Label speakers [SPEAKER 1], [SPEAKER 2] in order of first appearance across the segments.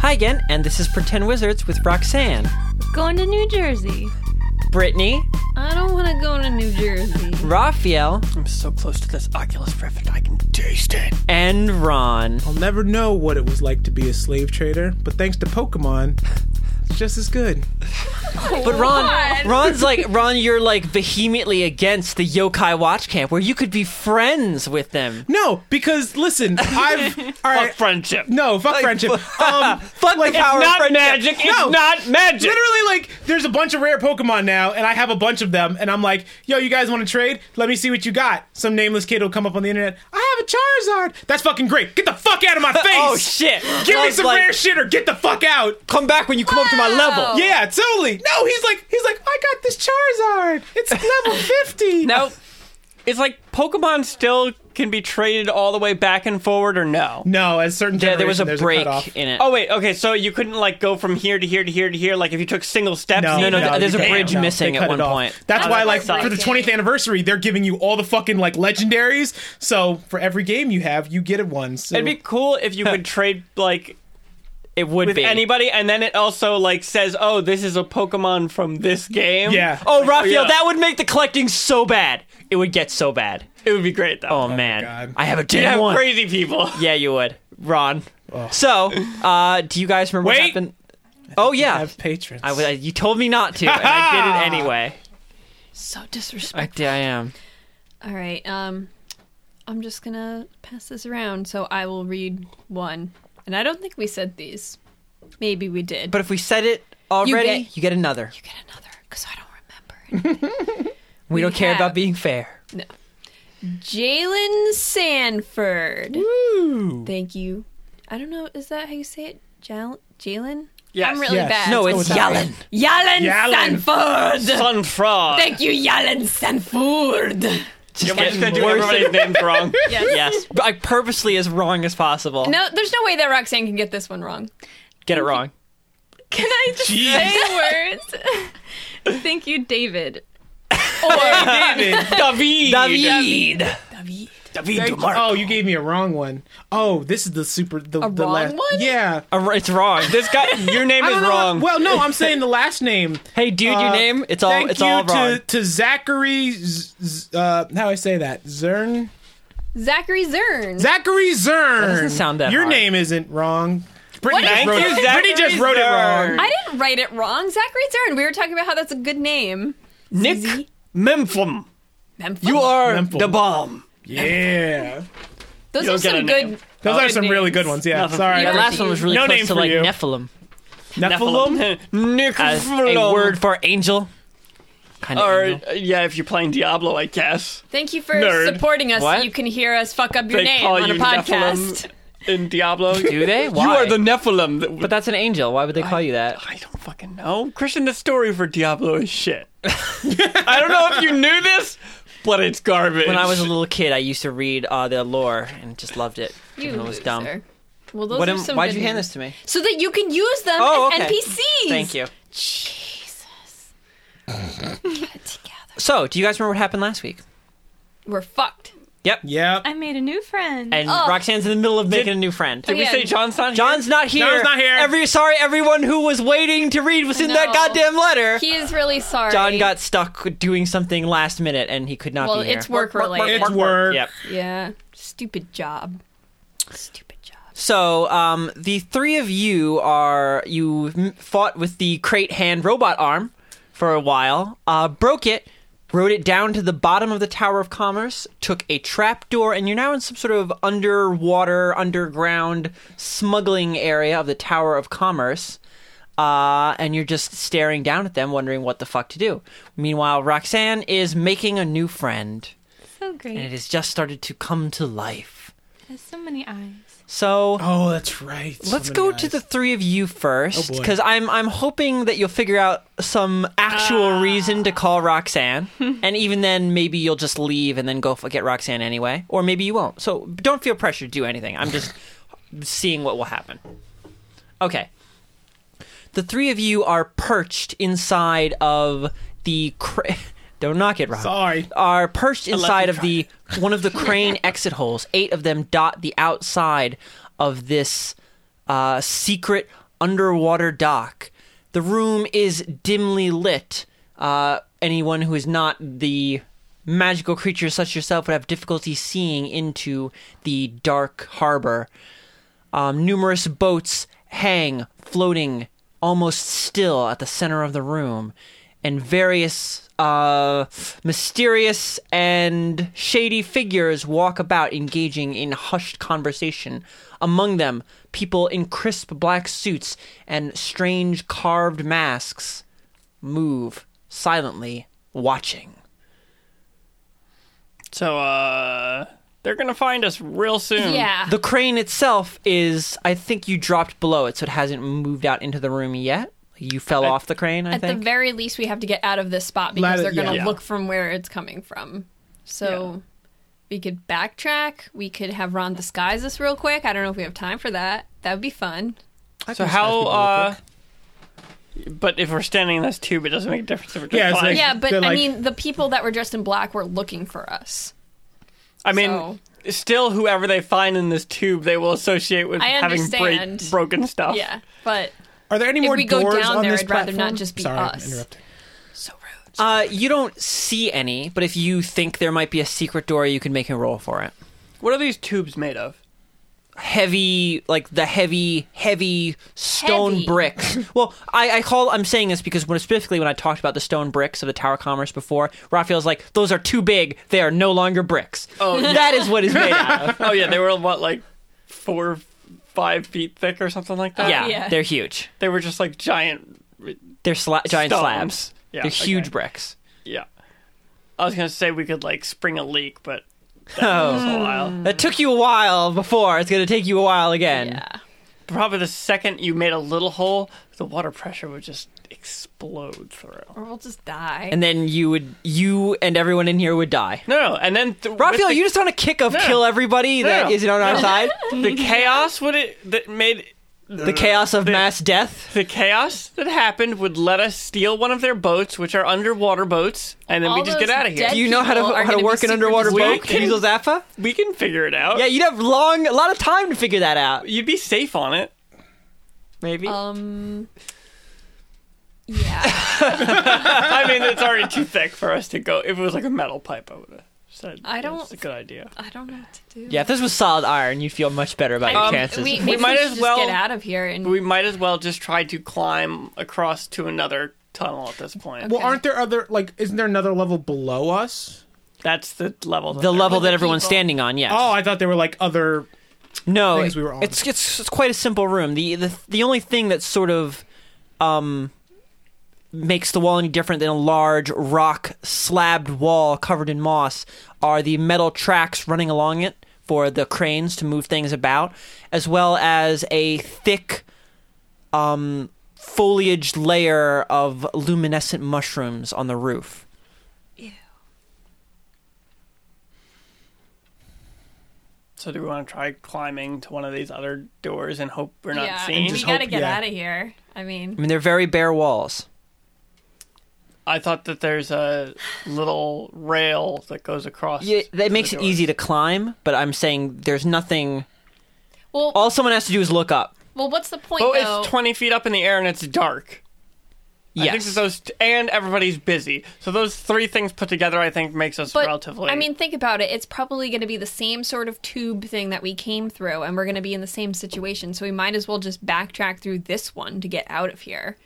[SPEAKER 1] Hi again, and this is Pretend Wizards with Roxanne,
[SPEAKER 2] Going to New Jersey.
[SPEAKER 1] Brittany,
[SPEAKER 2] I don't want to go to New Jersey.
[SPEAKER 1] Raphael,
[SPEAKER 3] I'm so close to this Oculus Rift, I can taste it.
[SPEAKER 1] and Ron.
[SPEAKER 4] I'll never know what it was like to be a slave trader, but thanks to Pokemon, it's just as good.
[SPEAKER 1] But Ron, Ron's like Ron. You're like vehemently against the Yokai Watch Camp, where you could be friends with them.
[SPEAKER 4] No, because listen, I've all right.
[SPEAKER 3] friendship.
[SPEAKER 4] no, fuck
[SPEAKER 1] Like,
[SPEAKER 4] friendship. Um,
[SPEAKER 1] fu- Fuck the power of
[SPEAKER 3] Not
[SPEAKER 1] friendship.
[SPEAKER 3] magic.
[SPEAKER 4] No.
[SPEAKER 3] It's not magic.
[SPEAKER 4] Literally, like, there's a bunch of rare Pokemon now, and I have a bunch of them, and I'm like, yo, you guys want to trade? Let me see what you got. Some nameless kid will come up on the internet. I have a Charizard. That's fucking great. Get the fuck out of my face.
[SPEAKER 1] Oh shit!
[SPEAKER 4] Give me
[SPEAKER 1] Ron's
[SPEAKER 4] some
[SPEAKER 1] like,
[SPEAKER 4] rare shit or get the fuck out.
[SPEAKER 1] Come back when you come up to my level.
[SPEAKER 4] Yeah, totally. No, he's like, he's like, I got this Charizard. It's level fifty.
[SPEAKER 3] Now, it's like Pokemon still can be traded all the way back and forward, or no?
[SPEAKER 4] No, at certain
[SPEAKER 1] Yeah, there was a
[SPEAKER 4] generation, there's
[SPEAKER 1] break
[SPEAKER 4] cutoff.
[SPEAKER 1] in it.
[SPEAKER 3] Oh wait, okay. So you couldn't like go from here to here to here to here. Like if you took single steps.
[SPEAKER 4] No,
[SPEAKER 3] you
[SPEAKER 1] no,
[SPEAKER 3] could-
[SPEAKER 1] th- there's a
[SPEAKER 3] Damn.
[SPEAKER 1] bridge
[SPEAKER 4] no,
[SPEAKER 1] missing
[SPEAKER 4] they
[SPEAKER 1] at
[SPEAKER 4] cut
[SPEAKER 1] one
[SPEAKER 4] it off.
[SPEAKER 1] point.
[SPEAKER 4] That's
[SPEAKER 2] Oh,
[SPEAKER 4] why,
[SPEAKER 2] that
[SPEAKER 4] like,
[SPEAKER 2] sucks.
[SPEAKER 4] for the 20th anniversary, they're giving you all the fucking like legendaries. So for every game you have, you get one. So
[SPEAKER 3] It'd be cool if you could trade like
[SPEAKER 1] It would
[SPEAKER 3] with
[SPEAKER 1] be
[SPEAKER 3] anybody, and then it also like says, "Oh, this is a Pokemon from this game."
[SPEAKER 4] Yeah.
[SPEAKER 1] Oh, Raphael,
[SPEAKER 3] yeah.
[SPEAKER 1] that would make the collecting so bad. It would get so bad.
[SPEAKER 3] it would be great though.
[SPEAKER 1] Oh, man,
[SPEAKER 4] God.
[SPEAKER 1] I have a
[SPEAKER 3] You'd
[SPEAKER 1] damn
[SPEAKER 3] have
[SPEAKER 1] one.
[SPEAKER 3] crazy people.
[SPEAKER 1] Yeah, you would, Ron.
[SPEAKER 4] Oh.
[SPEAKER 1] So, uh, do you guys remember what
[SPEAKER 4] Wait!
[SPEAKER 1] happened? Oh
[SPEAKER 4] I
[SPEAKER 1] yeah,
[SPEAKER 4] have patrons.
[SPEAKER 1] I, w- you told me not to, and I did it anyway.
[SPEAKER 2] So
[SPEAKER 1] I,
[SPEAKER 2] disrespectful.
[SPEAKER 1] I am.
[SPEAKER 2] All right. Um, I'm just gonna pass this around. So I will read one, and I don't think we said these. Maybe we did.
[SPEAKER 1] But if we said it already, you get,
[SPEAKER 2] get-
[SPEAKER 1] another.
[SPEAKER 2] you get another because I don't remember.
[SPEAKER 1] we don't care
[SPEAKER 2] have-
[SPEAKER 1] about being fair.
[SPEAKER 2] Jalen Sanford. Thank you. I don't know. Is that how you say it? Jal- Jalen.
[SPEAKER 3] Yes.
[SPEAKER 2] I'm really
[SPEAKER 4] Yes.
[SPEAKER 2] bad.
[SPEAKER 1] No, it's
[SPEAKER 4] sorry.
[SPEAKER 1] yelling.
[SPEAKER 2] Jalen,
[SPEAKER 4] Jalen.
[SPEAKER 2] Sanford.
[SPEAKER 3] Sun Frog.
[SPEAKER 2] Thank you, Jalen Sanford.
[SPEAKER 1] Just
[SPEAKER 3] Am I
[SPEAKER 1] getting
[SPEAKER 3] just gonna do
[SPEAKER 1] worse.
[SPEAKER 3] everybody's names wrong?
[SPEAKER 1] Yes, but I purposely as wrong as possible.
[SPEAKER 2] No, there's no way that Roxanne can get this one wrong.
[SPEAKER 1] Get it wrong.
[SPEAKER 2] Can I just say words? Thank you, David. Or
[SPEAKER 4] David.
[SPEAKER 1] David.
[SPEAKER 3] David.
[SPEAKER 2] David.
[SPEAKER 3] David Dumars.
[SPEAKER 4] oh, you gave me a wrong one. Oh, this is the super the, the
[SPEAKER 2] wrong
[SPEAKER 4] last
[SPEAKER 2] one?
[SPEAKER 4] Yeah.
[SPEAKER 1] Uh, It's wrong.
[SPEAKER 3] This guy, your name
[SPEAKER 4] I
[SPEAKER 3] is
[SPEAKER 4] don't know
[SPEAKER 3] wrong.
[SPEAKER 4] what- well, no, I'm saying the last name.
[SPEAKER 1] Hey, dude, your
[SPEAKER 4] Uh,
[SPEAKER 1] name? It's all.
[SPEAKER 4] Thank
[SPEAKER 1] It's
[SPEAKER 4] you
[SPEAKER 1] all
[SPEAKER 4] to
[SPEAKER 1] wrong.
[SPEAKER 4] to Zachary. Z- Z- uh, how do I say that? Zern.
[SPEAKER 2] Zachary Zern.
[SPEAKER 4] Zachary Zern. That
[SPEAKER 1] doesn't sound that
[SPEAKER 4] Your
[SPEAKER 1] hard.
[SPEAKER 4] name isn't wrong. Brittany
[SPEAKER 2] What
[SPEAKER 4] just
[SPEAKER 2] is-
[SPEAKER 4] wrote,
[SPEAKER 3] Thank you,
[SPEAKER 4] it- Brittany
[SPEAKER 3] Zachary
[SPEAKER 4] just wrote it
[SPEAKER 3] Zern.
[SPEAKER 4] wrong.
[SPEAKER 2] I didn't write it wrong. Zachary Zern. We were talking about how that's a good name.
[SPEAKER 3] Nick Memphum.
[SPEAKER 2] Memphis.
[SPEAKER 3] You are
[SPEAKER 4] Memphum.
[SPEAKER 3] the bomb.
[SPEAKER 4] Yeah.
[SPEAKER 2] Those
[SPEAKER 3] You'll
[SPEAKER 2] are
[SPEAKER 3] get a
[SPEAKER 2] some
[SPEAKER 3] name.
[SPEAKER 2] good.
[SPEAKER 4] Those are
[SPEAKER 2] Good
[SPEAKER 4] some really
[SPEAKER 2] names.
[SPEAKER 4] good ones. Yeah.
[SPEAKER 3] Nothing.
[SPEAKER 4] Sorry.
[SPEAKER 1] That last one was really
[SPEAKER 4] No
[SPEAKER 1] close
[SPEAKER 4] name
[SPEAKER 1] to
[SPEAKER 4] for
[SPEAKER 1] like
[SPEAKER 4] you.
[SPEAKER 1] Nephilim
[SPEAKER 4] Nephilim.
[SPEAKER 3] Nick
[SPEAKER 1] as a word for angel. Kind of.
[SPEAKER 3] Or,
[SPEAKER 1] angel.
[SPEAKER 3] uh, yeah, if you're playing Diablo, I guess.
[SPEAKER 2] Thank you for
[SPEAKER 3] Nerd.
[SPEAKER 2] supporting us.
[SPEAKER 1] What?
[SPEAKER 2] You can hear us fuck up your
[SPEAKER 3] they
[SPEAKER 2] name
[SPEAKER 3] call
[SPEAKER 2] on a
[SPEAKER 3] you
[SPEAKER 2] podcast.
[SPEAKER 3] Nephilim in Diablo.
[SPEAKER 1] Do they? Why?
[SPEAKER 3] You are the Nephilim. that-
[SPEAKER 1] But that's an angel. Why would they call you that?
[SPEAKER 3] I don't fucking know. Christian, the story for Diablo is shit. I don't know if you knew this, but it's garbage.
[SPEAKER 1] When I was a little kid, I used to read uh, the lore and just loved it.
[SPEAKER 2] You
[SPEAKER 1] it was dumb.
[SPEAKER 2] loser. Well, those
[SPEAKER 1] What
[SPEAKER 2] are
[SPEAKER 1] am-
[SPEAKER 2] some
[SPEAKER 1] why'd
[SPEAKER 2] good
[SPEAKER 1] you hand
[SPEAKER 2] names.
[SPEAKER 1] this to me?
[SPEAKER 2] So that you can use them
[SPEAKER 1] Oh,
[SPEAKER 2] as
[SPEAKER 1] okay.
[SPEAKER 2] NPCs.
[SPEAKER 1] Thank you.
[SPEAKER 2] Together.
[SPEAKER 1] So, do you guys remember what happened last week?
[SPEAKER 2] We're fucked.
[SPEAKER 1] Yep.
[SPEAKER 4] Yep.
[SPEAKER 5] I made a new friend.
[SPEAKER 1] And
[SPEAKER 2] Oh.
[SPEAKER 1] Roxanne's in the middle of making
[SPEAKER 3] Did-
[SPEAKER 1] a new friend.
[SPEAKER 3] Did we
[SPEAKER 2] Yeah.
[SPEAKER 3] say John's not here?
[SPEAKER 1] John's not here.
[SPEAKER 4] John's not here.
[SPEAKER 1] Every sorry, everyone who was waiting to read was in that
[SPEAKER 2] know.
[SPEAKER 1] goddamn letter.
[SPEAKER 2] He is really sorry.
[SPEAKER 1] John got stuck doing something last minute, and he could not
[SPEAKER 2] Well,
[SPEAKER 1] be here.
[SPEAKER 2] it's work related.
[SPEAKER 4] It's work.
[SPEAKER 1] Yep.
[SPEAKER 2] Yeah. Stupid job. Stupid job.
[SPEAKER 1] So, um, the three of you are you m- fought with the crate hand robot arm for a while, uh, broke it, rode it down to the bottom of the Tower of Commerce, took a trap door, and you're now in some sort of underwater, underground smuggling area of the Tower of Commerce. Uh, and you're just staring down at them, wondering what the fuck to do. Meanwhile, Roxanne is making a new friend,
[SPEAKER 5] so
[SPEAKER 1] and it
[SPEAKER 5] great.
[SPEAKER 1] has just started to come to life.
[SPEAKER 5] has so many eyes.
[SPEAKER 1] So,
[SPEAKER 4] Oh, that's right. So
[SPEAKER 1] Let's
[SPEAKER 4] many
[SPEAKER 1] go
[SPEAKER 4] eyes.
[SPEAKER 1] to the three of you first,
[SPEAKER 4] Oh, boy.
[SPEAKER 1] because I'm I'm hoping that you'll figure out some actual reason to call Roxanne, and even then maybe you'll just leave and then go f- get Roxanne anyway, or maybe you won't. So don't feel pressure to do anything. I'm just seeing what will happen. Okay, the three of you are perched inside of the. Cra- don't knock it, Rob
[SPEAKER 4] Sorry.
[SPEAKER 1] are perched inside of
[SPEAKER 4] try
[SPEAKER 1] the one of the crane exit holes. Eight of them dot the outside of this uh, secret underwater dock. The room is dimly lit. Uh, anyone who is not the magical creature such as yourself would have difficulty seeing into the dark harbor. Um, numerous boats hang, floating almost still at the center of the room, and various uh, mysterious and shady figures walk about, engaging in hushed conversation. Among them, people in crisp black suits and strange carved masks move silently, watching.
[SPEAKER 3] So, uh, they're gonna find us real soon.
[SPEAKER 2] Yeah.
[SPEAKER 1] The crane itself is, I think you dropped below it, so it hasn't moved out into the room yet. You fell off the crane, I
[SPEAKER 2] At
[SPEAKER 1] think.
[SPEAKER 2] the very least, we have to get out of this spot because
[SPEAKER 4] Ladder-
[SPEAKER 2] they're going to
[SPEAKER 4] yeah.
[SPEAKER 2] look from where it's coming from. So we could backtrack. We could have Ron disguise us real quick. I don't know if we have time for that. That would be fun.
[SPEAKER 3] So how? uh But if we're standing in this tube, it doesn't make a difference if we're just
[SPEAKER 4] Yeah, it's
[SPEAKER 3] flying.
[SPEAKER 4] like-
[SPEAKER 2] Yeah, but
[SPEAKER 4] they're
[SPEAKER 2] I
[SPEAKER 4] like-
[SPEAKER 2] mean, the people that were dressed in black were looking for us.
[SPEAKER 3] I mean,
[SPEAKER 2] so-
[SPEAKER 3] still, whoever they find in this tube, they will associate with
[SPEAKER 2] I
[SPEAKER 3] having break,
[SPEAKER 2] understand.
[SPEAKER 3] broken stuff.
[SPEAKER 2] Yeah, but
[SPEAKER 4] Are there any
[SPEAKER 2] if
[SPEAKER 4] more
[SPEAKER 2] we go
[SPEAKER 4] doors
[SPEAKER 2] down
[SPEAKER 4] on
[SPEAKER 2] there,
[SPEAKER 4] this
[SPEAKER 2] I'd rather
[SPEAKER 4] platform?
[SPEAKER 2] not just be
[SPEAKER 4] Sorry,
[SPEAKER 2] us.
[SPEAKER 4] I'm interrupting.
[SPEAKER 2] so rude.
[SPEAKER 1] Uh, you don't see any, but if you think there might be a secret door, you can make a roll for it.
[SPEAKER 3] What are these tubes made of?
[SPEAKER 1] Heavy, like the heavy, heavy stone
[SPEAKER 2] Heavy.
[SPEAKER 1] bricks. well, I, I call. I'm saying this because when, specifically when I talked about the stone bricks of the Tower of Commerce before, Raphael's like, "Those are too big. They are no longer bricks." Oh, that is what is made out of.
[SPEAKER 3] oh yeah, they were what like four, five feet thick or something like that.
[SPEAKER 1] yeah,
[SPEAKER 2] Oh, yeah.
[SPEAKER 1] they're huge.
[SPEAKER 3] they were just like giant.
[SPEAKER 1] They're sla- giant
[SPEAKER 3] Stones.
[SPEAKER 1] slabs.
[SPEAKER 3] Yeah,
[SPEAKER 1] they're huge
[SPEAKER 3] okay.
[SPEAKER 1] bricks.
[SPEAKER 3] Yeah, I was gonna say we could like spring a leak, but
[SPEAKER 1] Oh.
[SPEAKER 3] it's a while.
[SPEAKER 1] That took you a while before. It's going to take you a while again.
[SPEAKER 2] Yeah.
[SPEAKER 3] Probably the second you made a little hole, the water pressure would just explode through.
[SPEAKER 2] Or we'll just die.
[SPEAKER 1] And then you would, you and everyone in here would die.
[SPEAKER 3] No, no, and then th-
[SPEAKER 1] Raphael,
[SPEAKER 3] with the,
[SPEAKER 1] you just on a kick of
[SPEAKER 3] No.
[SPEAKER 1] kill everybody that
[SPEAKER 3] No.
[SPEAKER 1] isn't on our side.
[SPEAKER 3] the chaos would it that made
[SPEAKER 1] The chaos of mass death.
[SPEAKER 3] the chaos that happened would let us steal one of their boats, which are underwater boats, and then
[SPEAKER 2] All
[SPEAKER 3] we just get
[SPEAKER 2] those
[SPEAKER 3] out of here.
[SPEAKER 2] dead-
[SPEAKER 1] Do you know how to
[SPEAKER 2] People are
[SPEAKER 1] how to
[SPEAKER 2] gonna
[SPEAKER 1] work
[SPEAKER 2] be
[SPEAKER 1] an
[SPEAKER 2] super
[SPEAKER 1] underwater boat?
[SPEAKER 3] disappointed.
[SPEAKER 1] Can you use those Zappa?
[SPEAKER 3] we can figure it out.
[SPEAKER 1] Yeah, you'd have long a lot of time to figure that out.
[SPEAKER 3] you'd be safe on it.
[SPEAKER 1] Maybe.
[SPEAKER 2] um. Yeah,
[SPEAKER 3] I mean, it's already too thick for us to go. If it was like a metal pipe, I would have said.
[SPEAKER 2] I don't-
[SPEAKER 3] It's a good idea.
[SPEAKER 2] I don't know what to do.
[SPEAKER 1] yeah, if this was solid iron, you'd feel much better about your
[SPEAKER 3] Um,
[SPEAKER 1] chances.
[SPEAKER 2] we,
[SPEAKER 3] We
[SPEAKER 2] maybe
[SPEAKER 3] might
[SPEAKER 2] should
[SPEAKER 3] as
[SPEAKER 2] just
[SPEAKER 3] well-
[SPEAKER 2] get out of here and
[SPEAKER 3] We might as well just try to climb across to another tunnel at this point.
[SPEAKER 2] Okay.
[SPEAKER 4] Well, aren't there other like? Isn't there another level below us?
[SPEAKER 3] That's the level. that
[SPEAKER 1] the
[SPEAKER 3] they're-
[SPEAKER 1] level
[SPEAKER 2] With the
[SPEAKER 1] that everyone's
[SPEAKER 2] people.
[SPEAKER 1] standing on, yes.
[SPEAKER 4] Oh, I thought there were like other.
[SPEAKER 1] No,
[SPEAKER 4] things we were on.
[SPEAKER 1] It's, it's it's quite a simple room. The the the only thing that sort of um makes the wall any different than a large rock slabbed wall covered in moss are the metal tracks running along it for the cranes to move things about, as well as a thick um foliage layer of luminescent mushrooms on the roof.
[SPEAKER 3] So do we want to try climbing to one of these other doors and hope we're not
[SPEAKER 2] yeah, and
[SPEAKER 3] seen?
[SPEAKER 2] we
[SPEAKER 4] just
[SPEAKER 2] gotta
[SPEAKER 4] hope-
[SPEAKER 2] get
[SPEAKER 4] yeah.
[SPEAKER 2] out of here. I
[SPEAKER 1] I
[SPEAKER 2] mean,
[SPEAKER 1] mean, they're very bare walls.
[SPEAKER 3] I thought that there's a little rail that goes across.
[SPEAKER 1] Yeah,
[SPEAKER 3] to the
[SPEAKER 1] that makes it
[SPEAKER 3] doors.
[SPEAKER 1] easy to climb, but I'm saying there's nothing
[SPEAKER 2] well,
[SPEAKER 1] All someone has to do is look up.
[SPEAKER 2] well, what's the point
[SPEAKER 3] Oh,
[SPEAKER 2] though?
[SPEAKER 3] it's 20 feet up in the air and it's dark. I think
[SPEAKER 1] Yes.
[SPEAKER 3] that those and everybody's busy. So those three things put together, I think, makes us
[SPEAKER 2] but
[SPEAKER 3] relatively.
[SPEAKER 2] I mean, think about it. It's probably going to be the same sort of tube thing that we came through, and we're going to be in the same situation. So we might as well just backtrack through this one to get out of here.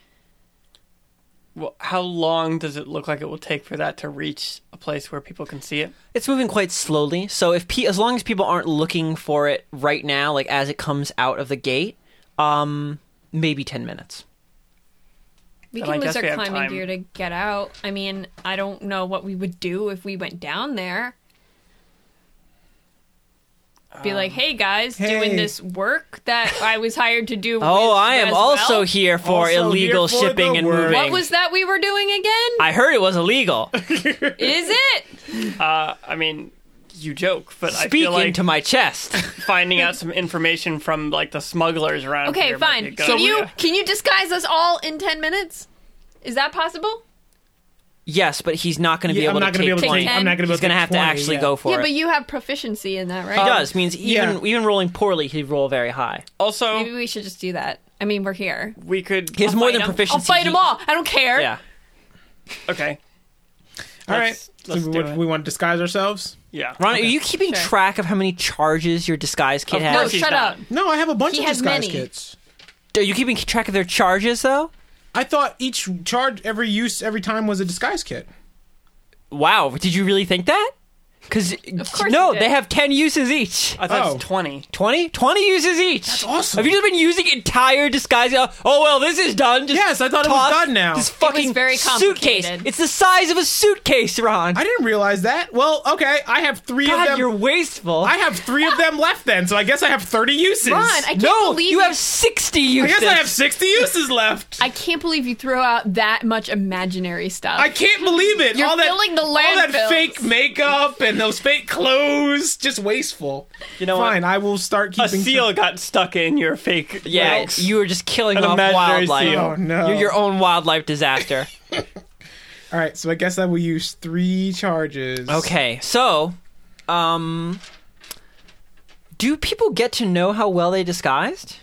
[SPEAKER 3] Well, how long does it look like it will take for that to reach a place where people can see it?
[SPEAKER 1] it's moving quite slowly. So if pe- as long as people aren't looking for it right now, like as it comes out of the gate, um, maybe ten minutes.
[SPEAKER 2] We
[SPEAKER 3] Then I
[SPEAKER 2] can
[SPEAKER 3] guess
[SPEAKER 2] lose
[SPEAKER 3] we
[SPEAKER 2] our
[SPEAKER 3] have
[SPEAKER 2] climbing
[SPEAKER 3] time.
[SPEAKER 2] gear to get out. I mean, I don't know what we would do if we went down there. Be
[SPEAKER 3] Um,
[SPEAKER 2] like, hey guys,
[SPEAKER 4] Hey.
[SPEAKER 2] doing this work that I was hired to do.
[SPEAKER 1] Oh,
[SPEAKER 2] with
[SPEAKER 1] I
[SPEAKER 2] you
[SPEAKER 1] am
[SPEAKER 2] as
[SPEAKER 1] also
[SPEAKER 2] well?
[SPEAKER 1] here for
[SPEAKER 4] Also
[SPEAKER 1] illegal
[SPEAKER 4] here for
[SPEAKER 1] shipping
[SPEAKER 4] the
[SPEAKER 1] and
[SPEAKER 4] work.
[SPEAKER 1] moving.
[SPEAKER 2] What was that we were doing again?
[SPEAKER 1] I heard it was illegal.
[SPEAKER 2] Is it?
[SPEAKER 3] Uh, I mean, you joke, but I
[SPEAKER 1] Speak
[SPEAKER 3] feel like
[SPEAKER 1] into my chest.
[SPEAKER 3] finding out some information from like the smugglers around.
[SPEAKER 2] Okay,
[SPEAKER 3] here might be a
[SPEAKER 2] fine.
[SPEAKER 3] Oh, good
[SPEAKER 2] Can
[SPEAKER 3] idea.
[SPEAKER 2] you can you disguise us all in ten minutes? Is that possible?
[SPEAKER 1] Yes, but he's not going to be
[SPEAKER 4] Yeah,
[SPEAKER 1] able
[SPEAKER 4] I'm not
[SPEAKER 1] to
[SPEAKER 4] gonna be
[SPEAKER 1] take
[SPEAKER 4] able to
[SPEAKER 2] take
[SPEAKER 1] point.
[SPEAKER 4] take. I'm not gonna be able
[SPEAKER 1] He's
[SPEAKER 4] to
[SPEAKER 1] going to
[SPEAKER 4] take
[SPEAKER 1] have to
[SPEAKER 4] 20,
[SPEAKER 1] actually
[SPEAKER 4] yeah. Um,
[SPEAKER 1] go for
[SPEAKER 2] yeah,
[SPEAKER 1] it.
[SPEAKER 2] but you have proficiency in that, right?
[SPEAKER 1] he does means even
[SPEAKER 4] yeah. Oh,
[SPEAKER 1] even rolling poorly, he'd roll very high.
[SPEAKER 3] Also,
[SPEAKER 2] Maybe we should just do that. I mean, we're here.
[SPEAKER 3] we could.
[SPEAKER 1] He has more
[SPEAKER 2] Fight
[SPEAKER 1] than
[SPEAKER 2] 'em.
[SPEAKER 1] proficiency.
[SPEAKER 2] I'll fight
[SPEAKER 1] he-
[SPEAKER 2] them all. I don't care.
[SPEAKER 1] Yeah,
[SPEAKER 3] Okay.
[SPEAKER 4] All right.
[SPEAKER 3] Let's- let's
[SPEAKER 4] so
[SPEAKER 3] do
[SPEAKER 4] we,
[SPEAKER 3] it.
[SPEAKER 4] we want to disguise ourselves.
[SPEAKER 3] Yeah.
[SPEAKER 1] Ron, are you keeping
[SPEAKER 2] Sure.
[SPEAKER 1] track of how many charges your disguise kit
[SPEAKER 3] Of
[SPEAKER 2] No,
[SPEAKER 1] has?
[SPEAKER 3] course. she's
[SPEAKER 2] shut
[SPEAKER 3] not.
[SPEAKER 2] up.
[SPEAKER 4] No, I have a bunch
[SPEAKER 2] He
[SPEAKER 4] of
[SPEAKER 2] has
[SPEAKER 4] disguise
[SPEAKER 2] many.
[SPEAKER 4] kits.
[SPEAKER 1] Are you keeping track of their charges though?
[SPEAKER 4] I thought each charge, every use, every time was a disguise kit.
[SPEAKER 1] Wow, did you really think that? Because
[SPEAKER 2] course
[SPEAKER 1] no,
[SPEAKER 2] he did.
[SPEAKER 1] they have ten uses each.
[SPEAKER 3] I thought it
[SPEAKER 4] Oh.
[SPEAKER 3] was 20.
[SPEAKER 1] 20? 20 uses each. That's
[SPEAKER 4] awesome.
[SPEAKER 1] Have you just been using entire disguise? Oh, oh, well, this is done. Just
[SPEAKER 4] Yes, I thought it was
[SPEAKER 1] toss
[SPEAKER 4] done now.
[SPEAKER 1] This
[SPEAKER 4] It
[SPEAKER 2] was
[SPEAKER 1] fucking
[SPEAKER 2] very
[SPEAKER 1] suitcase.
[SPEAKER 2] complicated.
[SPEAKER 1] It's the size of a suitcase, Ron.
[SPEAKER 4] I didn't realize that. Well, okay, I have three of
[SPEAKER 1] God,
[SPEAKER 4] them.
[SPEAKER 1] you're wasteful.
[SPEAKER 4] I have three of them left then, so I guess I have 30 uses.
[SPEAKER 2] Ron, I can't
[SPEAKER 1] no,
[SPEAKER 2] believe
[SPEAKER 1] you have 60
[SPEAKER 4] I
[SPEAKER 1] uses.
[SPEAKER 4] guess I have 60 uses left.
[SPEAKER 2] I can't believe you throw out that much imaginary stuff.
[SPEAKER 4] I can't believe it.
[SPEAKER 2] You're
[SPEAKER 4] all that,
[SPEAKER 2] filling the
[SPEAKER 4] all that
[SPEAKER 2] landfills.
[SPEAKER 4] fake makeup and those fake clothes, just wasteful.
[SPEAKER 3] You know
[SPEAKER 4] Fine,
[SPEAKER 3] what?
[SPEAKER 4] I will start
[SPEAKER 3] A
[SPEAKER 4] keeping.
[SPEAKER 3] seal got stuck in your fake.
[SPEAKER 1] Yeah,
[SPEAKER 3] legs.
[SPEAKER 1] you are just killing
[SPEAKER 3] An
[SPEAKER 1] off
[SPEAKER 3] imaginary
[SPEAKER 1] wildlife.
[SPEAKER 3] seal.
[SPEAKER 4] Oh no!
[SPEAKER 1] You're your own wildlife disaster.
[SPEAKER 4] All right, so I guess I will use three charges.
[SPEAKER 1] okay, so, um, do people get to know how well they disguised?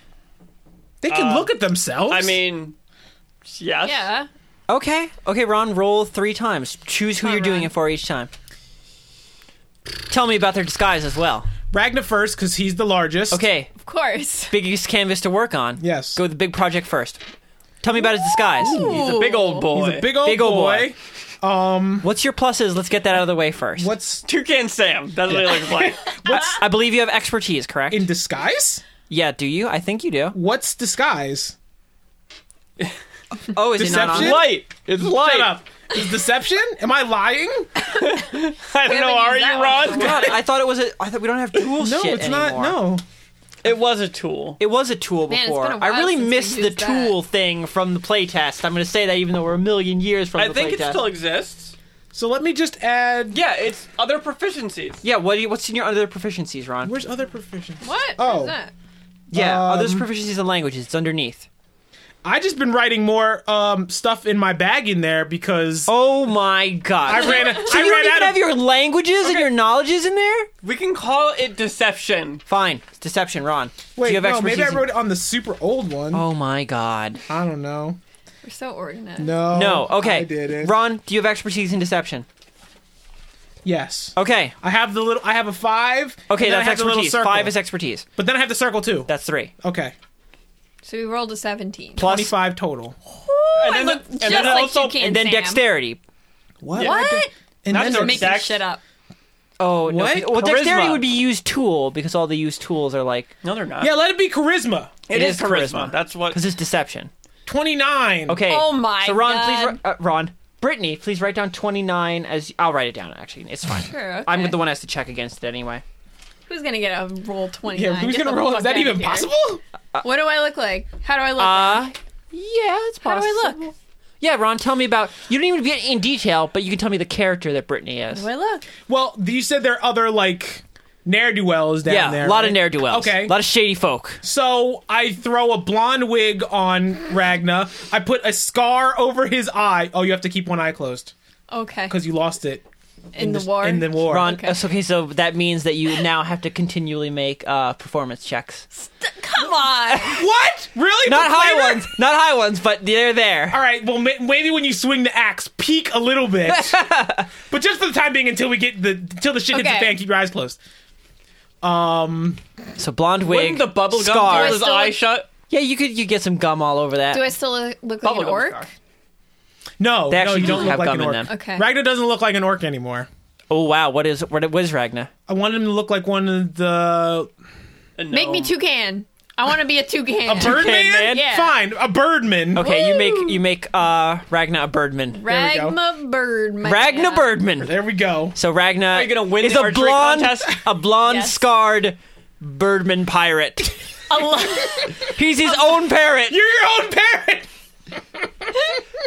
[SPEAKER 4] they can
[SPEAKER 3] Uh,
[SPEAKER 4] look at themselves.
[SPEAKER 3] I mean, yes.
[SPEAKER 2] yeah.
[SPEAKER 1] Okay. Okay, Ron, roll three times. Choose who
[SPEAKER 2] Come on,
[SPEAKER 1] you're doing
[SPEAKER 2] Ron.
[SPEAKER 1] it for each time. Tell me about their disguise as well.
[SPEAKER 4] Ragnar first because he's the largest.
[SPEAKER 1] Okay,
[SPEAKER 2] Of course.
[SPEAKER 1] biggest canvas to work on.
[SPEAKER 4] Yes.
[SPEAKER 1] Go with the big project first. Tell me about his disguise.
[SPEAKER 3] He's a big old boy.
[SPEAKER 4] He's a big old,
[SPEAKER 1] Big old boy.
[SPEAKER 4] boy.
[SPEAKER 1] What's your pluses? Let's get that out of the way first.
[SPEAKER 4] Um, What's
[SPEAKER 3] Toucan Sam. That's what he looks like.
[SPEAKER 1] I, I believe you have expertise, correct?
[SPEAKER 4] in disguise?
[SPEAKER 1] yeah, do you? I think you do.
[SPEAKER 4] What's disguise?
[SPEAKER 1] Oh, is it
[SPEAKER 4] Deception?
[SPEAKER 1] not on?
[SPEAKER 3] light. It's light.
[SPEAKER 4] Shut up. Is deception? Am I lying?
[SPEAKER 3] I don't know.
[SPEAKER 2] haven't
[SPEAKER 3] Are
[SPEAKER 2] used
[SPEAKER 3] you
[SPEAKER 2] that
[SPEAKER 3] Ron?
[SPEAKER 1] God, I thought it was a. I thought we don't have tool
[SPEAKER 4] No,
[SPEAKER 1] shit
[SPEAKER 4] it's
[SPEAKER 1] anymore.
[SPEAKER 4] not. No.
[SPEAKER 3] It was a tool.
[SPEAKER 1] It was a tool
[SPEAKER 2] Man, it's
[SPEAKER 1] before.
[SPEAKER 2] been a
[SPEAKER 1] I
[SPEAKER 2] while
[SPEAKER 1] really
[SPEAKER 2] since we
[SPEAKER 1] missed the
[SPEAKER 2] used that.
[SPEAKER 1] tool thing from the playtest. I'm going to say that even though we're a million years from
[SPEAKER 3] I
[SPEAKER 1] the
[SPEAKER 3] think it
[SPEAKER 1] playtest.
[SPEAKER 3] still exists.
[SPEAKER 4] So let me just add.
[SPEAKER 3] Yeah, it's other proficiencies.
[SPEAKER 1] Yeah, what do you, what's in your other proficiencies, Ron?
[SPEAKER 4] Where's other proficiency?
[SPEAKER 2] What?
[SPEAKER 4] Oh.
[SPEAKER 2] What's that?
[SPEAKER 1] Yeah,
[SPEAKER 4] Um,
[SPEAKER 1] other proficiencies and languages. It's underneath.
[SPEAKER 4] I just been writing more um, stuff in my bag in there because
[SPEAKER 1] Oh my god!
[SPEAKER 4] I ran.
[SPEAKER 1] So
[SPEAKER 4] I
[SPEAKER 1] you don't
[SPEAKER 4] ran
[SPEAKER 1] even
[SPEAKER 4] out
[SPEAKER 1] have
[SPEAKER 4] of.
[SPEAKER 1] your languages and your knowledges in there.
[SPEAKER 3] We can call it deception.
[SPEAKER 1] Fine, it's deception, Ron. Do
[SPEAKER 4] Wait,
[SPEAKER 1] you have
[SPEAKER 4] no,
[SPEAKER 1] expertise
[SPEAKER 4] maybe I
[SPEAKER 1] in-
[SPEAKER 4] wrote it on the super old one.
[SPEAKER 1] Oh my god!
[SPEAKER 4] I don't know.
[SPEAKER 2] We're so organized.
[SPEAKER 4] No.
[SPEAKER 1] no, okay.
[SPEAKER 4] Oh, I didn't.
[SPEAKER 1] Ron, do you have expertise in deception?
[SPEAKER 4] Yes.
[SPEAKER 1] Okay,
[SPEAKER 4] I have the little. I have a five.
[SPEAKER 1] okay,
[SPEAKER 4] and then I
[SPEAKER 1] that's
[SPEAKER 4] have the little
[SPEAKER 1] expertise.
[SPEAKER 4] circle.
[SPEAKER 1] Five is expertise.
[SPEAKER 4] But then I have the circle too.
[SPEAKER 1] That's three.
[SPEAKER 4] Okay.
[SPEAKER 2] So we rolled a 17.
[SPEAKER 1] Plus-
[SPEAKER 4] Twenty-five total.
[SPEAKER 3] and
[SPEAKER 2] I
[SPEAKER 3] then,
[SPEAKER 2] look
[SPEAKER 3] and
[SPEAKER 2] just
[SPEAKER 3] then
[SPEAKER 2] like
[SPEAKER 3] also,
[SPEAKER 2] Toucan
[SPEAKER 1] And then
[SPEAKER 2] Sam.
[SPEAKER 1] dexterity.
[SPEAKER 4] What?
[SPEAKER 2] What?
[SPEAKER 4] And then
[SPEAKER 3] That's so
[SPEAKER 2] You're
[SPEAKER 4] there's-
[SPEAKER 2] making
[SPEAKER 3] Dex-
[SPEAKER 2] shit up.
[SPEAKER 1] Oh no!
[SPEAKER 4] What?
[SPEAKER 1] Well, dexterity
[SPEAKER 3] Charisma.
[SPEAKER 1] would be used tool because all the used tools are like
[SPEAKER 3] No, they're not.
[SPEAKER 4] yeah, let it be charisma.
[SPEAKER 1] it is charisma.
[SPEAKER 3] That's what.
[SPEAKER 1] because it's deception.
[SPEAKER 4] Twenty-nine.
[SPEAKER 1] Okay.
[SPEAKER 2] Oh my
[SPEAKER 1] So Ron,
[SPEAKER 2] God.
[SPEAKER 1] please, wri- uh, Ron, Brittany, please write down twenty nine as I'll write it down. Actually, it's fine.
[SPEAKER 2] Sure, okay.
[SPEAKER 1] I'm the one who has to check against it anyway.
[SPEAKER 2] Who's gonna get a roll 29?
[SPEAKER 4] Yeah, who's
[SPEAKER 2] Get
[SPEAKER 4] gonna
[SPEAKER 2] the
[SPEAKER 4] roll?
[SPEAKER 2] fuck
[SPEAKER 4] Is that
[SPEAKER 2] outta
[SPEAKER 4] even
[SPEAKER 2] here.
[SPEAKER 4] possible?
[SPEAKER 2] What do I look like? How do I look?
[SPEAKER 1] Uh, yeah, it's
[SPEAKER 2] How do
[SPEAKER 1] possible.
[SPEAKER 2] I look?
[SPEAKER 1] Yeah, Ron, tell me about. You don't even get in detail, but you can tell me the character that Brittany is.
[SPEAKER 2] How do I look?
[SPEAKER 4] Well, you said there are other like ne'er do wells down
[SPEAKER 1] yeah,
[SPEAKER 4] there.
[SPEAKER 1] a lot of
[SPEAKER 4] right?
[SPEAKER 1] ne'er do wells.
[SPEAKER 4] Okay.
[SPEAKER 1] a lot of shady folk.
[SPEAKER 4] So I throw a blonde wig on Ragna. I put a scar over his eye. Oh, you have to keep one eye closed
[SPEAKER 2] Okay.
[SPEAKER 4] because you lost it
[SPEAKER 2] In, the war.
[SPEAKER 4] in the war.
[SPEAKER 1] Ron,
[SPEAKER 2] Okay.
[SPEAKER 1] okay. okay, so that means that you now have to continually make uh, performance checks.
[SPEAKER 2] Come on.
[SPEAKER 4] What? Really?
[SPEAKER 1] Not
[SPEAKER 4] For
[SPEAKER 1] high
[SPEAKER 4] flavor?
[SPEAKER 1] ones, not high ones, but they're there.
[SPEAKER 4] All right. Well, ma- maybe when you swing the axe, peek a little bit, but just for the time being, until we get the until the shit hits
[SPEAKER 2] Okay.
[SPEAKER 4] the fan, keep your eyes closed.
[SPEAKER 1] So blonde wig,
[SPEAKER 3] Wouldn't the bubble gum
[SPEAKER 1] scar.
[SPEAKER 2] Do
[SPEAKER 3] hold
[SPEAKER 2] I
[SPEAKER 3] his
[SPEAKER 2] still-
[SPEAKER 3] eye shut?
[SPEAKER 1] Yeah, you could you get some gum all over that.
[SPEAKER 2] Do I still look like
[SPEAKER 3] Bubble
[SPEAKER 2] an
[SPEAKER 3] gum
[SPEAKER 2] orc?
[SPEAKER 3] scar.
[SPEAKER 4] No,
[SPEAKER 1] They
[SPEAKER 4] no,
[SPEAKER 1] actually
[SPEAKER 4] you
[SPEAKER 1] do
[SPEAKER 4] don't look
[SPEAKER 1] have
[SPEAKER 4] like
[SPEAKER 1] gum
[SPEAKER 4] an
[SPEAKER 1] in
[SPEAKER 4] orc.
[SPEAKER 1] them.
[SPEAKER 2] Okay.
[SPEAKER 4] Ragna doesn't look like an orc anymore.
[SPEAKER 1] oh wow, what is what was Ragna?
[SPEAKER 4] I wanted him to look like one of the
[SPEAKER 3] Uh, no.
[SPEAKER 2] Make me toucan. I want to be a toucan.
[SPEAKER 4] a birdman.
[SPEAKER 1] man?
[SPEAKER 2] Yeah.
[SPEAKER 4] Fine, a birdman.
[SPEAKER 1] Okay, you
[SPEAKER 2] Woo!
[SPEAKER 1] make you make uh Ragna a birdman.
[SPEAKER 4] There we go.
[SPEAKER 2] Ragma bird. my
[SPEAKER 1] Ragna
[SPEAKER 2] man.
[SPEAKER 1] Birdman.
[SPEAKER 4] There we go.
[SPEAKER 1] So Ragna
[SPEAKER 3] Are you gonna win
[SPEAKER 1] is
[SPEAKER 3] the
[SPEAKER 1] a
[SPEAKER 3] archery
[SPEAKER 1] blonde,
[SPEAKER 3] contest?
[SPEAKER 1] a blonde
[SPEAKER 2] Yes.
[SPEAKER 1] scarred Birdman pirate.
[SPEAKER 2] I love-
[SPEAKER 1] He's his own parrot.
[SPEAKER 4] You're your own parent.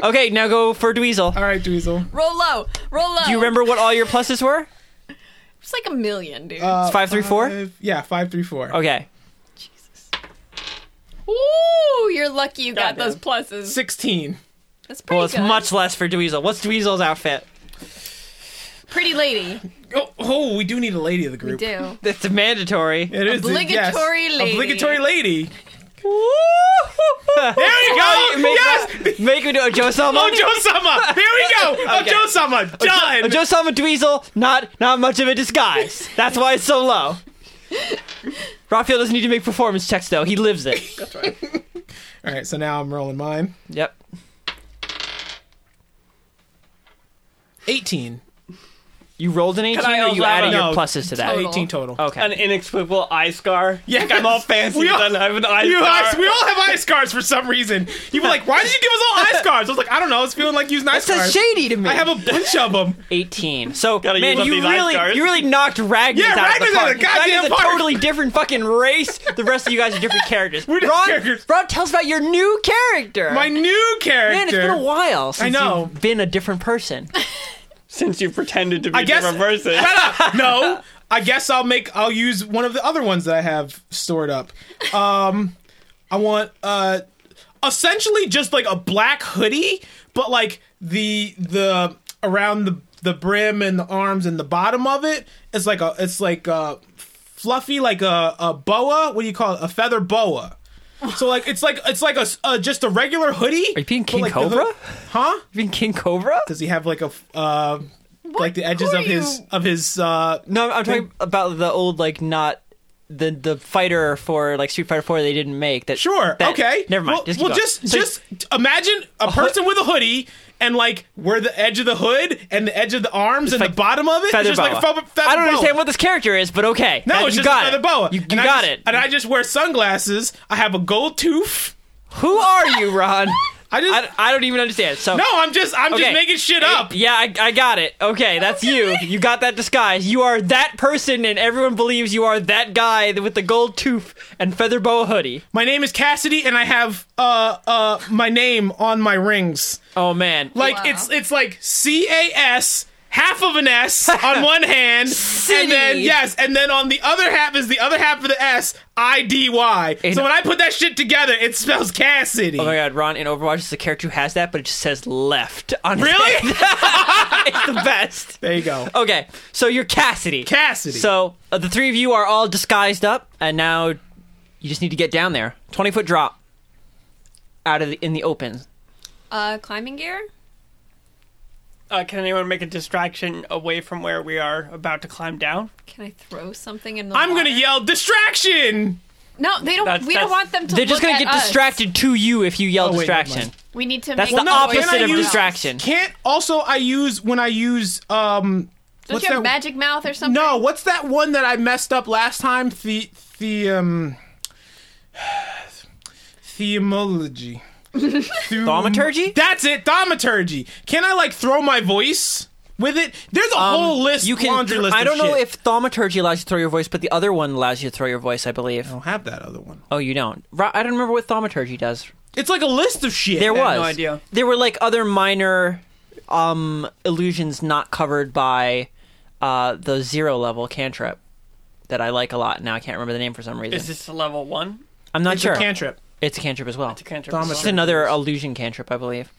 [SPEAKER 1] Okay, now go for Dweezil.
[SPEAKER 4] All right, Dweezil.
[SPEAKER 2] roll low. Roll low.
[SPEAKER 1] Do you remember what all your pluses were?
[SPEAKER 2] It's like a million, dude.
[SPEAKER 4] Uh,
[SPEAKER 1] It's five, three, four?
[SPEAKER 4] five- yeah, five three four.
[SPEAKER 1] Okay.
[SPEAKER 2] Ooh, you're lucky you got
[SPEAKER 3] Goddamn.
[SPEAKER 2] those pluses.
[SPEAKER 4] Sixteen.
[SPEAKER 2] That's pretty
[SPEAKER 1] Well, it's
[SPEAKER 2] good.
[SPEAKER 1] much less for Dweezil. What's Dweezil's outfit?
[SPEAKER 2] pretty lady.
[SPEAKER 4] Oh, oh, we do need a lady of the
[SPEAKER 2] We
[SPEAKER 4] group.
[SPEAKER 2] do.
[SPEAKER 1] It's mandatory.
[SPEAKER 4] It is the- yes.
[SPEAKER 2] Obligatory lady.
[SPEAKER 4] Obligatory lady.
[SPEAKER 1] there
[SPEAKER 4] you go!
[SPEAKER 1] make,
[SPEAKER 4] Yes!
[SPEAKER 1] Make him do a Joe Selma.
[SPEAKER 4] Oh, Joe Summer. Here we go.
[SPEAKER 1] Okay.
[SPEAKER 4] Oh, Joe Summer. Done.
[SPEAKER 1] A Joe Selma Dweezil, not not much of a disguise. That's why it's so low. Raphael doesn't need to make performance checks though. He lives it.
[SPEAKER 4] All right, so now I'm rolling mine.
[SPEAKER 1] Yep.
[SPEAKER 4] 18.
[SPEAKER 1] You rolled an 18
[SPEAKER 3] I
[SPEAKER 1] or
[SPEAKER 3] also
[SPEAKER 1] you
[SPEAKER 3] have
[SPEAKER 1] added
[SPEAKER 3] a-
[SPEAKER 1] your
[SPEAKER 4] No,
[SPEAKER 1] pluses to that?
[SPEAKER 2] Total.
[SPEAKER 4] 18 total. Oh.
[SPEAKER 1] Okay.
[SPEAKER 3] An inexplicable eye scar.
[SPEAKER 4] Yes.
[SPEAKER 3] Like, I'm all fancy.
[SPEAKER 4] We all-
[SPEAKER 3] then I have an eye
[SPEAKER 4] You
[SPEAKER 3] scar.
[SPEAKER 4] guys, we all have eye scars for some reason. You were like, why did you give us all eye scars? I was like, I don't know. It's feeling like using eye
[SPEAKER 1] That sounds
[SPEAKER 4] scars.
[SPEAKER 1] shady to me.
[SPEAKER 4] I have a bunch of them.
[SPEAKER 1] 18. So,
[SPEAKER 3] Gotta
[SPEAKER 1] man,
[SPEAKER 3] use up
[SPEAKER 1] you
[SPEAKER 3] these eye
[SPEAKER 1] really,
[SPEAKER 3] scars.
[SPEAKER 1] you really knocked Ragnar's
[SPEAKER 4] Yeah,
[SPEAKER 1] out of
[SPEAKER 4] Ragnar's
[SPEAKER 1] the
[SPEAKER 4] out
[SPEAKER 1] park.
[SPEAKER 4] of the goddamn
[SPEAKER 1] Ragnar's
[SPEAKER 4] park.
[SPEAKER 1] a totally different fucking race. The rest of you guys are different characters. We're
[SPEAKER 4] just
[SPEAKER 1] Ron,
[SPEAKER 4] characters.
[SPEAKER 1] Ron, tell us about your new character.
[SPEAKER 4] My new character.
[SPEAKER 1] man, it's been a while since
[SPEAKER 4] know.
[SPEAKER 1] you've been a different person.
[SPEAKER 3] Since you pretended to be
[SPEAKER 4] I
[SPEAKER 3] a
[SPEAKER 4] guess-
[SPEAKER 3] different person.
[SPEAKER 4] Shut up. No, I guess I'll make. I'll use one of the other ones that I have stored up. Um, I want uh, essentially just like a black hoodie, but like the the around the the brim and the arms and the bottom of it is like a it's like a fluffy like a a boa. What do you call it? A feather boa. So like it's like it's like a, s- uh just a regular hoodie. Are
[SPEAKER 1] you being King Cobra?
[SPEAKER 4] Huh?
[SPEAKER 1] You've been King Cobra?
[SPEAKER 4] Does he have like a f- uh, like the edges
[SPEAKER 2] who
[SPEAKER 4] of
[SPEAKER 2] are
[SPEAKER 4] his
[SPEAKER 2] you?
[SPEAKER 4] of his uh
[SPEAKER 1] No, I'm talking about the old like not the the fighter for like Street Fighter 4 they didn't make that
[SPEAKER 4] Sure.
[SPEAKER 1] that-
[SPEAKER 4] okay.
[SPEAKER 1] Never mind.
[SPEAKER 4] Well,
[SPEAKER 1] just keep
[SPEAKER 4] well,
[SPEAKER 1] going.
[SPEAKER 4] just,
[SPEAKER 1] So-
[SPEAKER 4] just imagine a person with a hoodie and like where the edge of the hood and the edge of the arms and
[SPEAKER 1] like
[SPEAKER 4] the bottom of it is
[SPEAKER 1] feather
[SPEAKER 4] just like
[SPEAKER 1] boa.
[SPEAKER 4] fe- feather
[SPEAKER 1] I don't
[SPEAKER 4] boa.
[SPEAKER 1] understand what this character is, but okay.
[SPEAKER 4] No,
[SPEAKER 1] That-
[SPEAKER 4] it's
[SPEAKER 1] you
[SPEAKER 4] just
[SPEAKER 1] got
[SPEAKER 4] feather
[SPEAKER 1] it.
[SPEAKER 4] boa.
[SPEAKER 1] You, you
[SPEAKER 4] And I
[SPEAKER 1] got
[SPEAKER 4] just-
[SPEAKER 1] it.
[SPEAKER 4] And I just wear sunglasses. I have a gold tooth.
[SPEAKER 1] Who are you, Ron?
[SPEAKER 4] I just
[SPEAKER 1] I, I don't even understand. So
[SPEAKER 4] no. I'm just I'm
[SPEAKER 1] Okay.
[SPEAKER 4] just making shit up.
[SPEAKER 1] Yeah, I, I got it. Okay, that's you. You got that disguise. You are that person, and everyone believes you are that guy with the gold tooth and feather boa hoodie.
[SPEAKER 4] My name is Cassidy, and I have uh uh my name on my rings.
[SPEAKER 1] Oh man,
[SPEAKER 4] Like
[SPEAKER 2] Wow.
[SPEAKER 4] it's it's like C A S half of an S on one hand,
[SPEAKER 1] City.
[SPEAKER 4] and then yes, and then on the other half is the other half of the S I D Y. So when I put that shit together, it spells Cassidy.
[SPEAKER 1] Oh my god, Ron in Overwatch is the character who has that, but it just says left on his
[SPEAKER 4] Really?
[SPEAKER 1] head. it's the best.
[SPEAKER 4] there you go.
[SPEAKER 1] Okay, so you're Cassidy.
[SPEAKER 4] Cassidy.
[SPEAKER 1] So uh, the three of you are all disguised up, and now you just need to get down there. Twenty foot drop out of the, in the open.
[SPEAKER 2] Uh, climbing gear.
[SPEAKER 3] Uh, can anyone make a distraction away from where we are about to climb down?
[SPEAKER 2] Can I throw something in the?
[SPEAKER 4] I'm
[SPEAKER 2] water?
[SPEAKER 4] gonna yell distraction.
[SPEAKER 2] No, they don't.
[SPEAKER 3] That's-
[SPEAKER 2] we don't
[SPEAKER 3] that's-
[SPEAKER 2] want them to.
[SPEAKER 1] They're just
[SPEAKER 2] look
[SPEAKER 1] gonna
[SPEAKER 2] at
[SPEAKER 1] get
[SPEAKER 2] us.
[SPEAKER 1] distracted to you if you yell
[SPEAKER 4] Oh, wait, never
[SPEAKER 1] distraction.
[SPEAKER 4] mind.
[SPEAKER 2] We need to.
[SPEAKER 1] That's
[SPEAKER 2] make
[SPEAKER 1] the
[SPEAKER 4] no, can
[SPEAKER 1] opposite
[SPEAKER 4] I
[SPEAKER 1] of
[SPEAKER 4] use-
[SPEAKER 1] distraction.
[SPEAKER 4] Can't also I use when I use um
[SPEAKER 2] Don't
[SPEAKER 4] what's
[SPEAKER 2] you have
[SPEAKER 4] that?
[SPEAKER 2] magic mouth or something?
[SPEAKER 4] no, what's that one that I messed up last time? The the um theomology.
[SPEAKER 1] Thaumaturgy?
[SPEAKER 4] That's it, thaumaturgy. Can I like throw my voice with it? There's a whole list.
[SPEAKER 1] Um, You can.
[SPEAKER 4] laundry list.
[SPEAKER 1] I
[SPEAKER 4] of
[SPEAKER 1] don't know
[SPEAKER 4] shit.
[SPEAKER 1] if thaumaturgy allows you to throw your voice, but the other one allows you to throw your voice, I believe.
[SPEAKER 4] I don't have that other one.
[SPEAKER 1] Oh, you don't. Ro- I don't remember what thaumaturgy does.
[SPEAKER 4] It's like a list of shit.
[SPEAKER 1] There
[SPEAKER 3] I
[SPEAKER 1] was
[SPEAKER 3] have no idea.
[SPEAKER 1] There were like other minor um illusions not covered by uh the zero level cantrip that I like a lot. Now I can't remember the name for some reason.
[SPEAKER 3] Is this a level one?
[SPEAKER 1] I'm not
[SPEAKER 4] It's
[SPEAKER 1] sure.
[SPEAKER 4] a cantrip.
[SPEAKER 1] it's a cantrip as well. It's,
[SPEAKER 3] Cantrip
[SPEAKER 4] Thaumaturgy.
[SPEAKER 3] as well.
[SPEAKER 1] another illusion cantrip, I believe.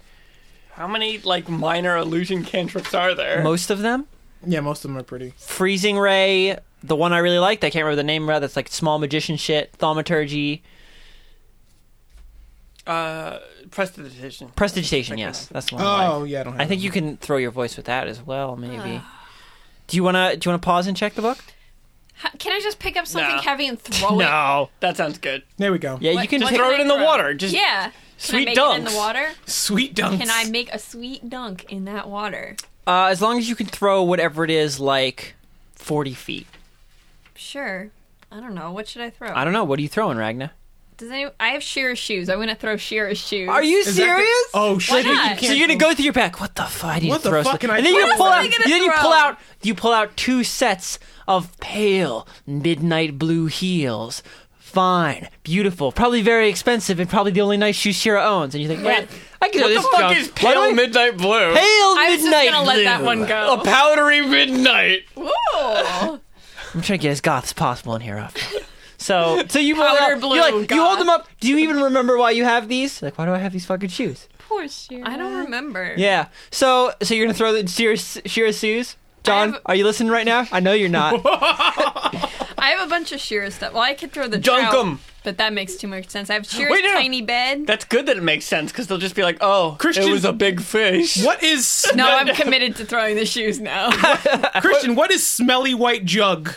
[SPEAKER 3] How many like minor illusion cantrips are there?
[SPEAKER 1] Most of them.
[SPEAKER 4] Yeah, most of them are pretty.
[SPEAKER 1] Freezing Ray, the one I really liked, I can't remember the name of that's like small magician shit, thaumaturgy,
[SPEAKER 3] uh, prestidigitation.
[SPEAKER 1] prestidigitation,
[SPEAKER 3] Thank you.
[SPEAKER 1] yes. That's the one. I,
[SPEAKER 4] Oh
[SPEAKER 1] like.
[SPEAKER 4] yeah, I don't. Have
[SPEAKER 1] I think you can throw your voice with that as well, maybe. do you wanna do you wanna pause and check the book?
[SPEAKER 2] Ha- Can I just pick up something
[SPEAKER 3] No.
[SPEAKER 2] heavy and throw it?
[SPEAKER 3] No, that sounds good.
[SPEAKER 4] There we go.
[SPEAKER 1] Yeah, you
[SPEAKER 2] What-
[SPEAKER 1] can
[SPEAKER 2] what
[SPEAKER 1] pick-
[SPEAKER 3] throw
[SPEAKER 2] can
[SPEAKER 3] it
[SPEAKER 2] I
[SPEAKER 3] in the water. Just-
[SPEAKER 2] yeah. can
[SPEAKER 3] Sweet
[SPEAKER 2] I make it in
[SPEAKER 3] dunks.
[SPEAKER 2] the water.
[SPEAKER 4] Sweet dunks.
[SPEAKER 2] Can I make a sweet dunk in that water?
[SPEAKER 1] Uh, as long as you can throw whatever it is, like forty feet.
[SPEAKER 2] Sure. I don't know. What should I throw?
[SPEAKER 1] I don't know. What are you throwing, Ragna?
[SPEAKER 2] Does any? I have Shira's shoes. I want to throw Shira's shoes.
[SPEAKER 1] Are you
[SPEAKER 4] Is that the-
[SPEAKER 1] serious?
[SPEAKER 4] Oh
[SPEAKER 2] not?
[SPEAKER 4] shit! You can't
[SPEAKER 1] so you're gonna go through your back. What the fuck? I need
[SPEAKER 4] What
[SPEAKER 1] to
[SPEAKER 4] the
[SPEAKER 1] throw
[SPEAKER 4] fuck
[SPEAKER 1] some-
[SPEAKER 4] can I
[SPEAKER 1] and then
[SPEAKER 4] throw?
[SPEAKER 1] you
[SPEAKER 4] What
[SPEAKER 1] pull
[SPEAKER 2] am
[SPEAKER 1] out.
[SPEAKER 2] I gonna
[SPEAKER 1] Then you
[SPEAKER 2] throw?
[SPEAKER 1] pull out. You pull out two sets of pale midnight blue heels. Fine, beautiful, probably very expensive, and probably the only nice shoe Shira owns. And you think, man, I can
[SPEAKER 3] What
[SPEAKER 1] do
[SPEAKER 3] the
[SPEAKER 1] this
[SPEAKER 3] fuck
[SPEAKER 1] junk.
[SPEAKER 3] is
[SPEAKER 1] Why do
[SPEAKER 3] pale
[SPEAKER 1] I-
[SPEAKER 3] midnight blue?
[SPEAKER 1] Pale
[SPEAKER 2] I was just
[SPEAKER 1] midnight
[SPEAKER 2] gonna let
[SPEAKER 1] blue.
[SPEAKER 2] that one
[SPEAKER 3] A
[SPEAKER 2] go.
[SPEAKER 3] powdery midnight.
[SPEAKER 2] Ooh.
[SPEAKER 1] I'm trying to get as goth as possible in here. Raph. So, so you hold
[SPEAKER 2] Powder
[SPEAKER 1] up,
[SPEAKER 2] blue,
[SPEAKER 1] you're like, you
[SPEAKER 2] God.
[SPEAKER 1] hold them up. Do you even remember why you have these? Like, why do I have these fucking shoes?
[SPEAKER 5] Poor Shira.
[SPEAKER 2] I don't remember.
[SPEAKER 1] Yeah. So, so you're gonna throw the Shira, Shira Sue's? John,
[SPEAKER 2] have-
[SPEAKER 1] are you listening right now? I know you're not.
[SPEAKER 2] I have a bunch of Shira stuff. Well, I could throw the
[SPEAKER 3] Junk
[SPEAKER 2] trout,
[SPEAKER 3] 'em.
[SPEAKER 2] but that makes too much sense. I have Shira's
[SPEAKER 3] Wait, no, no.
[SPEAKER 2] tiny bed.
[SPEAKER 3] That's good that it makes sense because they'll just be like, "Oh,
[SPEAKER 4] Christian-
[SPEAKER 3] it was a big fish."
[SPEAKER 4] What is
[SPEAKER 2] no, I'm committed to throwing the shoes now.
[SPEAKER 4] Christian? What is smelly white jug?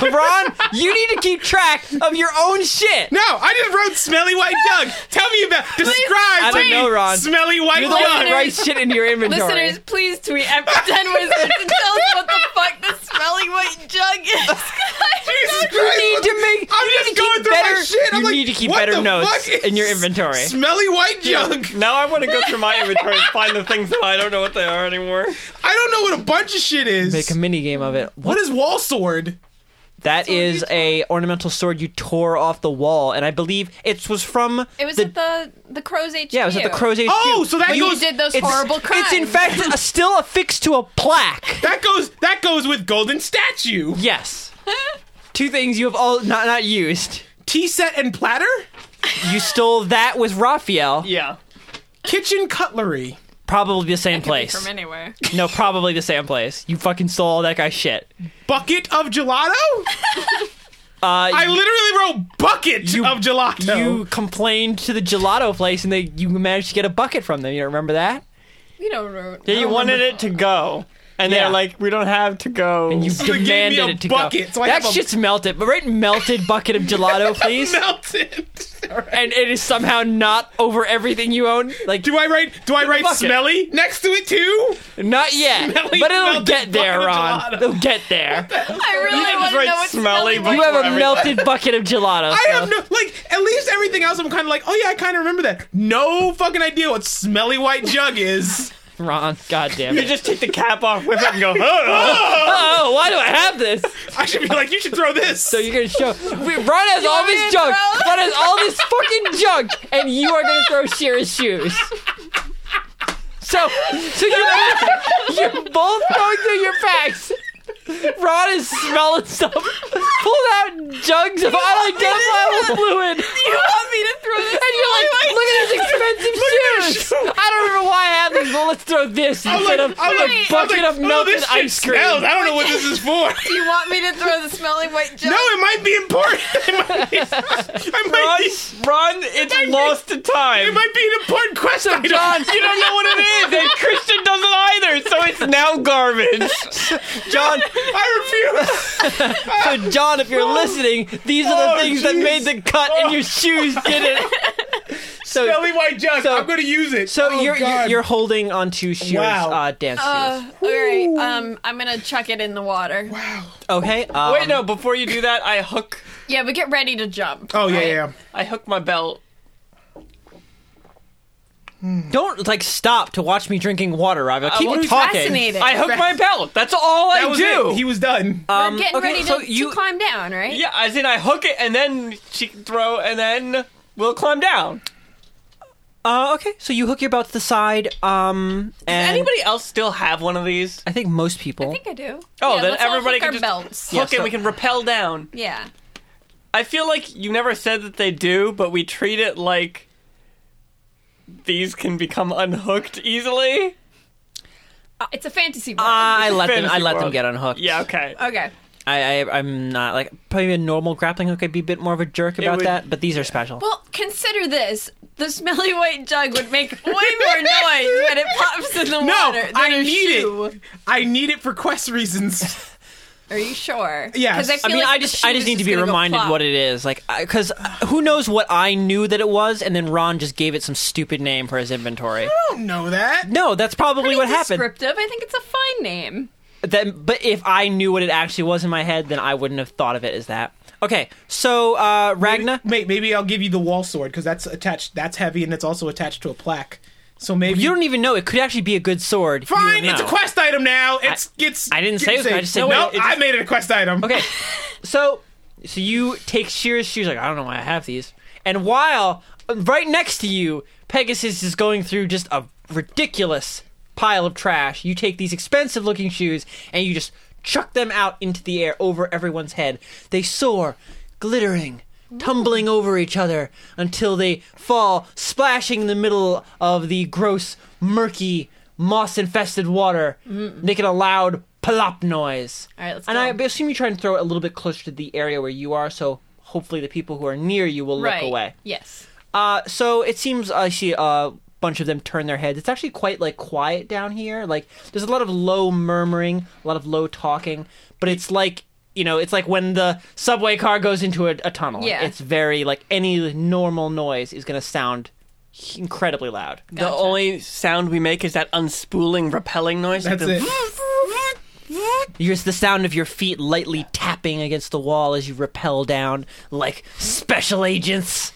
[SPEAKER 1] Ron, you need to keep track of your own shit.
[SPEAKER 4] No, I just wrote smelly white jug. Tell me about describe.
[SPEAKER 1] I don't
[SPEAKER 4] me
[SPEAKER 1] know, Ron.
[SPEAKER 4] Smelly white
[SPEAKER 1] You're the one that
[SPEAKER 4] jug.
[SPEAKER 1] writes shit into your inventory.
[SPEAKER 2] Listeners, please tweet at Pretend Wizards and tell us what the fuck the smelly white jug is.
[SPEAKER 4] Jesus
[SPEAKER 1] You
[SPEAKER 4] Christ,
[SPEAKER 1] need
[SPEAKER 4] what-
[SPEAKER 1] to make.
[SPEAKER 4] I'm
[SPEAKER 1] you need to
[SPEAKER 4] just
[SPEAKER 1] keep
[SPEAKER 4] going through
[SPEAKER 1] better,
[SPEAKER 4] my shit. I'm
[SPEAKER 1] you
[SPEAKER 4] like,
[SPEAKER 1] need to keep
[SPEAKER 4] what
[SPEAKER 1] better
[SPEAKER 4] the
[SPEAKER 1] notes
[SPEAKER 4] fuck is
[SPEAKER 1] in your inventory.
[SPEAKER 4] Smelly white jug.
[SPEAKER 3] Now I want to go through my inventory and find the things that I don't know what they are anymore.
[SPEAKER 4] I don't know what a bunch of shit is.
[SPEAKER 1] Make a mini game of it.
[SPEAKER 4] what is wall sword?
[SPEAKER 1] That is a ornamental sword you tore off the wall, and I believe it was from
[SPEAKER 2] It was
[SPEAKER 1] the
[SPEAKER 2] at the the Crow's HQ.
[SPEAKER 1] yeah, it was at the Crow's HQ.
[SPEAKER 4] Oh, so that
[SPEAKER 1] When you-
[SPEAKER 4] goes
[SPEAKER 2] did those
[SPEAKER 1] it's-
[SPEAKER 2] horrible crimes.
[SPEAKER 1] It's in fact a- still affixed to a plaque.
[SPEAKER 4] that goes that goes with golden statue.
[SPEAKER 1] Yes, two things you have all not not used.
[SPEAKER 4] Tea set and platter?
[SPEAKER 1] You stole that with Raphael,
[SPEAKER 3] Yeah.
[SPEAKER 4] Kitchen cutlery.
[SPEAKER 1] probably the same
[SPEAKER 2] Could be
[SPEAKER 1] place.
[SPEAKER 2] from anywhere.
[SPEAKER 1] No, probably the same place. You fucking stole all that guy's shit.
[SPEAKER 4] Bucket of gelato?
[SPEAKER 1] Uh,
[SPEAKER 4] I literally wrote bucket
[SPEAKER 1] You-
[SPEAKER 4] of gelato.
[SPEAKER 1] you complained to the gelato place, and they you managed to get a bucket from them. You don't remember that?
[SPEAKER 2] You don't know.
[SPEAKER 3] Yeah, you wanted it to go, and
[SPEAKER 1] Yeah.
[SPEAKER 3] they're like, "We don't have to go."
[SPEAKER 1] You
[SPEAKER 4] gave me
[SPEAKER 1] demanded
[SPEAKER 4] a
[SPEAKER 1] it to go.
[SPEAKER 4] bucket, so I
[SPEAKER 1] that
[SPEAKER 4] have a-
[SPEAKER 1] shit's melted. But write melted bucket of gelato, please.
[SPEAKER 4] melted.
[SPEAKER 1] And it is somehow not over everything you own. Like
[SPEAKER 4] Do I write do I write
[SPEAKER 1] bucket.
[SPEAKER 4] smelly next to it too?
[SPEAKER 1] not yet,
[SPEAKER 4] Smelly
[SPEAKER 1] but it'll
[SPEAKER 4] melted
[SPEAKER 1] get there,
[SPEAKER 4] bucket of
[SPEAKER 1] Ron.
[SPEAKER 4] gelato.
[SPEAKER 1] It'll get there.
[SPEAKER 2] I really want
[SPEAKER 3] just
[SPEAKER 2] to
[SPEAKER 3] write
[SPEAKER 2] know what
[SPEAKER 3] smelly
[SPEAKER 2] smelly.
[SPEAKER 3] but-
[SPEAKER 1] You
[SPEAKER 2] white-
[SPEAKER 1] have a
[SPEAKER 3] Everything.
[SPEAKER 1] melted bucket of gelato.
[SPEAKER 4] I
[SPEAKER 1] so-
[SPEAKER 4] have no like at least everything else I'm kinda like, oh yeah, I kinda remember that. No fucking idea what smelly white jug is.
[SPEAKER 1] Ron. God damn
[SPEAKER 3] You
[SPEAKER 1] it.
[SPEAKER 3] just take the cap off, whip it, and go. "Oh."
[SPEAKER 1] Oh, why do I have this?
[SPEAKER 4] I should be like, you should throw this.
[SPEAKER 1] So you're gonna show Wait, Ron has all
[SPEAKER 2] me
[SPEAKER 1] this
[SPEAKER 2] to
[SPEAKER 1] junk.
[SPEAKER 2] throw?
[SPEAKER 1] Ron has all this fucking junk, and you are gonna throw Shira's shoes. So, so you're, you're both going through your packs. Ron is smelling stuff. Pulled out jugs of unidentifiable fluid,
[SPEAKER 2] You want me to throw this?
[SPEAKER 1] and you're like, "Look at these expensive shoes! I don't remember why I have these, but let's throw this instead of
[SPEAKER 4] I'm
[SPEAKER 1] a
[SPEAKER 4] like- I'm
[SPEAKER 1] bucket
[SPEAKER 4] like,
[SPEAKER 1] of
[SPEAKER 4] "Oh,
[SPEAKER 1] melted
[SPEAKER 4] this shit
[SPEAKER 1] ice cream."
[SPEAKER 4] smells. I don't know what this is for.
[SPEAKER 2] Do you want me to throw the smelly white jug?
[SPEAKER 4] No, it might be important. It might be, I might
[SPEAKER 3] Run,
[SPEAKER 4] be,
[SPEAKER 3] run! It's lost to
[SPEAKER 4] it
[SPEAKER 3] time.
[SPEAKER 4] might be an important question. I don't-
[SPEAKER 1] John,
[SPEAKER 3] You don't know what it is, and Christian doesn't either, so it's now garbage.
[SPEAKER 1] John,
[SPEAKER 4] I refuse.
[SPEAKER 1] So, John, if
[SPEAKER 3] Oh,
[SPEAKER 1] you're listening, these are the
[SPEAKER 4] Oh,
[SPEAKER 1] things that
[SPEAKER 4] jeez.
[SPEAKER 1] made the cut, and your shoes didn't. So,
[SPEAKER 4] Smelly white jug.
[SPEAKER 1] So-
[SPEAKER 4] I'm going to use it.
[SPEAKER 1] so
[SPEAKER 4] Oh,
[SPEAKER 1] you're, you're
[SPEAKER 4] God.
[SPEAKER 1] you're holding onto Shira's
[SPEAKER 4] Wow.
[SPEAKER 1] uh, dance shoes.
[SPEAKER 2] Uh, all right. Um, I'm gonna chuck it in the water.
[SPEAKER 1] Okay. Um,
[SPEAKER 3] Wait, no! Before you do that, I hook,
[SPEAKER 2] Yeah, but get ready to jump.
[SPEAKER 4] Oh yeah,
[SPEAKER 2] right?
[SPEAKER 4] yeah.
[SPEAKER 3] I hook my belt.
[SPEAKER 1] Don't like stop to watch me drinking water, Ravi. Keep
[SPEAKER 2] Uh, well,
[SPEAKER 1] talking.
[SPEAKER 2] fascinating.
[SPEAKER 3] I hook my belt. That's all
[SPEAKER 4] That
[SPEAKER 3] I
[SPEAKER 4] was
[SPEAKER 3] do.
[SPEAKER 4] it. He was done.
[SPEAKER 1] Um,
[SPEAKER 2] We're getting
[SPEAKER 1] okay,
[SPEAKER 2] ready to,
[SPEAKER 1] so you
[SPEAKER 2] to climb down, right?
[SPEAKER 3] Yeah, as in I hook it and then she can throw and then we'll climb down.
[SPEAKER 1] uh, okay. So you hook your belt to the side. Um, and
[SPEAKER 3] Anybody else still have one of these?
[SPEAKER 1] I think most people.
[SPEAKER 2] I think I do.
[SPEAKER 3] Oh,
[SPEAKER 2] yeah,
[SPEAKER 3] then
[SPEAKER 2] let's all
[SPEAKER 3] everybody
[SPEAKER 2] hook
[SPEAKER 3] can
[SPEAKER 2] our
[SPEAKER 3] just-
[SPEAKER 2] belts.
[SPEAKER 1] Yeah,
[SPEAKER 3] Hook and
[SPEAKER 1] so-
[SPEAKER 3] we can rappel down.
[SPEAKER 2] Yeah.
[SPEAKER 3] I feel like you never said that they do, but we treat it like these can become unhooked easily.
[SPEAKER 2] It's a fantasy
[SPEAKER 1] Uh,
[SPEAKER 2] world.
[SPEAKER 1] I let them. I
[SPEAKER 3] Fantasy
[SPEAKER 1] let them
[SPEAKER 3] world.
[SPEAKER 1] get unhooked.
[SPEAKER 3] Yeah, okay.
[SPEAKER 2] okay.
[SPEAKER 1] I, I I'm not like probably a normal grappling hook. I'd be a bit more of a jerk about
[SPEAKER 3] would-
[SPEAKER 1] that, but these are special.
[SPEAKER 2] Well, consider this. The smelly white jug would make way more noise when it pops in the
[SPEAKER 4] No,
[SPEAKER 2] water. than
[SPEAKER 4] I
[SPEAKER 2] a
[SPEAKER 4] need
[SPEAKER 2] shoe.
[SPEAKER 4] it. I need it for quest reasons.
[SPEAKER 2] Are you sure?
[SPEAKER 4] Yes.
[SPEAKER 2] Because I,
[SPEAKER 4] I
[SPEAKER 1] I
[SPEAKER 2] feel
[SPEAKER 1] mean,
[SPEAKER 2] like
[SPEAKER 1] I
[SPEAKER 2] the
[SPEAKER 1] just
[SPEAKER 2] shoe
[SPEAKER 1] I just
[SPEAKER 2] is
[SPEAKER 1] need to be
[SPEAKER 2] gonna go
[SPEAKER 1] reminded
[SPEAKER 2] plop.
[SPEAKER 1] what it is, like, because who knows what I knew that it was, and then Ron just gave it some stupid name for his inventory.
[SPEAKER 4] I don't know that.
[SPEAKER 1] No, that's probably
[SPEAKER 2] Pretty
[SPEAKER 1] what happened.
[SPEAKER 2] Descriptive. I think it's a fine name.
[SPEAKER 1] Then, but if I knew what it actually was in my head, then I wouldn't have thought of it as that. Okay, so uh, Ragna,
[SPEAKER 4] Maybe, maybe I'll give you the wall sword because that's attached. That's heavy and it's also attached to a plaque. So maybe
[SPEAKER 1] you don't even know. It could actually be a good sword. You
[SPEAKER 4] Fine,
[SPEAKER 1] don't
[SPEAKER 4] it's a
[SPEAKER 1] know.
[SPEAKER 4] quest item now. It's it's.
[SPEAKER 1] I didn't say it was- I just said-
[SPEAKER 4] no.
[SPEAKER 1] No, it
[SPEAKER 4] I made it a quest item.
[SPEAKER 1] Okay, so so you take Shira's shoes. Like I don't know why I have these. And while uh, right next to you, Pegasus is going through just a ridiculous pile of trash. You take these expensive-looking shoes and you just chuck them out into the air over everyone's head. They soar, glittering, tumbling over each other until they fall splashing in the middle of the gross, murky, moss infested water, making a loud plop noise.
[SPEAKER 2] All right, let's
[SPEAKER 1] And
[SPEAKER 2] go.
[SPEAKER 1] I assume you try and throw it a little bit closer to the area where you are, so hopefully the people who are near you will
[SPEAKER 2] right.
[SPEAKER 1] look away.
[SPEAKER 2] Yes.
[SPEAKER 1] Uh, so it seems I see a bunch of them turn their heads. It's actually quite like quiet down here. Like there's a lot of low murmuring, a lot of low talking, but it's like you know, it's like when the subway car goes into a, a tunnel.
[SPEAKER 2] Yeah.
[SPEAKER 1] It's very like any normal noise is going to sound incredibly loud.
[SPEAKER 3] The only sound we make is that unspooling, repelling noise.
[SPEAKER 4] That's
[SPEAKER 3] the,
[SPEAKER 4] it.
[SPEAKER 1] Here's the sound of your feet lightly tapping against the wall as you rappel down like special agents.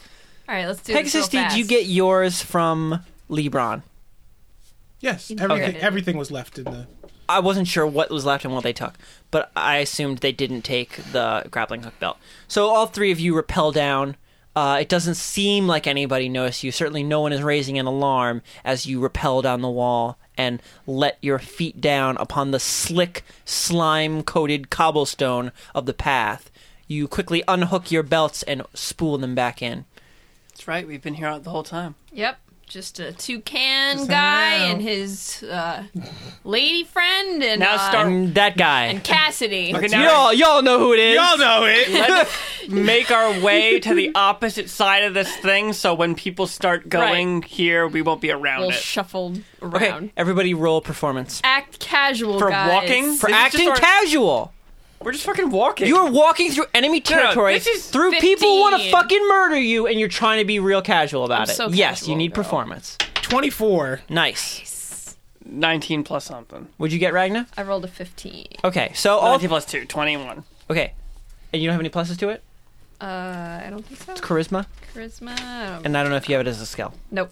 [SPEAKER 2] All right, let's do
[SPEAKER 1] Pegasus,
[SPEAKER 2] this real
[SPEAKER 1] did you
[SPEAKER 2] fast.
[SPEAKER 1] get yours from Lebron?
[SPEAKER 4] Yes, everything
[SPEAKER 2] Okay.
[SPEAKER 4] everything was left in the.
[SPEAKER 1] I wasn't sure what was left and what they took, but I assumed they didn't take the grappling hook belt. So all three of you rappel down. Uh, it doesn't seem like anybody noticed you. Certainly, no one is raising an alarm as you rappel down the wall and let your feet down upon the slick, slime coated cobblestone of the path. You quickly unhook your belts and spool them back in.
[SPEAKER 3] That's right. We've been here the whole time.
[SPEAKER 2] Yep. Just a toucan
[SPEAKER 4] Just
[SPEAKER 2] guy
[SPEAKER 4] hanging out.
[SPEAKER 2] and his uh, lady friend and
[SPEAKER 3] Now
[SPEAKER 2] uh,
[SPEAKER 3] start-
[SPEAKER 1] And that guy.
[SPEAKER 2] and Cassidy.
[SPEAKER 3] Okay, now
[SPEAKER 1] Y'all, y'all know who it is.
[SPEAKER 4] Y'all know it.
[SPEAKER 3] let's make our way to the opposite side of this thing. So when people start going here, we won't be around
[SPEAKER 2] We'll
[SPEAKER 3] it.
[SPEAKER 2] shuffled around.
[SPEAKER 1] Okay, everybody roll performance.
[SPEAKER 2] Act casual
[SPEAKER 3] For
[SPEAKER 2] guys.
[SPEAKER 3] walking?
[SPEAKER 1] For
[SPEAKER 3] This is just
[SPEAKER 1] acting
[SPEAKER 3] our-
[SPEAKER 1] casual.
[SPEAKER 3] We're just fucking walking.
[SPEAKER 1] You are walking through enemy
[SPEAKER 3] no,
[SPEAKER 1] territory
[SPEAKER 3] this is
[SPEAKER 1] through people who want to
[SPEAKER 2] 15.
[SPEAKER 1] fucking murder you, and you're trying to be real casual about
[SPEAKER 2] I'm
[SPEAKER 1] it.
[SPEAKER 2] so
[SPEAKER 1] yes, you
[SPEAKER 2] casual,
[SPEAKER 1] need
[SPEAKER 2] girl.
[SPEAKER 1] performance.
[SPEAKER 4] Twenty four.
[SPEAKER 1] Nice.
[SPEAKER 3] 19 plus something.
[SPEAKER 1] Would you get Ragna?
[SPEAKER 2] I rolled a 15.
[SPEAKER 1] Okay, so all
[SPEAKER 3] 19 plus 2, 21.
[SPEAKER 1] okay, and you don't have any pluses to it.
[SPEAKER 2] Uh, I don't think so.
[SPEAKER 1] It's charisma,
[SPEAKER 2] Charisma. I don't-
[SPEAKER 1] and I don't know if you have it as a skill.
[SPEAKER 2] Nope.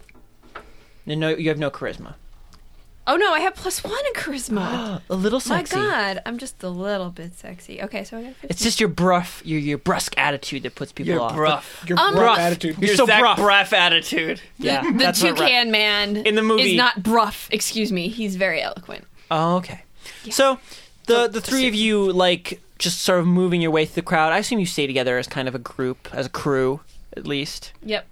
[SPEAKER 1] No, no, you have no charisma.
[SPEAKER 2] Oh no, I have plus one in charisma.
[SPEAKER 1] A little
[SPEAKER 2] My
[SPEAKER 1] sexy.
[SPEAKER 2] God, I'm just a little bit sexy. Okay, so I got 15.
[SPEAKER 1] It's just your bruff, your your brusque attitude that puts people
[SPEAKER 3] Your
[SPEAKER 1] off.
[SPEAKER 3] bruff.
[SPEAKER 4] Your
[SPEAKER 2] Um,
[SPEAKER 4] rough
[SPEAKER 2] Bruh.
[SPEAKER 4] attitude.
[SPEAKER 1] You're
[SPEAKER 3] Your
[SPEAKER 1] so
[SPEAKER 3] Zach
[SPEAKER 1] bruff.
[SPEAKER 3] Braff attitude.
[SPEAKER 1] Yeah,
[SPEAKER 2] the
[SPEAKER 1] that's what Ra-
[SPEAKER 2] toucan man
[SPEAKER 1] In the movie-
[SPEAKER 2] is not bruff. Excuse me, he's very eloquent.
[SPEAKER 1] Oh, okay. So the the three of you like just sort of moving your way through the crowd. I assume you stay together as kind of a group, as a crew, at least.
[SPEAKER 2] Yep.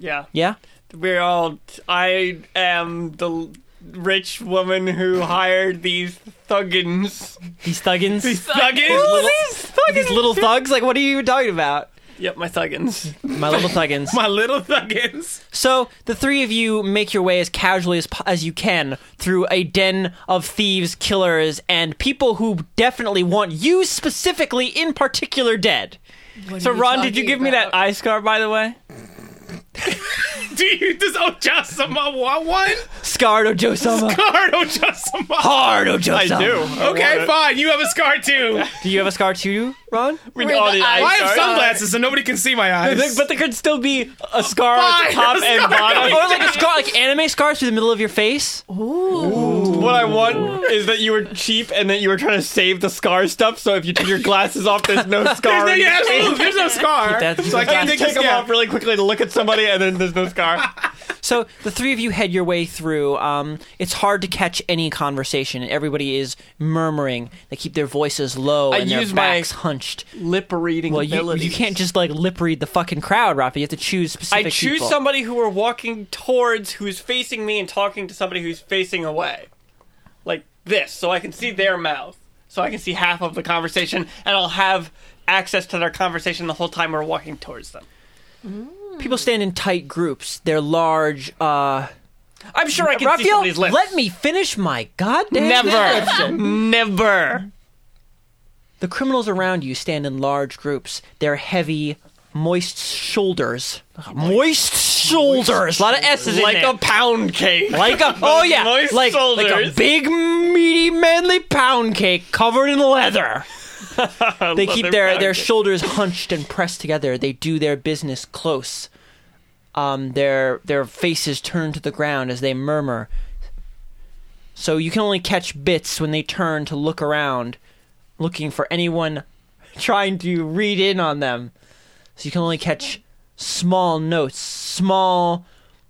[SPEAKER 3] Yeah.
[SPEAKER 1] Yeah.
[SPEAKER 3] We're all. I am the l- rich woman who hired these thuggins.
[SPEAKER 1] These thuggins.
[SPEAKER 3] These
[SPEAKER 1] These
[SPEAKER 3] thuggins?
[SPEAKER 1] little, these little thugs? Like, what are you talking about?
[SPEAKER 3] Yep, my thuggins.
[SPEAKER 1] My little thuggins.
[SPEAKER 4] My little thuggins.
[SPEAKER 1] so, the three of you make your way as casually as, po- as you can through a den of thieves, killers, and people who definitely want you specifically in particular dead.
[SPEAKER 3] So,
[SPEAKER 2] are you
[SPEAKER 3] Ron, did you
[SPEAKER 2] talking
[SPEAKER 3] give me that
[SPEAKER 2] about?
[SPEAKER 3] eye scar, by the way?
[SPEAKER 4] Do you just uh, Ojasama want one?
[SPEAKER 1] Scarred Ojosama.
[SPEAKER 4] Hard Ojasama.
[SPEAKER 1] Hard Ojosama.
[SPEAKER 4] uh, Okay, fine. You have a scar too.
[SPEAKER 1] Do you have a scar too, Ron?
[SPEAKER 3] We
[SPEAKER 2] Where
[SPEAKER 3] all
[SPEAKER 2] the
[SPEAKER 3] need
[SPEAKER 2] eyes
[SPEAKER 3] eye
[SPEAKER 4] I have
[SPEAKER 3] scars.
[SPEAKER 4] sunglasses so nobody can see my eyes.
[SPEAKER 3] But there could still be a scar at
[SPEAKER 4] Fine,
[SPEAKER 3] the top
[SPEAKER 4] a
[SPEAKER 3] and
[SPEAKER 4] scar
[SPEAKER 1] Or
[SPEAKER 3] bottom.
[SPEAKER 1] like a scar, like anime scars through the middle of your face.
[SPEAKER 3] What I want is that you were cheap and that you were trying to save the scar stuff. So if you took your glasses off, there's no
[SPEAKER 4] there's,
[SPEAKER 3] scar.
[SPEAKER 4] no,
[SPEAKER 3] in
[SPEAKER 4] yeah,
[SPEAKER 3] the face.
[SPEAKER 4] absolutely, there's no scar.
[SPEAKER 1] That's-
[SPEAKER 4] so I can't
[SPEAKER 3] Take
[SPEAKER 4] take this
[SPEAKER 3] them
[SPEAKER 4] yeah.
[SPEAKER 3] off really quickly to look at somebody, and then there's no scar.
[SPEAKER 1] So the three of you head your way through. Um, it's hard to catch any conversation, and everybody is murmuring. They keep their voices low
[SPEAKER 3] I
[SPEAKER 1] and their
[SPEAKER 3] use my-
[SPEAKER 1] backs hunched.
[SPEAKER 3] Lip reading
[SPEAKER 1] Well, you, you can't just like lip read the fucking crowd, Rafa. You have to choose
[SPEAKER 3] I
[SPEAKER 1] specific.
[SPEAKER 3] choose
[SPEAKER 1] people.
[SPEAKER 3] somebody who are walking towards, who's facing me, and talking to somebody who's facing away, like this, so I can see their mouth, so I can see half of the conversation, and I'll have access to their conversation the whole time we're walking towards them.
[SPEAKER 1] People stand in tight groups. They're large. Uh,
[SPEAKER 3] I'm sure I can see
[SPEAKER 1] Raphael,
[SPEAKER 3] somebody's lips.
[SPEAKER 1] let me finish my goddamn description.
[SPEAKER 3] never.
[SPEAKER 1] The criminals around you stand in large groups, their heavy, moist shoulders. Moist shoulders. a lot of S's in
[SPEAKER 3] Like
[SPEAKER 1] there.
[SPEAKER 3] a pound cake.
[SPEAKER 1] like a oh yeah,
[SPEAKER 3] Moist
[SPEAKER 1] like like a
[SPEAKER 3] shoulders.
[SPEAKER 1] big meaty manly pound cake covered in leather. They keep their their shoulders hunched and pressed together. They do their business close. Um, their their faces turn to the ground as they murmur. So you can only catch bits when they turn to look around, looking for anyone trying to read in on them. So you can only catch small notes, small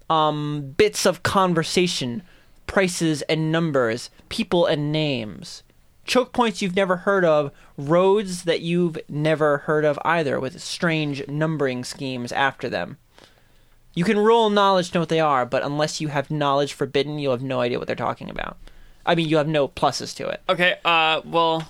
[SPEAKER 1] um, bits of conversation, prices and numbers, people and names. choke points you've never heard of, roads that you've never heard of either, with strange numbering schemes after them. You can roll knowledge to know what they are, but unless you have knowledge forbidden, you'll have no idea what they're talking about. I mean, you have no pluses to it.
[SPEAKER 3] Okay, uh, well,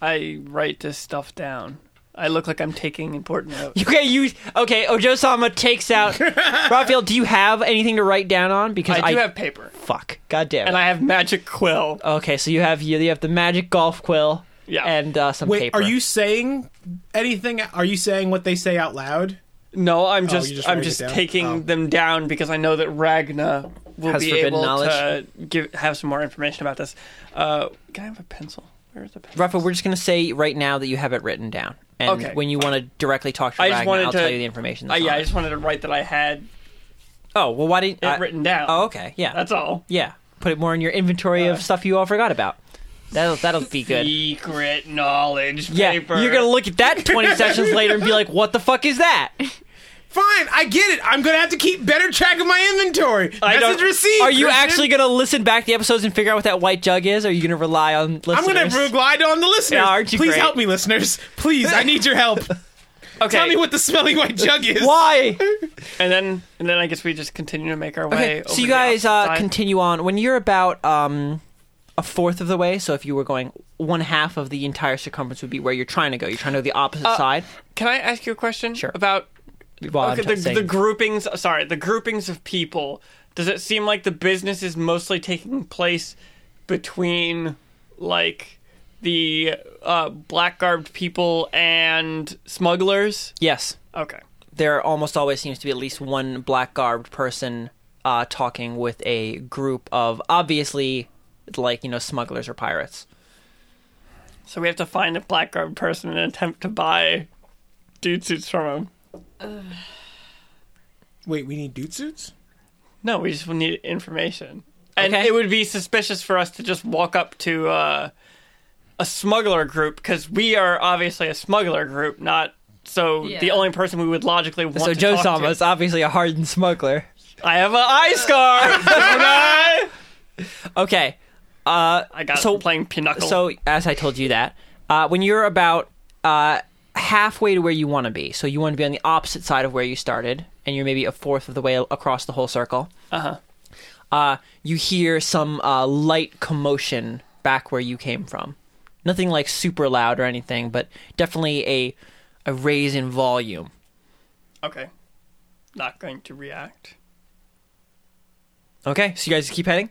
[SPEAKER 3] I write this stuff down. I look like I'm taking important notes.
[SPEAKER 1] Okay, you okay? Ojo Sama takes out. Raphael, do you have anything to write down on? Because
[SPEAKER 3] I do have paper,
[SPEAKER 1] fuck. God damn.
[SPEAKER 3] and I have magic quill.
[SPEAKER 1] okay, so you have you, you have the magic golf quill.
[SPEAKER 3] Yeah.
[SPEAKER 1] And uh, some
[SPEAKER 4] Wait,
[SPEAKER 1] paper.
[SPEAKER 4] are you saying anything? Are you saying what they say out loud?
[SPEAKER 3] No, I'm
[SPEAKER 4] Oh, you
[SPEAKER 3] just,
[SPEAKER 4] just
[SPEAKER 3] I'm
[SPEAKER 4] write it
[SPEAKER 3] just
[SPEAKER 4] down?
[SPEAKER 3] taking
[SPEAKER 4] Oh.
[SPEAKER 3] them down because I know that Ragna will
[SPEAKER 1] Has
[SPEAKER 3] be
[SPEAKER 1] forbidden
[SPEAKER 3] able
[SPEAKER 1] knowledge.
[SPEAKER 3] to give have some more information about this. Uh, can I have a pencil? Where's the pencil?
[SPEAKER 1] Raphael? We're just gonna say right now that you have it written down, and
[SPEAKER 3] Okay.
[SPEAKER 1] when you want to directly talk to
[SPEAKER 3] I
[SPEAKER 1] Ragnar,
[SPEAKER 3] just wanted
[SPEAKER 1] I'll
[SPEAKER 3] to-
[SPEAKER 1] tell you the information.
[SPEAKER 3] Uh,
[SPEAKER 1] That's
[SPEAKER 3] yeah,
[SPEAKER 1] on
[SPEAKER 3] I
[SPEAKER 1] it.
[SPEAKER 3] just wanted to write that I had
[SPEAKER 1] oh well, why didn't
[SPEAKER 3] it
[SPEAKER 1] I-
[SPEAKER 3] written down.
[SPEAKER 1] Oh, okay, yeah,
[SPEAKER 3] That's Uh, all.
[SPEAKER 1] yeah. Put it more in your inventory of stuff you all forgot about. That'll that'll be good.
[SPEAKER 3] Secret knowledge
[SPEAKER 1] Yeah,
[SPEAKER 3] paper.
[SPEAKER 1] you're gonna look at that 20 sessions later and be like, "What the fuck is that?"
[SPEAKER 4] Fine, I get it. I'm gonna have to keep better track of my inventory.
[SPEAKER 3] I don't-
[SPEAKER 4] Message received.
[SPEAKER 1] Are you
[SPEAKER 4] Christian.
[SPEAKER 1] actually going to listen back the episodes and figure out what that white jug is? Or are you going to rely on listeners?
[SPEAKER 4] I'm gonna glide on the listeners.
[SPEAKER 1] Yeah, aren't you
[SPEAKER 4] Please
[SPEAKER 1] great?
[SPEAKER 4] help me, listeners. Please, I need your help.
[SPEAKER 3] okay.
[SPEAKER 4] Tell me what the smelly white jug is.
[SPEAKER 1] Why?
[SPEAKER 3] and then and then I guess we just continue to make our way.
[SPEAKER 1] Okay,
[SPEAKER 3] over
[SPEAKER 1] so you
[SPEAKER 3] the
[SPEAKER 1] guys uh,
[SPEAKER 3] outside.
[SPEAKER 1] continue on. When you're about um, a fourth of the way, so if you were going one half of the entire circumference would be where you're trying to go. You're trying to go the opposite side.
[SPEAKER 3] Can I ask you a question?
[SPEAKER 1] Sure.
[SPEAKER 3] About
[SPEAKER 1] Well, I'm
[SPEAKER 3] okay,
[SPEAKER 1] trying
[SPEAKER 3] Uh, the,
[SPEAKER 1] to say-
[SPEAKER 3] the groupings. Sorry, the groupings of people. Does it seem like the business is mostly taking place between like the uh, black garbed people and smugglers?
[SPEAKER 1] yes,
[SPEAKER 3] Okay.
[SPEAKER 1] there almost always seems to be at least one black garbed person uh, talking with a group of obviously like you know smugglers or pirates.
[SPEAKER 3] So we have to find a black garbed person and attempt to buy dude suits from him.
[SPEAKER 4] Wait, we need dude suits.
[SPEAKER 3] No, we just need information. And
[SPEAKER 1] Okay.
[SPEAKER 3] it would be suspicious for us to just walk up to uh, a smuggler group because we are obviously a smuggler group, not. So the
[SPEAKER 2] Yeah.
[SPEAKER 3] only person we would logically want
[SPEAKER 1] so
[SPEAKER 3] to
[SPEAKER 1] Joe
[SPEAKER 3] talk
[SPEAKER 1] Sama
[SPEAKER 3] to.
[SPEAKER 1] is obviously a hardened smuggler.
[SPEAKER 3] I have an eye
[SPEAKER 1] Uh,
[SPEAKER 3] scar. don't I?
[SPEAKER 1] Okay.
[SPEAKER 3] I got
[SPEAKER 1] So-
[SPEAKER 3] so, playing Pinochle.
[SPEAKER 1] So, as I told you that, uh, when you're about uh, halfway to where you want to be, so you want to be on the opposite side of where you started, and you're maybe a fourth of the way across the whole circle. Uh-huh. You hear some uh, light commotion back where you came from. Nothing like super loud or anything, but definitely a a raise in volume.
[SPEAKER 3] okay, not going to react.
[SPEAKER 1] Okay, so you guys keep heading.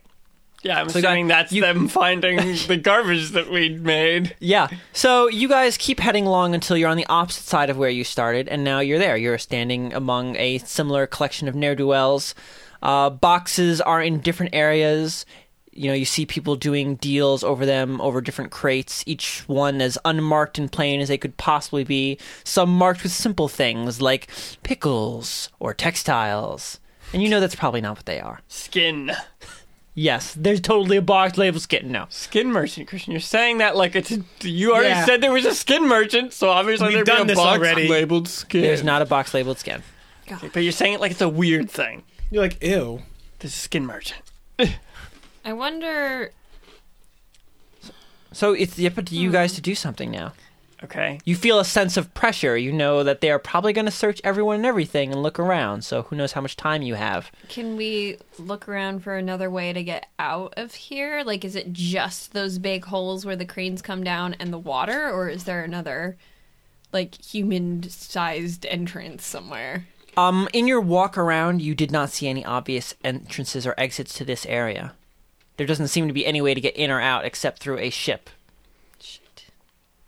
[SPEAKER 3] Yeah, I'm
[SPEAKER 1] So,
[SPEAKER 3] assuming
[SPEAKER 1] guy-
[SPEAKER 3] that's
[SPEAKER 1] you-
[SPEAKER 3] them finding the garbage that we made.
[SPEAKER 1] Yeah. So you guys keep heading along until you're on the opposite side of where you started, and now you're there. You're standing among a similar collection of ne'er do wells. Uh, boxes are in different areas. You know, you see people doing deals over them, over different crates, each one as unmarked and plain as they could possibly be. Some marked with simple things like pickles or textiles. And you know that's probably not what they are.
[SPEAKER 3] Skin,
[SPEAKER 1] Yes, there's totally a box labeled skin. No.
[SPEAKER 3] skin merchant, Christian. You're saying that like it's. A, you already
[SPEAKER 4] Yeah.
[SPEAKER 3] said there was a skin merchant, so obviously
[SPEAKER 4] We've
[SPEAKER 3] there'd
[SPEAKER 4] done
[SPEAKER 3] be a
[SPEAKER 4] this
[SPEAKER 3] box
[SPEAKER 4] already.
[SPEAKER 3] labeled skin.
[SPEAKER 1] There's not a box labeled skin.
[SPEAKER 3] But you're saying it like it's a weird thing.
[SPEAKER 4] You're like, ew.
[SPEAKER 3] This is skin merchant.
[SPEAKER 2] I wonder.
[SPEAKER 1] So it's up to you guys to do something now.
[SPEAKER 3] Okay.
[SPEAKER 1] You feel a sense of pressure. You know that they are probably going to search everyone and everything and look around. So who knows how much time you have?
[SPEAKER 2] Can we look around for another way to get out of here? Like, is it just those big holes where the cranes come down and the water, or is there another, like, human-sized entrance somewhere?
[SPEAKER 1] Um, in your walk around, you did not see any obvious entrances or exits to this area. There doesn't seem to be any way to get in or out except through a ship.
[SPEAKER 2] Shit.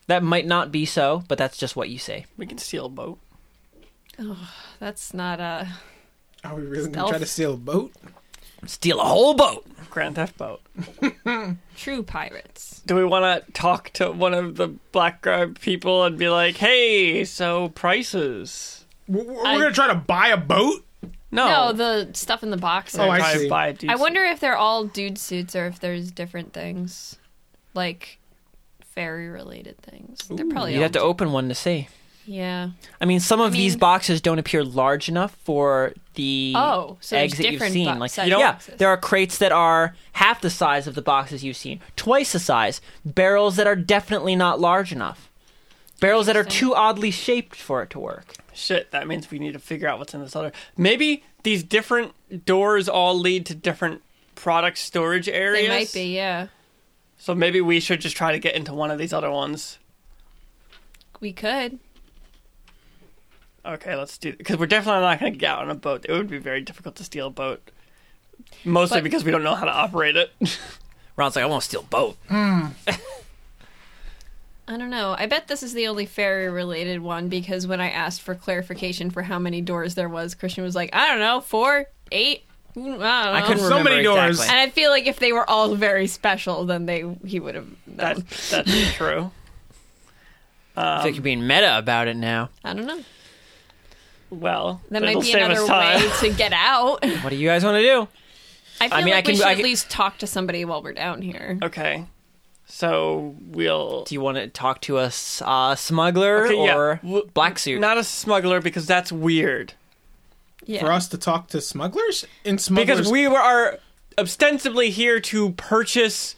[SPEAKER 1] That might not be so, but that's just what you see.
[SPEAKER 3] We can steal a boat.
[SPEAKER 2] That's not uh, a.
[SPEAKER 4] Are we really gonna
[SPEAKER 2] Stealth.
[SPEAKER 4] try to steal a boat?
[SPEAKER 1] Steal a whole boat.
[SPEAKER 3] Grand Theft Boat.
[SPEAKER 2] True pirates.
[SPEAKER 3] Do we want to talk to one of the black guard people and be like, hey, so prices?
[SPEAKER 4] We're, we're
[SPEAKER 2] I-
[SPEAKER 4] gonna try to buy a boat.
[SPEAKER 3] No.
[SPEAKER 2] No, the stuff in the box.
[SPEAKER 4] Oh,
[SPEAKER 2] are-
[SPEAKER 4] I
[SPEAKER 3] Try to
[SPEAKER 4] see.
[SPEAKER 3] buy a decent-
[SPEAKER 2] I wonder if they're all dude suits or if there's different things, like fairy related things. They're probably
[SPEAKER 1] You'd
[SPEAKER 2] all
[SPEAKER 1] have to open one to see.
[SPEAKER 2] dude- Yeah.
[SPEAKER 1] I mean, some of these
[SPEAKER 2] mean-
[SPEAKER 1] boxes don't appear large enough for the
[SPEAKER 2] Oh, so there's
[SPEAKER 1] eggs that you've
[SPEAKER 2] different
[SPEAKER 1] seen.
[SPEAKER 2] box
[SPEAKER 1] like,
[SPEAKER 2] size
[SPEAKER 1] you know, yeah,
[SPEAKER 2] boxes.
[SPEAKER 1] there are crates that are half the size of the boxes you've seen, twice the size. Barrels that are definitely not large enough. Barrels that are too oddly shaped for it to work.
[SPEAKER 3] Shit, that means we need to figure out what's in this other. Maybe these different doors all lead to different product storage areas.
[SPEAKER 2] They might be, yeah.
[SPEAKER 3] So maybe we should just try to get into one of these other ones.
[SPEAKER 2] We could.
[SPEAKER 3] Okay, let's do because we're definitely not going to get out on a boat. It would be very difficult to steal a boat, mostly
[SPEAKER 2] But-
[SPEAKER 3] because we don't know how to operate it.
[SPEAKER 1] Ron's like, I won't steal boat.
[SPEAKER 2] I don't know. I bet this is the only fairy related one because when I asked for clarification for how many doors there was, Christian was like, I don't know, four, eight. mm, I don't know.
[SPEAKER 1] I couldn't
[SPEAKER 4] So
[SPEAKER 1] remember
[SPEAKER 4] many doors.
[SPEAKER 1] exactly.
[SPEAKER 2] and I feel like if they were all very special, then they he would have.
[SPEAKER 3] that,
[SPEAKER 2] known.
[SPEAKER 3] that's true.
[SPEAKER 1] I think you're being meta about it now.
[SPEAKER 2] I don't know.
[SPEAKER 3] Well,
[SPEAKER 2] That
[SPEAKER 3] it'll
[SPEAKER 2] might be
[SPEAKER 3] save
[SPEAKER 2] another
[SPEAKER 3] us time.
[SPEAKER 2] way to get out.
[SPEAKER 1] What do you guys want to do?
[SPEAKER 2] I feel
[SPEAKER 1] I mean,
[SPEAKER 2] like
[SPEAKER 1] I can-
[SPEAKER 2] we should
[SPEAKER 1] I
[SPEAKER 2] at
[SPEAKER 1] can-
[SPEAKER 2] least talk to somebody while we're down here.
[SPEAKER 3] Okay, so we'll
[SPEAKER 1] Do you want to talk to a s- uh, smuggler
[SPEAKER 3] Okay, yeah.
[SPEAKER 1] or
[SPEAKER 3] W-
[SPEAKER 1] black suit?
[SPEAKER 3] not a smuggler because that's weird.
[SPEAKER 2] Yeah.
[SPEAKER 4] for us to talk to smugglers and smugglers.
[SPEAKER 3] Because we were are ostensibly here to purchase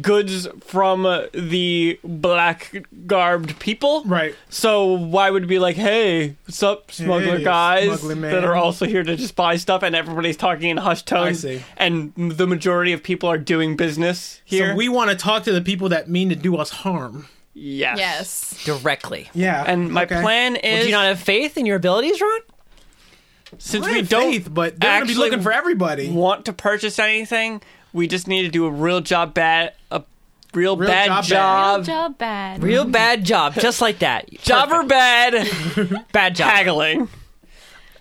[SPEAKER 3] goods from uh, the black garbed people.
[SPEAKER 4] right.
[SPEAKER 3] So why would it be like, hey, what's up, smuggler
[SPEAKER 4] Hey,
[SPEAKER 3] guys
[SPEAKER 4] smuggler man.
[SPEAKER 3] that are also here to just buy stuff, and everybody's talking in hushed tones,
[SPEAKER 4] see.
[SPEAKER 3] and m- the majority of people are doing business here.
[SPEAKER 4] So we want to talk to the people that mean to do us harm.
[SPEAKER 3] yes,
[SPEAKER 2] Yes.
[SPEAKER 1] Directly.
[SPEAKER 4] Yeah.
[SPEAKER 3] And my
[SPEAKER 4] okay.
[SPEAKER 3] plan
[SPEAKER 1] Well,
[SPEAKER 3] is
[SPEAKER 1] do you not have faith in your abilities, Ron?
[SPEAKER 3] since
[SPEAKER 4] I
[SPEAKER 3] we
[SPEAKER 4] have
[SPEAKER 3] don't
[SPEAKER 4] faith, but they're going to be
[SPEAKER 3] actually
[SPEAKER 4] looking for everybody.
[SPEAKER 3] want to purchase anything, we just need to do a real job bad a real,
[SPEAKER 4] Real
[SPEAKER 3] bad
[SPEAKER 4] job bad.
[SPEAKER 3] job.
[SPEAKER 5] Real job bad.
[SPEAKER 1] Um, Real bad job, just like that.
[SPEAKER 3] Job or bad
[SPEAKER 1] bad job.
[SPEAKER 3] haggling.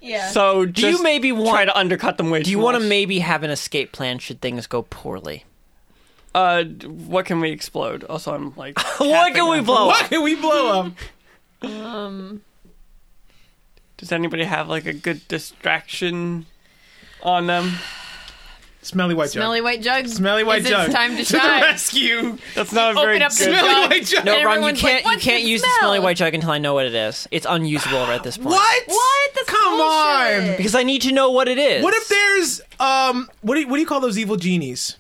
[SPEAKER 2] Yeah.
[SPEAKER 3] So just
[SPEAKER 1] Do you maybe
[SPEAKER 3] try
[SPEAKER 1] want?
[SPEAKER 3] to undercut them way
[SPEAKER 1] Do you
[SPEAKER 3] too
[SPEAKER 1] want to
[SPEAKER 3] much.
[SPEAKER 1] maybe have an escape plan should things go poorly?
[SPEAKER 3] Uh, d- what can we explode? Also, I'm like,
[SPEAKER 1] what can
[SPEAKER 3] tapping
[SPEAKER 1] we
[SPEAKER 3] on-
[SPEAKER 1] blow
[SPEAKER 4] Why
[SPEAKER 1] up?
[SPEAKER 4] can we blow up?
[SPEAKER 3] Does anybody have like a good distraction on them?
[SPEAKER 4] Smelly white jug.
[SPEAKER 2] Smelly white jug.
[SPEAKER 4] Smelly white
[SPEAKER 2] is
[SPEAKER 4] jug.
[SPEAKER 2] It's time to
[SPEAKER 4] the
[SPEAKER 2] shine.
[SPEAKER 4] rescue.
[SPEAKER 3] That's not a
[SPEAKER 2] Open
[SPEAKER 3] very
[SPEAKER 2] up the
[SPEAKER 3] good.
[SPEAKER 2] door.
[SPEAKER 4] Smelly white jug.
[SPEAKER 1] No,
[SPEAKER 2] And
[SPEAKER 1] Ron, you
[SPEAKER 2] everyone's like,
[SPEAKER 1] can't.
[SPEAKER 2] "What's
[SPEAKER 1] you can't
[SPEAKER 2] the
[SPEAKER 1] use the smelly
[SPEAKER 2] smell?"
[SPEAKER 1] white jug until I know what it is. It's unusable at this point.
[SPEAKER 4] What?
[SPEAKER 2] What? That's
[SPEAKER 4] Come
[SPEAKER 2] bullshit.
[SPEAKER 4] on.
[SPEAKER 1] Because I need to know what it is.
[SPEAKER 4] What if there's um? What do you, what do you call those evil genies?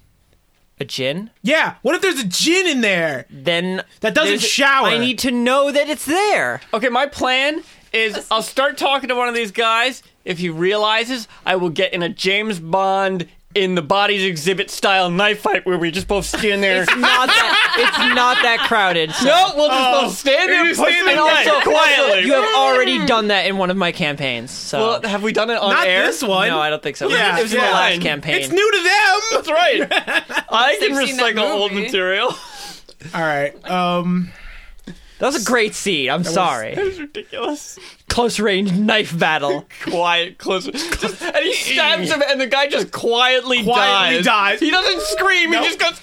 [SPEAKER 1] a gin?
[SPEAKER 4] Yeah. What if there's a gin in there?
[SPEAKER 1] Then
[SPEAKER 4] That doesn't
[SPEAKER 1] there's-
[SPEAKER 4] shower.
[SPEAKER 1] I need to know that it's there.
[SPEAKER 3] Okay, my plan is I'll start talking to one of these guys. If he realizes, I will get in a James Bond in the bodies exhibit style knife fight where we just both stand there.
[SPEAKER 1] It's not that. it's not that crowded. So.
[SPEAKER 3] no, we'll just both stand there
[SPEAKER 4] you
[SPEAKER 3] and push
[SPEAKER 4] stand
[SPEAKER 3] the
[SPEAKER 4] there
[SPEAKER 3] knife
[SPEAKER 1] Also,
[SPEAKER 3] quietly.
[SPEAKER 1] you have already done that in one of my campaigns. So
[SPEAKER 3] well, have we done it on
[SPEAKER 4] Not
[SPEAKER 3] air?
[SPEAKER 4] this one.
[SPEAKER 1] no, I don't think so.
[SPEAKER 4] Yeah,
[SPEAKER 1] it was in
[SPEAKER 4] yeah.
[SPEAKER 1] the last campaign.
[SPEAKER 4] It's new to them.
[SPEAKER 3] That's right. I can
[SPEAKER 2] They've seen that
[SPEAKER 3] recycle old
[SPEAKER 2] movie.
[SPEAKER 3] material.
[SPEAKER 4] All right. Um.
[SPEAKER 1] That was a great seed. I'm sorry.
[SPEAKER 3] It's ridiculous.
[SPEAKER 1] Close range knife battle.
[SPEAKER 3] Quiet, close. Just, and he stabs him, and the guy just quietly,
[SPEAKER 4] Quietly dies.
[SPEAKER 3] He doesn't scream.
[SPEAKER 4] Nope.
[SPEAKER 3] He just goes.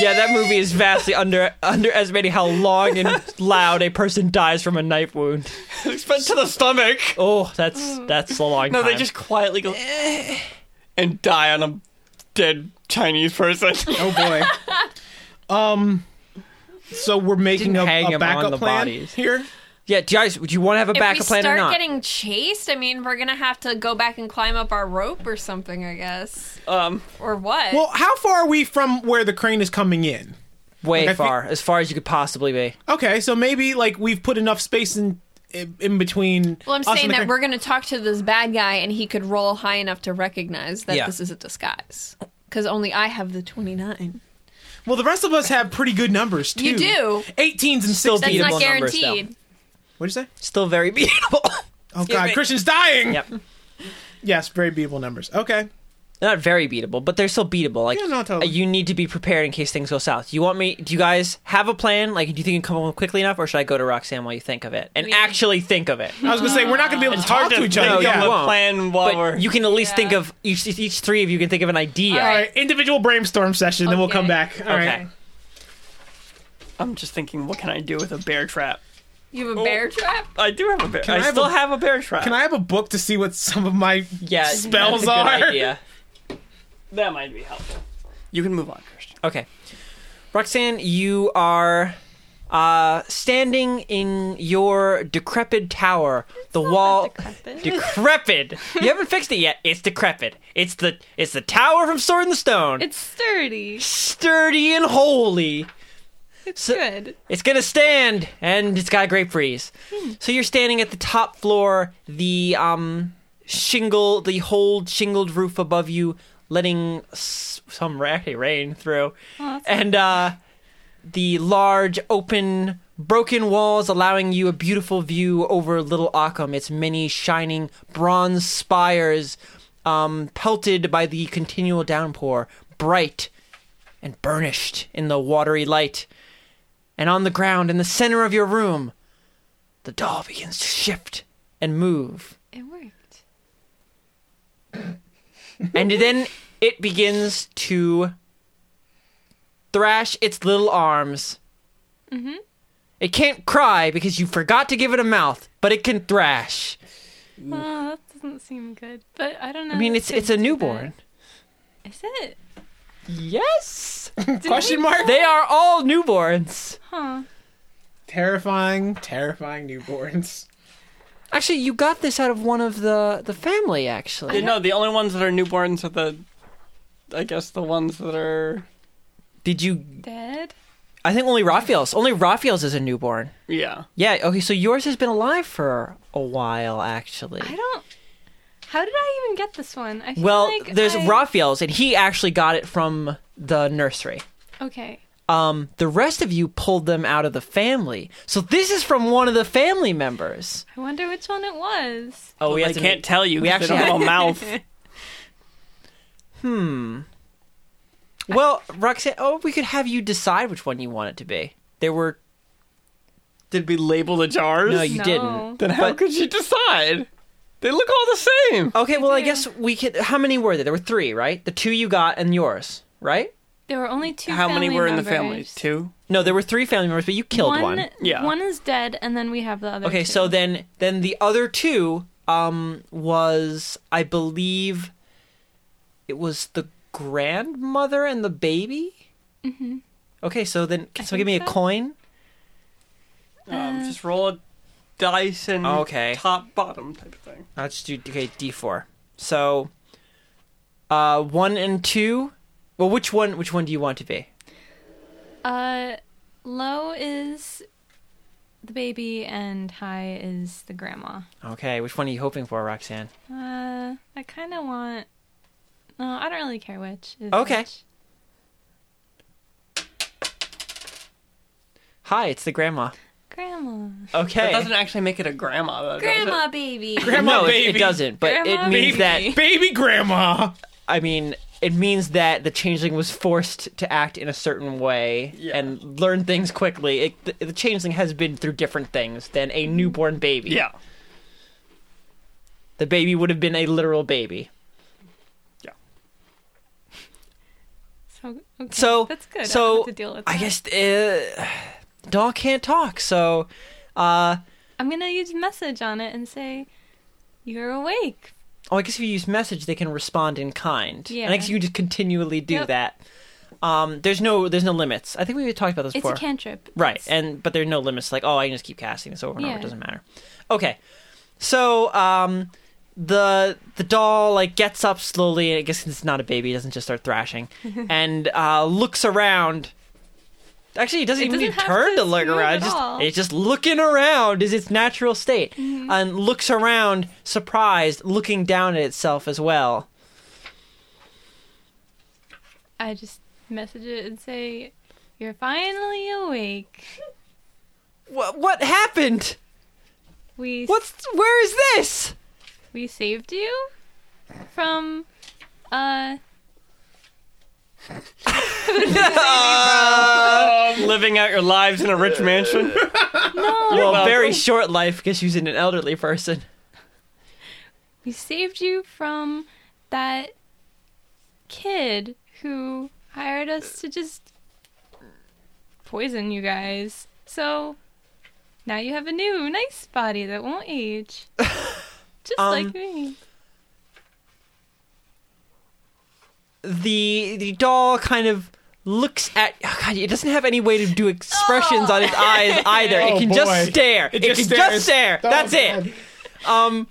[SPEAKER 1] yeah, that movie is vastly under underestimating how long and loud a person dies from a knife wound.
[SPEAKER 3] It's been to the stomach.
[SPEAKER 1] Oh, that's that's a long
[SPEAKER 3] No,
[SPEAKER 1] time.
[SPEAKER 3] they just quietly go "Eh," and die on a dead Chinese person.
[SPEAKER 4] Oh boy. um. So we're making
[SPEAKER 1] Didn't
[SPEAKER 4] a,
[SPEAKER 1] hang
[SPEAKER 4] a
[SPEAKER 1] him
[SPEAKER 4] backup
[SPEAKER 1] on the
[SPEAKER 4] plan
[SPEAKER 1] bodies.
[SPEAKER 4] here.
[SPEAKER 1] yeah. Do you guys? Do you want to have a
[SPEAKER 2] If
[SPEAKER 1] backup
[SPEAKER 2] we
[SPEAKER 1] plan or
[SPEAKER 2] start
[SPEAKER 1] not?
[SPEAKER 2] getting chased, I mean, we're gonna have to go back and climb up our rope or something, I guess,
[SPEAKER 3] um,
[SPEAKER 2] or what?
[SPEAKER 4] Well, how far are we from where the crane is coming in?
[SPEAKER 1] Way
[SPEAKER 4] like, I think-
[SPEAKER 1] far, as far as you could possibly be.
[SPEAKER 4] Okay, so maybe like we've put enough space in in, in between.
[SPEAKER 2] Well, I'm
[SPEAKER 4] us
[SPEAKER 2] saying
[SPEAKER 4] and the
[SPEAKER 2] that
[SPEAKER 4] crane.
[SPEAKER 2] we're going to talk to this bad guy, and he could roll high enough to recognize that
[SPEAKER 1] Yeah.
[SPEAKER 2] this is a disguise. Because only I have the 29.
[SPEAKER 4] Well, the rest of us have pretty good numbers too.
[SPEAKER 2] You do.
[SPEAKER 4] 18s and
[SPEAKER 1] Still
[SPEAKER 4] 16s.
[SPEAKER 2] That's
[SPEAKER 1] Beatable
[SPEAKER 2] not
[SPEAKER 1] numbers, though.
[SPEAKER 2] guaranteed.
[SPEAKER 4] What'd you say?
[SPEAKER 1] Still very beatable.
[SPEAKER 4] Oh
[SPEAKER 1] Excuse
[SPEAKER 4] God,
[SPEAKER 1] me.
[SPEAKER 4] Christian's dying.
[SPEAKER 1] yep.
[SPEAKER 4] Yes, very beatable numbers. Okay.
[SPEAKER 1] Not very beatable, but they're still beatable. Like
[SPEAKER 4] Yeah, no, totally.
[SPEAKER 1] uh, you need to be prepared in case things go south. You want me? Do you guys have a plan? Like, do you think you can come up with quickly enough, or should I go to Roxanne while you think of it and
[SPEAKER 2] We-
[SPEAKER 1] actually think of it?
[SPEAKER 4] I was gonna say we're not gonna be able to talk
[SPEAKER 3] hard
[SPEAKER 4] to,
[SPEAKER 3] to
[SPEAKER 4] each other.
[SPEAKER 1] no,
[SPEAKER 3] think
[SPEAKER 1] yeah,
[SPEAKER 3] of
[SPEAKER 1] it
[SPEAKER 3] a
[SPEAKER 1] won't.
[SPEAKER 3] plan while we're.
[SPEAKER 1] But you can at least
[SPEAKER 2] Yeah.
[SPEAKER 1] think of each, each three of you can think of an idea.
[SPEAKER 4] All right, individual brainstorm session, then we'll
[SPEAKER 2] Okay.
[SPEAKER 4] come back. All right.
[SPEAKER 1] Okay.
[SPEAKER 3] I'm just thinking, what can I do with a bear trap?
[SPEAKER 2] You have a
[SPEAKER 1] Oh.
[SPEAKER 2] bear trap?
[SPEAKER 3] I do have a bear.
[SPEAKER 4] Can I
[SPEAKER 3] I,
[SPEAKER 4] have
[SPEAKER 3] still
[SPEAKER 4] a-
[SPEAKER 3] have a bear trap.
[SPEAKER 4] Can I have a book to see what some of my
[SPEAKER 1] Yeah,
[SPEAKER 4] Spells
[SPEAKER 1] that's a good
[SPEAKER 4] are-
[SPEAKER 1] idea.
[SPEAKER 3] That might be helpful. You can move on, Christian.
[SPEAKER 1] Okay, Roxanne, you are uh, standing in your decrepit tower. the wall
[SPEAKER 5] decrepit.
[SPEAKER 1] decrepit. you haven't fixed it yet. It's decrepit. It's the it's the tower from Sword in the Stone.
[SPEAKER 5] It's sturdy.
[SPEAKER 1] sturdy and holy.
[SPEAKER 5] It's
[SPEAKER 1] So-
[SPEAKER 5] good.
[SPEAKER 1] It's gonna stand, and it's got a great breeze. So you're standing at the top floor, the um shingle, the whole shingled roof above you, letting s- some ratty rain through, and uh, the large open broken walls allowing you a beautiful view over Little Occam. Its many shining bronze spires, um, pelted by the continual downpour, bright and burnished in the watery light and on the ground in the center of your room, the doll begins to shift and move.
[SPEAKER 5] It worked.
[SPEAKER 1] And then it begins to thrash its little arms. Mm-hmm. It can't cry because you forgot to give it a mouth, but it can thrash.
[SPEAKER 5] Oh, that doesn't seem good. But I don't know.
[SPEAKER 1] I mean,
[SPEAKER 5] if
[SPEAKER 1] it's it's
[SPEAKER 5] kids
[SPEAKER 1] a
[SPEAKER 5] do that.
[SPEAKER 1] newborn.
[SPEAKER 5] Is it?
[SPEAKER 1] Yes,
[SPEAKER 4] Question mark?
[SPEAKER 1] they are all newborns.
[SPEAKER 5] Huh.
[SPEAKER 4] Terrifying, terrifying newborns.
[SPEAKER 1] Actually, you got this out of one of the the family. Actually,
[SPEAKER 3] Uh, No, the only ones that are newborns are the, I guess the ones that are
[SPEAKER 1] did you?
[SPEAKER 5] Dead?
[SPEAKER 1] I think only Raphael's. Only Raphael's is a newborn.
[SPEAKER 3] yeah.
[SPEAKER 1] Yeah, okay, so yours has been alive for a while, actually.
[SPEAKER 5] I don't. How did I even get this one? I feel
[SPEAKER 1] Well,
[SPEAKER 5] like
[SPEAKER 1] there's
[SPEAKER 5] I...
[SPEAKER 1] Raphael's, and he actually got it from the nursery.
[SPEAKER 5] Okay.
[SPEAKER 1] Um, the rest of you pulled them out of the family. So this is from one of the family members.
[SPEAKER 5] I wonder which one it was.
[SPEAKER 1] Oh,
[SPEAKER 3] I can't tell you.
[SPEAKER 1] we
[SPEAKER 3] 'cause they
[SPEAKER 1] actually
[SPEAKER 3] don't have a mouth.
[SPEAKER 1] Well, Roxanne, oh, we could have you decide which one you want it to be. There were
[SPEAKER 3] Did we label the jars?
[SPEAKER 1] No, you
[SPEAKER 5] no.
[SPEAKER 1] didn't.
[SPEAKER 3] Then how could you decide? They look all the same.
[SPEAKER 1] Okay, well, I
[SPEAKER 5] do.
[SPEAKER 1] guess we could how many were there? There were 3, right? The two you got and yours, right?
[SPEAKER 5] There were only two.
[SPEAKER 3] how many
[SPEAKER 5] family
[SPEAKER 3] were in the
[SPEAKER 5] members.
[SPEAKER 3] family? Two.
[SPEAKER 1] No, there were 3 family members, but you killed one.
[SPEAKER 3] Yeah.
[SPEAKER 5] One is dead, and then we have the other.
[SPEAKER 1] Okay,
[SPEAKER 5] two.
[SPEAKER 1] so then then the other two um was I believe it was the grandmother and the baby. Mm-hmm. Okay, so then can someone give me
[SPEAKER 5] think
[SPEAKER 1] a
[SPEAKER 5] so.
[SPEAKER 1] coin?
[SPEAKER 5] Uh,
[SPEAKER 3] Um, just roll a dice and
[SPEAKER 1] Okay.
[SPEAKER 3] top bottom type of thing.
[SPEAKER 1] I'll just do okay D four. So uh one and two. Well, which one? Which one do you want to be?
[SPEAKER 5] Uh, low is the baby, and high is the grandma.
[SPEAKER 1] Okay, which one are you hoping for, Roxanne?
[SPEAKER 5] Uh, I kind of want. No, I don't really care which. Is
[SPEAKER 1] Okay.
[SPEAKER 5] which.
[SPEAKER 1] Hi, it's the grandma.
[SPEAKER 5] Grandma.
[SPEAKER 1] Okay.
[SPEAKER 3] That doesn't actually make it a grandma though. does it?
[SPEAKER 2] Grandma baby.
[SPEAKER 4] Grandma
[SPEAKER 1] no, it- It,
[SPEAKER 4] baby.
[SPEAKER 1] doesn't. But it
[SPEAKER 5] Grandma
[SPEAKER 1] means that
[SPEAKER 5] baby.
[SPEAKER 4] Baby grandma.
[SPEAKER 1] I mean, it means that the changeling was forced to act in a certain way
[SPEAKER 3] Yeah.
[SPEAKER 1] and learn things quickly. It, the, the changeling has been through different things than a newborn baby.
[SPEAKER 3] Yeah.
[SPEAKER 1] The baby would have been a literal baby.
[SPEAKER 5] So okay.
[SPEAKER 1] So
[SPEAKER 5] that's good. I don't
[SPEAKER 1] So
[SPEAKER 5] have to deal with
[SPEAKER 1] I
[SPEAKER 5] that.
[SPEAKER 1] guess uh, doll can't talk. So uh,
[SPEAKER 5] I'm gonna use message on it and say, "You're awake."
[SPEAKER 1] Oh, I guess if you use message, they can respond in kind.
[SPEAKER 5] Yeah.
[SPEAKER 1] And I guess you can just continually do
[SPEAKER 5] Yep.
[SPEAKER 1] that. Um, there's no there's no limits. I think we talked about this
[SPEAKER 5] It's
[SPEAKER 1] before.
[SPEAKER 5] a cantrip.
[SPEAKER 1] Right,
[SPEAKER 5] It's-
[SPEAKER 1] and but there are no limits. Like, oh, I can just keep casting this over and over. It
[SPEAKER 5] Yeah.
[SPEAKER 1] doesn't matter. Okay, so um, the the doll like gets up slowly. I guess it's not a baby. It doesn't just start thrashing, and uh, looks around. Actually, it doesn't
[SPEAKER 5] It
[SPEAKER 1] even
[SPEAKER 5] doesn't
[SPEAKER 1] need to
[SPEAKER 5] have
[SPEAKER 1] turn
[SPEAKER 5] to
[SPEAKER 1] to look
[SPEAKER 5] move
[SPEAKER 1] around.
[SPEAKER 5] at
[SPEAKER 1] It's just-
[SPEAKER 5] all. Mm-hmm.
[SPEAKER 1] it's just looking around is its natural state, and looks around, surprised, looking down at itself as well.
[SPEAKER 5] I just message it and say, "You're finally awake."
[SPEAKER 1] What what happened?
[SPEAKER 5] We
[SPEAKER 1] What's where is this?
[SPEAKER 5] we saved you from uh
[SPEAKER 3] Living out your lives in a rich mansion.
[SPEAKER 1] Well,
[SPEAKER 3] welcome.
[SPEAKER 1] very short life because she's an elderly person.
[SPEAKER 5] we saved you from that kid who hired us to just poison you guys. So now you have a new nice body that won't age. Just
[SPEAKER 1] Um,
[SPEAKER 5] like me.
[SPEAKER 1] the the doll kind of looks at. Oh God, it doesn't have any way to do expressions on its eyes either. it
[SPEAKER 4] Oh,
[SPEAKER 1] can
[SPEAKER 4] boy.
[SPEAKER 1] just stare. It,
[SPEAKER 4] It
[SPEAKER 1] can
[SPEAKER 4] just stares.
[SPEAKER 1] just stare.
[SPEAKER 4] Oh,
[SPEAKER 1] That's it.
[SPEAKER 4] God.
[SPEAKER 1] Um,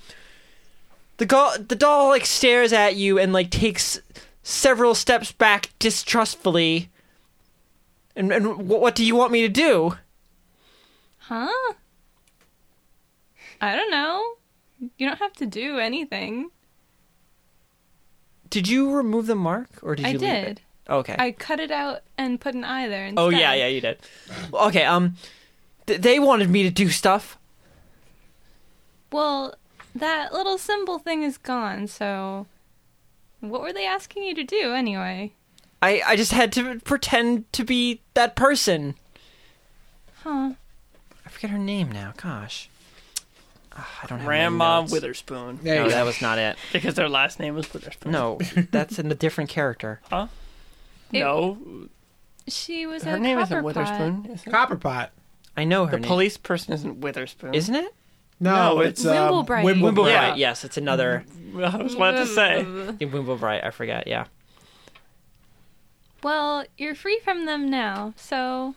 [SPEAKER 1] the doll, the doll like stares at you and like takes several steps back distrustfully. And and wh- what do you want me to do?
[SPEAKER 5] Huh? I don't know. You don't have to do anything.
[SPEAKER 1] Did you remove the mark or did
[SPEAKER 5] I
[SPEAKER 1] you leave it?
[SPEAKER 5] did.
[SPEAKER 1] Okay.
[SPEAKER 5] I cut it out and put an eye there. Instead.
[SPEAKER 1] oh yeah, yeah, you did. Okay. Um, th- they wanted me to do stuff.
[SPEAKER 5] Well, that little symbol thing is gone, so. What were they asking you to do anyway?
[SPEAKER 1] I I just had to pretend to be that person.
[SPEAKER 5] Huh.
[SPEAKER 1] I forget her name now. Gosh. Ah, I don't have my
[SPEAKER 3] Grandma
[SPEAKER 1] notes.
[SPEAKER 3] Witherspoon.
[SPEAKER 4] There
[SPEAKER 1] No,
[SPEAKER 4] you
[SPEAKER 1] that
[SPEAKER 4] go.
[SPEAKER 1] was not it.
[SPEAKER 3] Because their last name was Witherspoon.
[SPEAKER 1] No, that's in a different character.
[SPEAKER 3] No.
[SPEAKER 5] She was
[SPEAKER 3] Her
[SPEAKER 5] a
[SPEAKER 3] name isn't
[SPEAKER 5] copperpot.
[SPEAKER 3] Witherspoon. Is it?
[SPEAKER 4] Copperpot.
[SPEAKER 1] I know her
[SPEAKER 3] The
[SPEAKER 1] name.
[SPEAKER 3] police person isn't Witherspoon.
[SPEAKER 1] Isn't it?
[SPEAKER 4] No,
[SPEAKER 3] No,
[SPEAKER 4] it's
[SPEAKER 5] it's-
[SPEAKER 4] um,
[SPEAKER 5] Wimblebright.
[SPEAKER 1] Wimble
[SPEAKER 3] Yeah.
[SPEAKER 1] Bright, yes, it's another
[SPEAKER 3] I was about to
[SPEAKER 5] Mm.
[SPEAKER 3] say.
[SPEAKER 1] Wimble Bright, I forgot, yeah.
[SPEAKER 5] Well, you're free from them now, so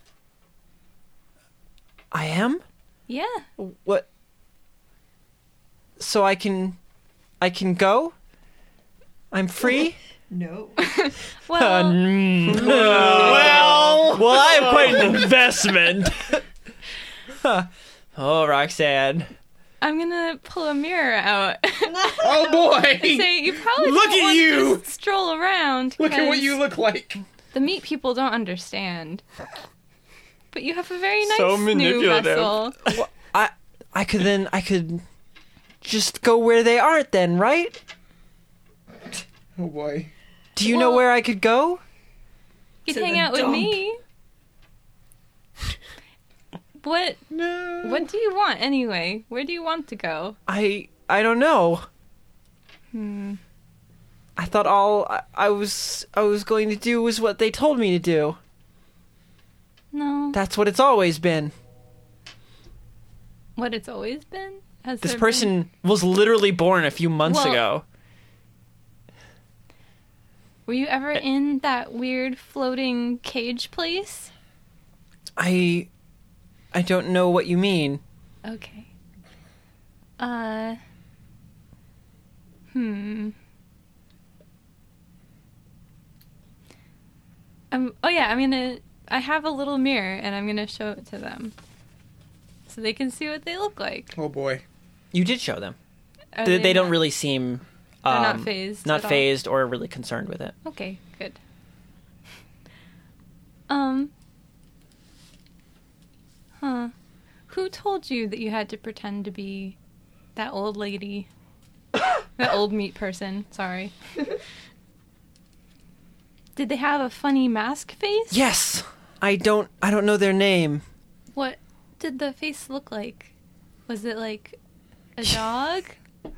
[SPEAKER 1] I am?
[SPEAKER 5] yeah.
[SPEAKER 1] What so I can I can go? I'm free?
[SPEAKER 2] No.
[SPEAKER 5] Well,
[SPEAKER 1] well Well I am quite an investment. Huh. oh Roxanne.
[SPEAKER 5] I'm gonna pull a mirror out and
[SPEAKER 4] Oh boy!
[SPEAKER 5] say you probably
[SPEAKER 4] Look
[SPEAKER 5] don't
[SPEAKER 4] at
[SPEAKER 5] want to
[SPEAKER 4] you!"
[SPEAKER 5] just stroll around.
[SPEAKER 4] Look at what
[SPEAKER 5] 'cause
[SPEAKER 4] you look like.
[SPEAKER 5] The meat people don't understand. But you have a very nice
[SPEAKER 3] So
[SPEAKER 5] new
[SPEAKER 3] manipulative.
[SPEAKER 5] vessel.
[SPEAKER 1] I I could then I could just go where they aren't then, right?
[SPEAKER 4] Oh boy.
[SPEAKER 1] Do you know
[SPEAKER 5] Well-
[SPEAKER 1] where I could go?
[SPEAKER 5] You
[SPEAKER 3] To
[SPEAKER 5] can hang
[SPEAKER 3] the
[SPEAKER 5] out
[SPEAKER 3] dump.
[SPEAKER 5] with me. What
[SPEAKER 4] No.
[SPEAKER 5] what do you want anyway? Where do you want to go?
[SPEAKER 1] I I don't know.
[SPEAKER 5] Hmm.
[SPEAKER 1] I thought all I, I was I was going to do was what they told me to do.
[SPEAKER 5] No.
[SPEAKER 1] That's what it's always been.
[SPEAKER 5] what it's always been? Has
[SPEAKER 1] This
[SPEAKER 5] there been-
[SPEAKER 1] person was literally born a few months
[SPEAKER 5] Well-
[SPEAKER 1] ago.
[SPEAKER 5] Were you ever in that weird floating cage place?
[SPEAKER 1] I I don't know what you mean.
[SPEAKER 5] Okay. Uh. Hmm. Um. Oh yeah. I'm gonna. I have a little mirror, and I'm gonna show it to them, so they can see what they look like.
[SPEAKER 4] Oh boy.
[SPEAKER 1] You did show them.
[SPEAKER 5] Are
[SPEAKER 1] They, they don't
[SPEAKER 5] not-
[SPEAKER 1] really seem
[SPEAKER 5] They're
[SPEAKER 1] um,
[SPEAKER 5] not phased.
[SPEAKER 1] not
[SPEAKER 5] at all?
[SPEAKER 1] phased or really concerned with it.
[SPEAKER 5] Okay. Good. Um. Huh. Who told you that you had to pretend to be that old lady? that old meat person, sorry. Did they have a funny mask face?
[SPEAKER 1] Yes. I don't I don't know their name.
[SPEAKER 5] What did the face look like? Was it like a dog?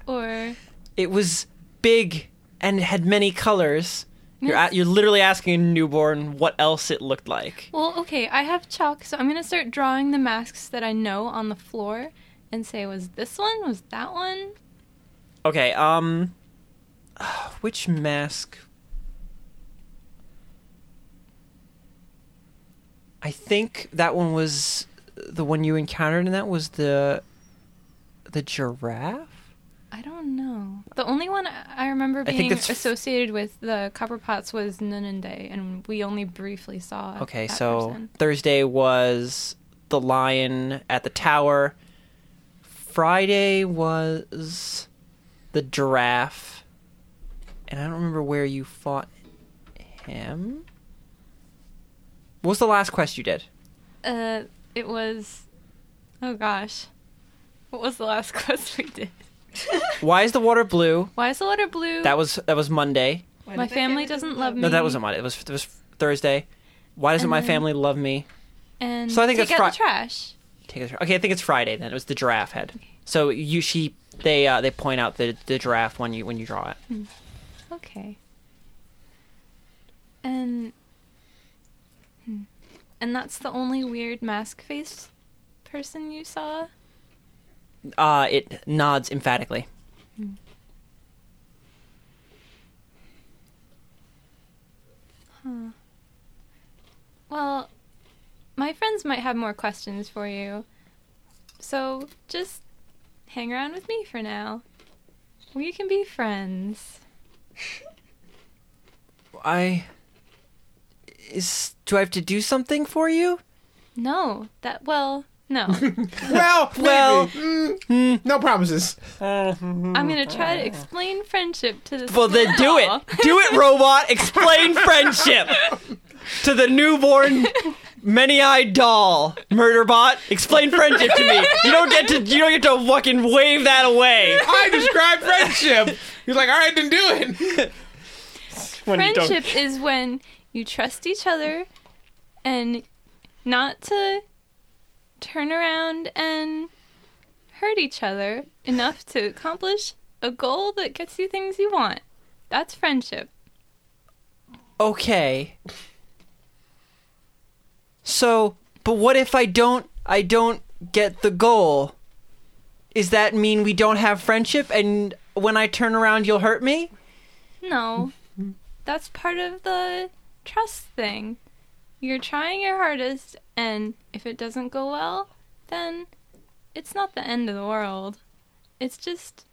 [SPEAKER 5] or
[SPEAKER 1] It was big and it had many colors. You're
[SPEAKER 5] Yes.
[SPEAKER 1] a, you're literally asking a newborn what else it looked like.
[SPEAKER 5] well, okay, I have chalk, so I'm gonna start drawing the masks that I know on the floor and say, was this one? Was that one?
[SPEAKER 1] Okay, um which mask I think that one was the one you encountered and that was the the giraffe?
[SPEAKER 5] I don't know. The only one I I remember
[SPEAKER 1] think
[SPEAKER 5] being
[SPEAKER 1] it's f-
[SPEAKER 5] associated with the copper pots was Nunande, and we only briefly saw.
[SPEAKER 1] Okay,
[SPEAKER 5] that
[SPEAKER 1] so
[SPEAKER 5] person.
[SPEAKER 1] Thursday was the lion at the tower. Friday was the giraffe. And I don't remember where you fought him. What was the last quest you did?
[SPEAKER 5] uh, it was. Oh gosh, what was the last quest we did?
[SPEAKER 1] Why is the water blue?
[SPEAKER 5] Why is the water blue?
[SPEAKER 1] That was that was Monday.
[SPEAKER 5] my family doesn't love me.
[SPEAKER 1] No, that wasn't Monday. It was it was Thursday. Why doesn't
[SPEAKER 5] And
[SPEAKER 1] my
[SPEAKER 5] then-
[SPEAKER 1] family love me?
[SPEAKER 5] And
[SPEAKER 1] So I think
[SPEAKER 5] take
[SPEAKER 1] that's
[SPEAKER 5] out the
[SPEAKER 1] Fri-
[SPEAKER 5] trash.
[SPEAKER 1] Take it. Okay, I think it's Friday then. It was the giraffe head. So you she they uh, they point out the the giraffe when you when you draw it.
[SPEAKER 5] Okay. And hmm. and that's the only weird mask face person you saw.
[SPEAKER 1] Uh, it nods emphatically.
[SPEAKER 5] my friends might have more questions for you. So just hang around with me for now. We can be friends.
[SPEAKER 1] I is do I have to do something for you?
[SPEAKER 5] No, that, well, no.
[SPEAKER 4] Well,
[SPEAKER 1] Well-
[SPEAKER 4] well, no promises.
[SPEAKER 5] I'm going to try to explain friendship to this
[SPEAKER 1] Well, then do
[SPEAKER 5] girl.
[SPEAKER 1] it. Do it, robot. Explain friendship to the newborn many-eyed doll murderbot. Explain friendship to me. You don't get to. You don't get to fucking wave that away.
[SPEAKER 4] I describe friendship. He's like, all right, then do it.
[SPEAKER 3] When you don't-
[SPEAKER 5] Friendship is when you trust each other and not to turn around and hurt each other enough to accomplish a goal that gets you things you want. That's friendship.
[SPEAKER 1] Okay. So, but what if I don't? I don't get the goal. Is that mean we don't have friendship? And when I turn around, you'll hurt me?
[SPEAKER 5] No. That's part of the trust thing. You're trying your hardest, and if it doesn't go well, then it's not the end of the world. It's just,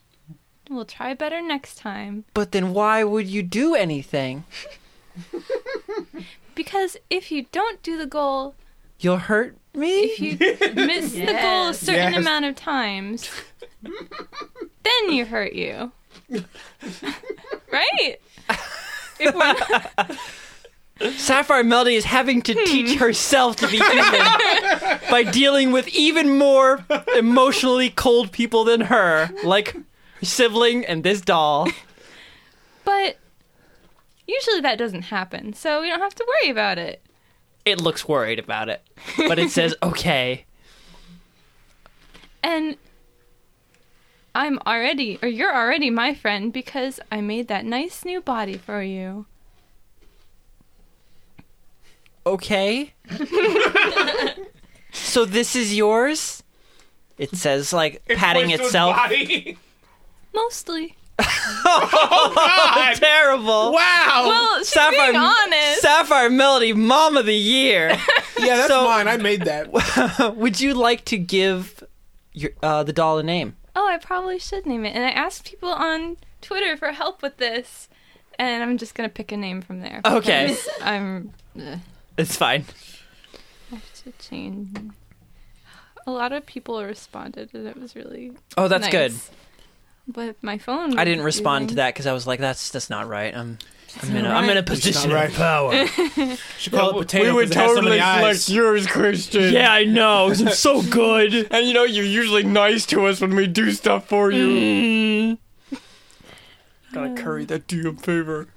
[SPEAKER 5] we'll try better next time.
[SPEAKER 1] But then why would you do anything?
[SPEAKER 5] Because if you don't do the goal,
[SPEAKER 1] You'll hurt me?
[SPEAKER 5] if you miss the goal a certain
[SPEAKER 4] Yes.
[SPEAKER 5] amount of times, then you hurt you. right? If we're not-
[SPEAKER 1] Sapphire Melody is having to teach herself to be human by dealing with even more emotionally cold people than her, like her sibling and this doll.
[SPEAKER 5] but usually that doesn't happen, so we don't have to worry about it.
[SPEAKER 1] It looks worried about it, but it says, okay.
[SPEAKER 5] And I'm already, or you're already my friend because I made that nice new body for you.
[SPEAKER 1] okay. so this is yours? It says like patting
[SPEAKER 4] Points to his
[SPEAKER 1] itself.
[SPEAKER 4] body.
[SPEAKER 5] Mostly.
[SPEAKER 4] God.
[SPEAKER 1] Terrible.
[SPEAKER 4] Wow.
[SPEAKER 5] Well, she's
[SPEAKER 1] Sapphire,
[SPEAKER 5] being honest.
[SPEAKER 1] Sapphire Melody, Mom of the Year.
[SPEAKER 4] yeah, that's
[SPEAKER 1] so-
[SPEAKER 4] mine. I made that.
[SPEAKER 1] Would you like to give your, uh, the doll a name?
[SPEAKER 5] oh, I probably should name it. And I asked people on Twitter for help with this, and I'm just gonna pick a name from there.
[SPEAKER 1] Okay.
[SPEAKER 5] because I'm ugh,
[SPEAKER 1] It's fine.
[SPEAKER 5] I have to change. A lot of people responded, and it was really
[SPEAKER 1] Oh, that's
[SPEAKER 5] nice.
[SPEAKER 1] good.
[SPEAKER 5] But my phone.
[SPEAKER 1] I didn't
[SPEAKER 5] wasn't
[SPEAKER 1] respond to
[SPEAKER 5] using.
[SPEAKER 1] that because I was like, "That's that's not right." I'm I'm in a, am in a position.
[SPEAKER 4] right.
[SPEAKER 1] of power.
[SPEAKER 4] Should call it potato. 'cause it has so many eyes.
[SPEAKER 3] select yours, Christian.
[SPEAKER 1] yeah, I know. I'm so good.
[SPEAKER 3] And you know, you're usually nice to us when we do stuff for you.
[SPEAKER 1] Mm.
[SPEAKER 3] Gotta curry that DM favor.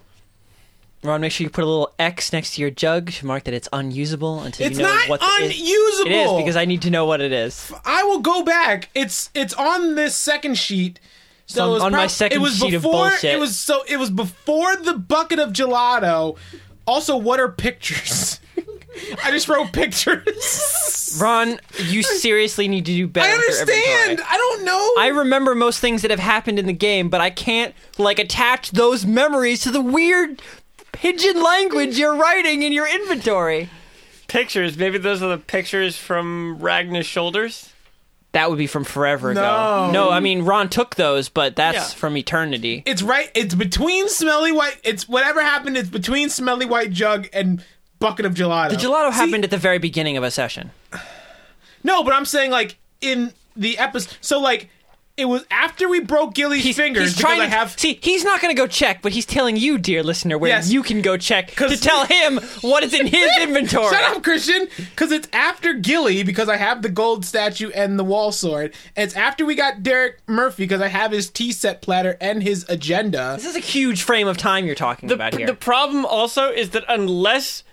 [SPEAKER 1] Ron, make sure you put a little X next to your jug to mark that it's unusable until
[SPEAKER 4] It's
[SPEAKER 1] you know
[SPEAKER 4] not
[SPEAKER 1] what it is.
[SPEAKER 4] unusable.
[SPEAKER 1] It is because I need to know what it is.
[SPEAKER 4] I will go back. It's it's on this second sheet. So
[SPEAKER 1] on-
[SPEAKER 4] it was
[SPEAKER 1] on my
[SPEAKER 4] prob-
[SPEAKER 1] second
[SPEAKER 4] it was
[SPEAKER 1] sheet of
[SPEAKER 4] before,
[SPEAKER 1] bullshit.
[SPEAKER 4] It was so it was before the bucket of gelato. Also, what are pictures? I just wrote pictures.
[SPEAKER 1] Ron, you seriously need to do better.
[SPEAKER 4] I
[SPEAKER 1] with your inventory.
[SPEAKER 4] understand. I don't know.
[SPEAKER 1] I remember most things that have happened in the game, but I can't like attach those memories to the weird pigeon language you're writing in your inventory.
[SPEAKER 3] Pictures. Maybe those are the pictures from Ragna's shoulders.
[SPEAKER 1] That would be from forever ago.
[SPEAKER 4] No.
[SPEAKER 1] No, I mean Ron took those, but that's
[SPEAKER 3] Yeah.
[SPEAKER 1] from eternity.
[SPEAKER 4] it's right. It's between smelly white. It's whatever happened. It's between smelly white jug and bucket of gelato.
[SPEAKER 1] The gelato happened at the very beginning of a session.
[SPEAKER 4] No, but I'm saying like in the episode. So like it was after we broke Gilly's fingers
[SPEAKER 1] he's trying
[SPEAKER 4] because
[SPEAKER 1] to
[SPEAKER 4] I have
[SPEAKER 1] see. He's not going to go check, but he's telling you, dear listener, where
[SPEAKER 4] Yes.
[SPEAKER 1] you can go check to
[SPEAKER 4] 'Cause-
[SPEAKER 1] tell him what is in his inventory.
[SPEAKER 4] Shut up, Christian! Because it's after Gilly, because I have the gold statue and the wall sword. And it's after we got Derek Murphy, because I have his tea set platter and his agenda.
[SPEAKER 1] This is a huge frame of time you're talking
[SPEAKER 3] The,
[SPEAKER 1] about here.
[SPEAKER 3] the problem also is that unless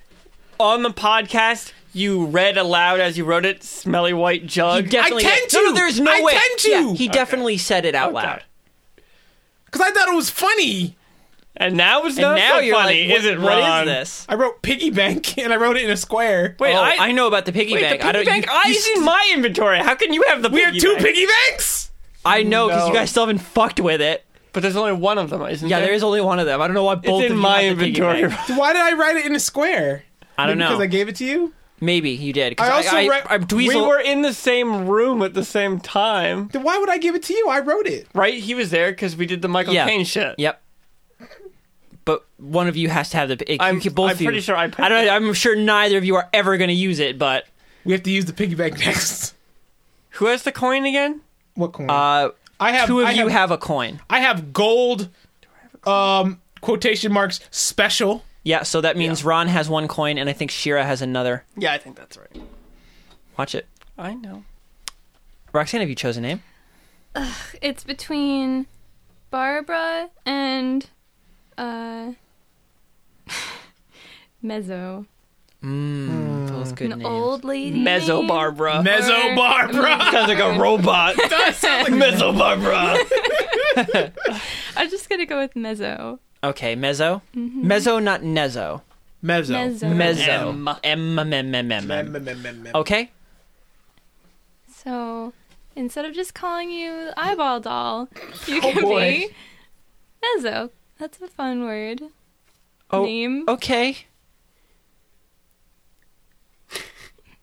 [SPEAKER 3] on the podcast you read aloud as you wrote it, smelly white jug.
[SPEAKER 1] He definitely
[SPEAKER 4] I tend
[SPEAKER 1] did- No, no,
[SPEAKER 4] to!
[SPEAKER 1] there's no
[SPEAKER 4] I
[SPEAKER 1] way.
[SPEAKER 4] tend to!
[SPEAKER 1] Yeah, he
[SPEAKER 4] Okay.
[SPEAKER 1] definitely said it out
[SPEAKER 3] Okay.
[SPEAKER 1] loud.
[SPEAKER 4] Because I thought it was funny.
[SPEAKER 3] And now it's
[SPEAKER 1] And
[SPEAKER 3] not
[SPEAKER 1] now
[SPEAKER 3] so
[SPEAKER 1] you're
[SPEAKER 3] funny,
[SPEAKER 1] like,
[SPEAKER 3] is it,
[SPEAKER 1] what, what
[SPEAKER 3] Ron?
[SPEAKER 1] is this?
[SPEAKER 4] I wrote piggy bank and I wrote it in a square.
[SPEAKER 3] Wait,
[SPEAKER 1] oh,
[SPEAKER 3] I,
[SPEAKER 1] I, know about the piggy
[SPEAKER 3] wait, the
[SPEAKER 1] bank. I don't.
[SPEAKER 3] piggy bank.
[SPEAKER 1] you-
[SPEAKER 3] I
[SPEAKER 1] you
[SPEAKER 3] it's in my inventory. How can you have the?
[SPEAKER 4] we have
[SPEAKER 3] piggy
[SPEAKER 4] two
[SPEAKER 3] bank?
[SPEAKER 4] piggy banks.
[SPEAKER 1] I know because you
[SPEAKER 3] No.
[SPEAKER 1] guys still haven't fucked with it.
[SPEAKER 3] But there's only one of them, isn't
[SPEAKER 1] Yeah,
[SPEAKER 3] there?
[SPEAKER 1] there is only one of them. I don't know why both
[SPEAKER 3] It's
[SPEAKER 1] of
[SPEAKER 3] in
[SPEAKER 1] you
[SPEAKER 3] my
[SPEAKER 1] have the piggy
[SPEAKER 3] inventory.
[SPEAKER 1] bank.
[SPEAKER 4] Why did I write it in a square?
[SPEAKER 1] I don't know.
[SPEAKER 4] Because I gave it to you.
[SPEAKER 1] Maybe you did. 'cause
[SPEAKER 4] I also
[SPEAKER 1] I,
[SPEAKER 4] re-
[SPEAKER 1] I, Dweezil,
[SPEAKER 3] We were in the same room at the same time,
[SPEAKER 4] Then why would I give it to you? I wrote it.
[SPEAKER 3] right? He was there because we did the Michael
[SPEAKER 1] Yeah.
[SPEAKER 3] Caine shit.
[SPEAKER 1] Yep. But one of you has to have the. It,
[SPEAKER 3] I'm-
[SPEAKER 1] you can both
[SPEAKER 3] I'm
[SPEAKER 1] of you-
[SPEAKER 3] pretty sure I put
[SPEAKER 1] I don't.
[SPEAKER 3] it.
[SPEAKER 1] I'm sure neither of you are ever going to use it. But
[SPEAKER 4] We have to use the piggy bank next.
[SPEAKER 3] Who has the coin again?
[SPEAKER 4] What coin?
[SPEAKER 1] uh,
[SPEAKER 4] I have.
[SPEAKER 1] two of
[SPEAKER 4] I
[SPEAKER 1] you
[SPEAKER 4] have,
[SPEAKER 1] have a coin.
[SPEAKER 4] I have gold. Um, quotation marks special.
[SPEAKER 1] Yeah. So that means Ron has one coin, and I think Shira has another.
[SPEAKER 3] Yeah, I think that's right.
[SPEAKER 1] Watch it.
[SPEAKER 3] I know.
[SPEAKER 1] Roxanne, have you chosen a name?
[SPEAKER 5] It's between Barbara and uh Mezzo.
[SPEAKER 1] Both good
[SPEAKER 5] An
[SPEAKER 1] names.
[SPEAKER 5] old lady.
[SPEAKER 3] Mezzo
[SPEAKER 5] name?
[SPEAKER 3] Barbara.
[SPEAKER 4] Mezzo Barbara.
[SPEAKER 3] Sounds like a robot. Mezzo Barbara.
[SPEAKER 5] I'm just gonna go with Mezzo.
[SPEAKER 1] Okay, mezzo.
[SPEAKER 5] Mm-hmm.
[SPEAKER 1] Mezzo, not nezzo.
[SPEAKER 4] Mezzo.
[SPEAKER 5] Mezzo.
[SPEAKER 1] Mezzo.
[SPEAKER 3] M.
[SPEAKER 1] M M M M M. M.
[SPEAKER 4] Okay.
[SPEAKER 1] Okay.
[SPEAKER 5] So instead of just calling you eyeball doll, you
[SPEAKER 3] Oh,
[SPEAKER 5] can
[SPEAKER 3] boy.
[SPEAKER 5] be Mezzo. That's a fun word.
[SPEAKER 1] Oh,
[SPEAKER 5] Name.
[SPEAKER 1] Okay.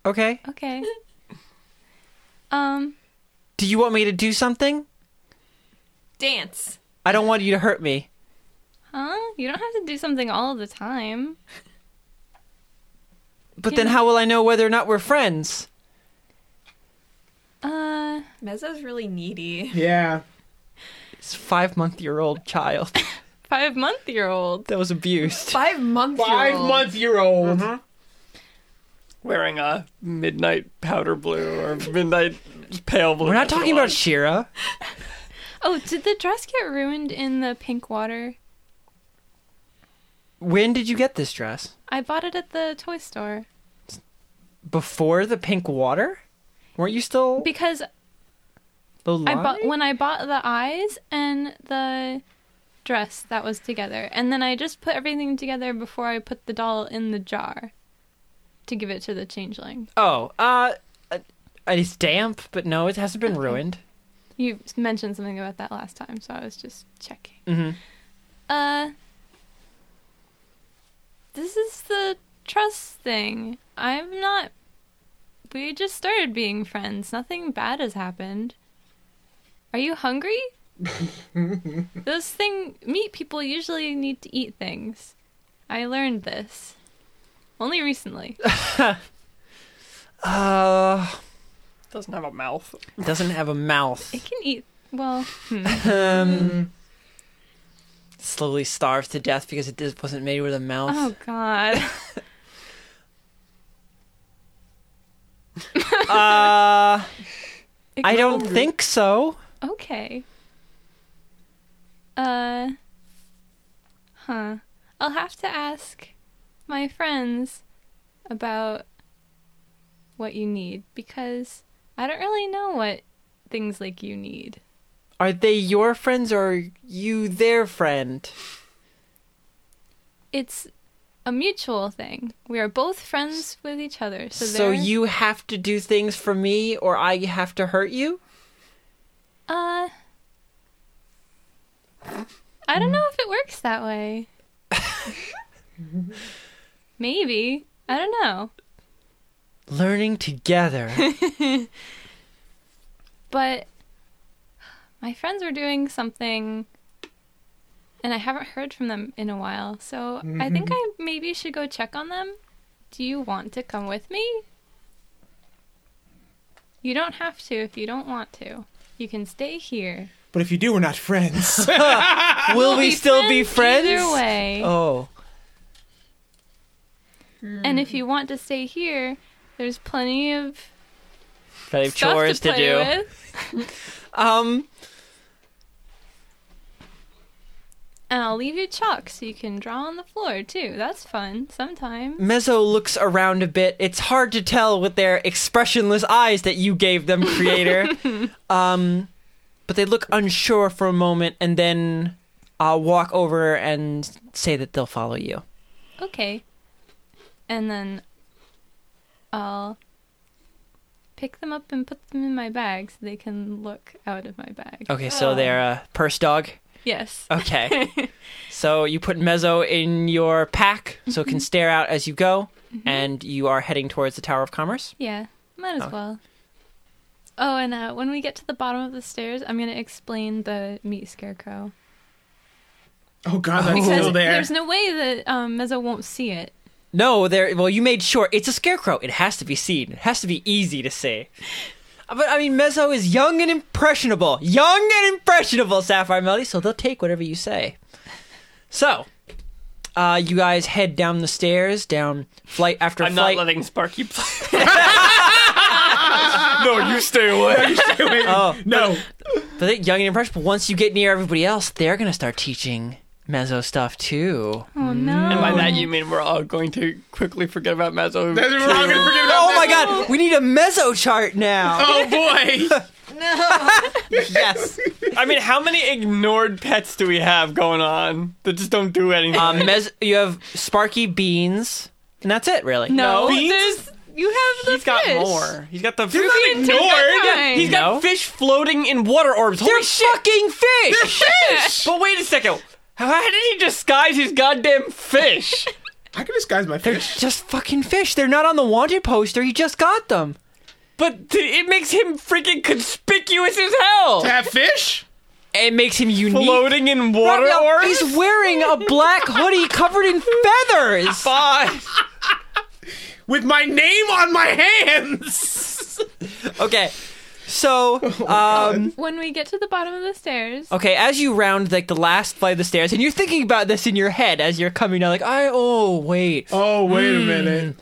[SPEAKER 1] Okay.
[SPEAKER 3] oh.
[SPEAKER 5] Okay. Um
[SPEAKER 1] Do you want me to do something?
[SPEAKER 2] Dance.
[SPEAKER 1] I don't want you to hurt me.
[SPEAKER 5] Huh? You don't have to do something all the time.
[SPEAKER 1] But then how will I know whether or not we're friends?
[SPEAKER 5] Uh,
[SPEAKER 2] Mezzo's really needy.
[SPEAKER 4] Yeah.
[SPEAKER 1] It's a five month year old child
[SPEAKER 5] five month year old.
[SPEAKER 1] that was abused.
[SPEAKER 2] Five months.
[SPEAKER 4] Five month year old.
[SPEAKER 1] Mm-hmm.
[SPEAKER 3] Wearing a midnight powder blue or midnight pale blue.
[SPEAKER 1] We're not talking about
[SPEAKER 3] shit.
[SPEAKER 1] Shira.
[SPEAKER 5] Oh, did the dress get ruined in the pink water?
[SPEAKER 1] When did you get this dress?
[SPEAKER 5] I bought it at the toy store
[SPEAKER 1] Before the pink water? Weren't you still
[SPEAKER 5] because
[SPEAKER 1] the
[SPEAKER 5] I bought when I bought the eyes and the dress that was together, and then I just put everything together before I put the doll in the jar to give it to the changeling.
[SPEAKER 1] Oh, uh, uh, it's damp, but no, it hasn't been ruined.
[SPEAKER 5] You mentioned something about that last time, so I was just checking.
[SPEAKER 1] Mm-hmm.
[SPEAKER 5] Uh, this is the trust thing. I'm not. We just started being friends. Nothing bad has happened. Are you hungry? Those thing meat people usually need to eat things. I learned this only recently.
[SPEAKER 1] Uh,
[SPEAKER 3] Doesn't have a mouth.
[SPEAKER 1] doesn't have a mouth.
[SPEAKER 5] It can eat. Well, hmm.
[SPEAKER 1] Um, slowly starved to death because it just wasn't made with a mouth.
[SPEAKER 5] oh god.
[SPEAKER 1] Uh, I don't think so.
[SPEAKER 5] Okay. Uh. Huh. I'll have to ask my friends about what you need because I don't really know what things like you need.
[SPEAKER 1] Are they your friends or are you their friend?
[SPEAKER 5] It's a mutual thing. We are both friends with each other, so
[SPEAKER 1] So,
[SPEAKER 5] they're-
[SPEAKER 1] you have to do things for me or I have to hurt you?
[SPEAKER 5] uh. I don't know if it works that way. Maybe. I don't know.
[SPEAKER 1] Learning together.
[SPEAKER 5] but my friends were doing something and I haven't heard from them in a while. So I
[SPEAKER 1] Mm-hmm.
[SPEAKER 5] think I maybe should go check on them. Do you want to come with me? You don't have to if you don't want to. You can stay here.
[SPEAKER 4] But if you do, we're not friends.
[SPEAKER 1] Will we still be friends?
[SPEAKER 5] Either way.
[SPEAKER 1] Oh,
[SPEAKER 5] And if you want to stay here, there's plenty of
[SPEAKER 1] plenty of
[SPEAKER 5] stuff
[SPEAKER 1] chores
[SPEAKER 5] to,
[SPEAKER 1] to,
[SPEAKER 5] play
[SPEAKER 1] do.
[SPEAKER 5] With.
[SPEAKER 1] Um,
[SPEAKER 5] And I'll leave you chalk so you can draw on the floor too. That's fun sometimes.
[SPEAKER 1] Mezzo looks around a bit. It's hard to tell with their expressionless eyes that you gave them, creator. um, but they look unsure for a moment and then uh, walk over and say that they'll follow you.
[SPEAKER 5] okay. And then I'll pick them up and put them in my bag so they can look out of my bag.
[SPEAKER 1] Okay, so they're a purse dog.
[SPEAKER 5] Yes.
[SPEAKER 1] Okay. so you put Mezzo in your pack so it can stare out as you go, and you are heading towards the Tower of Commerce.
[SPEAKER 5] Yeah, might as
[SPEAKER 1] Oh.
[SPEAKER 5] well. Oh, and uh, when we get to the bottom of the stairs, I'm gonna explain the meat scarecrow
[SPEAKER 4] Oh god, that's
[SPEAKER 5] because
[SPEAKER 4] still there.
[SPEAKER 5] there's no way that um, Mezzo won't see it.
[SPEAKER 1] No, there. Well, you made sure it's a scarecrow. It has to be seen. It has to be easy to see. Uh, But I mean, Mezzo is young and impressionable. Young and impressionable, Sapphire Melody. So they'll take whatever you say. So, uh, you guys head down the stairs, down flight after
[SPEAKER 3] I'm not
[SPEAKER 1] flight.
[SPEAKER 3] letting Sparky play. no, you stay away.
[SPEAKER 4] Wait,
[SPEAKER 1] Oh.
[SPEAKER 4] no.
[SPEAKER 1] but they- young and impressionable. Once you get near everybody else, they're gonna start teaching Mezzo stuff too.
[SPEAKER 5] Oh no!
[SPEAKER 3] And by that you mean we're all going to quickly forget about Mezzo.
[SPEAKER 4] That's we're all gonna forget about
[SPEAKER 1] Oh my God! We need a Mezzo chart now.
[SPEAKER 4] Oh boy.
[SPEAKER 1] yes.
[SPEAKER 3] I mean, how many ignored pets do we have going on that just don't do anything?
[SPEAKER 1] Um, Mez- you have Sparky Beans, and that's it, really.
[SPEAKER 5] no,
[SPEAKER 3] Beans?
[SPEAKER 5] there's you have the
[SPEAKER 3] He's got
[SPEAKER 5] fish.
[SPEAKER 3] more. He's got the
[SPEAKER 4] They're not
[SPEAKER 3] freaking
[SPEAKER 4] ignored.
[SPEAKER 5] Yeah,
[SPEAKER 3] He's
[SPEAKER 1] No.
[SPEAKER 3] got fish floating in water orbs. Holy
[SPEAKER 1] They're
[SPEAKER 3] shit!
[SPEAKER 1] fucking fish.
[SPEAKER 3] But wait a second. How did he disguise his goddamn fish?
[SPEAKER 4] I can disguise my
[SPEAKER 1] They're
[SPEAKER 4] fish.
[SPEAKER 1] just fucking fish. They're not on the wanted poster. You just got them.
[SPEAKER 3] but th- it makes him freaking conspicuous as hell.
[SPEAKER 4] Have fish?
[SPEAKER 1] It makes him unique.
[SPEAKER 3] Floating in water
[SPEAKER 1] Raphael,
[SPEAKER 3] orbs.
[SPEAKER 1] He's wearing a black hoodie covered in feathers.
[SPEAKER 3] Bye.
[SPEAKER 4] With my name on my hands.
[SPEAKER 1] Okay, so um,
[SPEAKER 5] When we get to the bottom of the stairs,
[SPEAKER 1] okay, as you round like the last flight of the stairs, and you're thinking about this in your head as you're coming down, like I oh wait.
[SPEAKER 4] Oh wait a minute.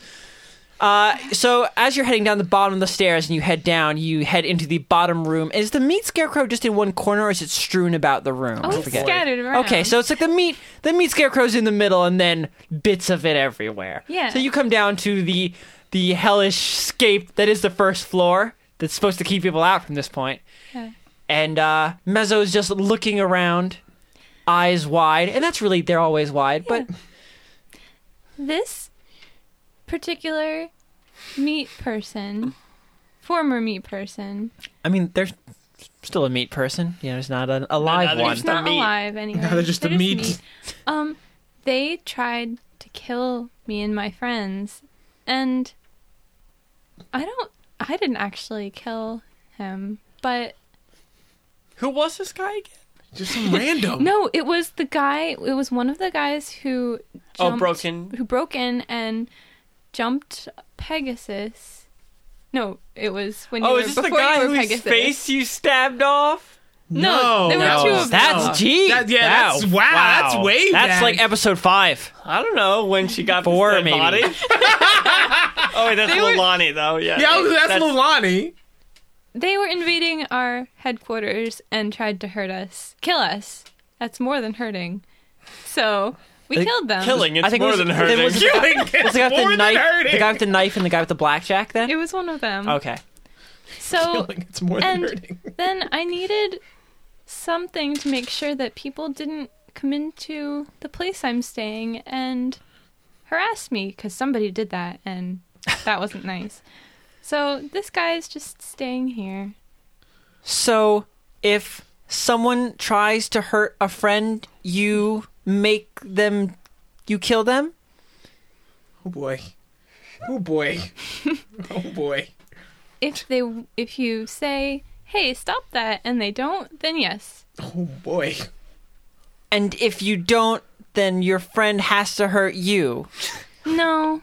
[SPEAKER 1] Uh, so as you're heading down the bottom of the stairs and you head down, you head into the bottom room. Is the meat scarecrow just in one corner, or is it strewn about the room?
[SPEAKER 5] oh,
[SPEAKER 1] I
[SPEAKER 5] it's
[SPEAKER 1] forget.
[SPEAKER 5] scattered around.
[SPEAKER 1] Okay, so it's like the meat the meat scarecrow's in the middle and then bits of it everywhere.
[SPEAKER 5] Yeah.
[SPEAKER 1] So you come down to the the hellish scape that is the first floor that's supposed to keep people out from this point.
[SPEAKER 5] Yeah.
[SPEAKER 1] And uh Mezzo's just looking around, eyes wide, and that's really they're always wide, but
[SPEAKER 5] this particular meat person, former meat person,
[SPEAKER 1] I mean there's still a meat person. You know, there's not an, a live
[SPEAKER 3] no,
[SPEAKER 1] one.
[SPEAKER 3] there's
[SPEAKER 5] It's not
[SPEAKER 3] the meat.
[SPEAKER 5] alive anyway.
[SPEAKER 4] No, they're just the meat.
[SPEAKER 5] Um, they tried to kill me and my friends, and I don't. I didn't actually kill him, but
[SPEAKER 3] Who was this guy again?
[SPEAKER 4] Just some random.
[SPEAKER 5] no, it was the guy. It was one of the guys who
[SPEAKER 3] Oh,
[SPEAKER 5] jumped-
[SPEAKER 3] broken.
[SPEAKER 5] who broke in and jumped Pegasus. No, it was when you
[SPEAKER 3] Oh,
[SPEAKER 5] were
[SPEAKER 3] is this the
[SPEAKER 5] before you
[SPEAKER 3] guy
[SPEAKER 5] were
[SPEAKER 3] whose
[SPEAKER 5] Pegasus.
[SPEAKER 3] face you stabbed off?
[SPEAKER 5] No, there were
[SPEAKER 4] No.
[SPEAKER 5] two of them.
[SPEAKER 1] That's G.
[SPEAKER 4] That- yeah, that's- wow, that's way
[SPEAKER 1] That's
[SPEAKER 4] back.
[SPEAKER 1] like episode five.
[SPEAKER 3] I don't know when she got
[SPEAKER 1] Four,
[SPEAKER 3] this dead
[SPEAKER 1] maybe.
[SPEAKER 3] body. oh, wait, that's Lilani, though. Yeah,
[SPEAKER 4] Yeah, that's,
[SPEAKER 3] that's
[SPEAKER 4] Lilani.
[SPEAKER 5] They were invading our headquarters and tried to hurt us, kill us. That's more than hurting. So we
[SPEAKER 1] They-
[SPEAKER 5] killed them.
[SPEAKER 3] killing. It's
[SPEAKER 1] I think it
[SPEAKER 3] more
[SPEAKER 1] was-
[SPEAKER 3] than
[SPEAKER 1] it
[SPEAKER 3] hurting.
[SPEAKER 1] was-
[SPEAKER 4] You think
[SPEAKER 1] Was
[SPEAKER 4] it's
[SPEAKER 1] the guy with
[SPEAKER 4] more
[SPEAKER 1] the
[SPEAKER 4] than
[SPEAKER 1] knife?
[SPEAKER 4] hurting?
[SPEAKER 1] The guy with the knife and the guy with the blackjack. Then
[SPEAKER 5] It was one of them.
[SPEAKER 1] okay.
[SPEAKER 5] So
[SPEAKER 4] Killing, it's more than hurting.
[SPEAKER 5] and then I needed something to make sure that people didn't come into the place I'm staying and harass me because somebody did that and that wasn't nice. So this guy's just staying here.
[SPEAKER 1] So if someone tries to hurt a friend, you make them, you kill them.
[SPEAKER 4] Oh boy. Oh boy. Oh boy.
[SPEAKER 5] if they if you say hey stop that and they don't then yes
[SPEAKER 4] Oh boy.
[SPEAKER 1] And if you don't, then your friend has to hurt you.
[SPEAKER 5] no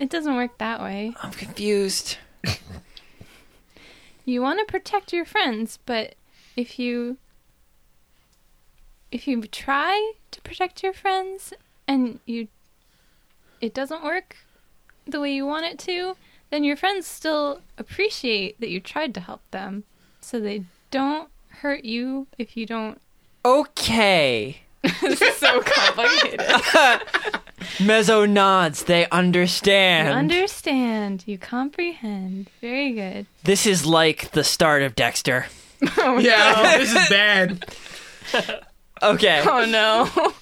[SPEAKER 5] it doesn't work that way
[SPEAKER 1] I'm confused.
[SPEAKER 5] you want to protect your friends but if you if you try to protect your friends and you it doesn't work the way you want it to then your friends still appreciate that you tried to help them so they don't hurt you if you don't
[SPEAKER 1] Okay.
[SPEAKER 5] this is so complicated
[SPEAKER 1] Mezzo nods. They understand.
[SPEAKER 5] You understand. You comprehend. Very good.
[SPEAKER 1] this is like the start of Dexter.
[SPEAKER 5] Oh,
[SPEAKER 4] yeah, this is bad.
[SPEAKER 3] Oh,
[SPEAKER 1] Okay.
[SPEAKER 5] Oh no.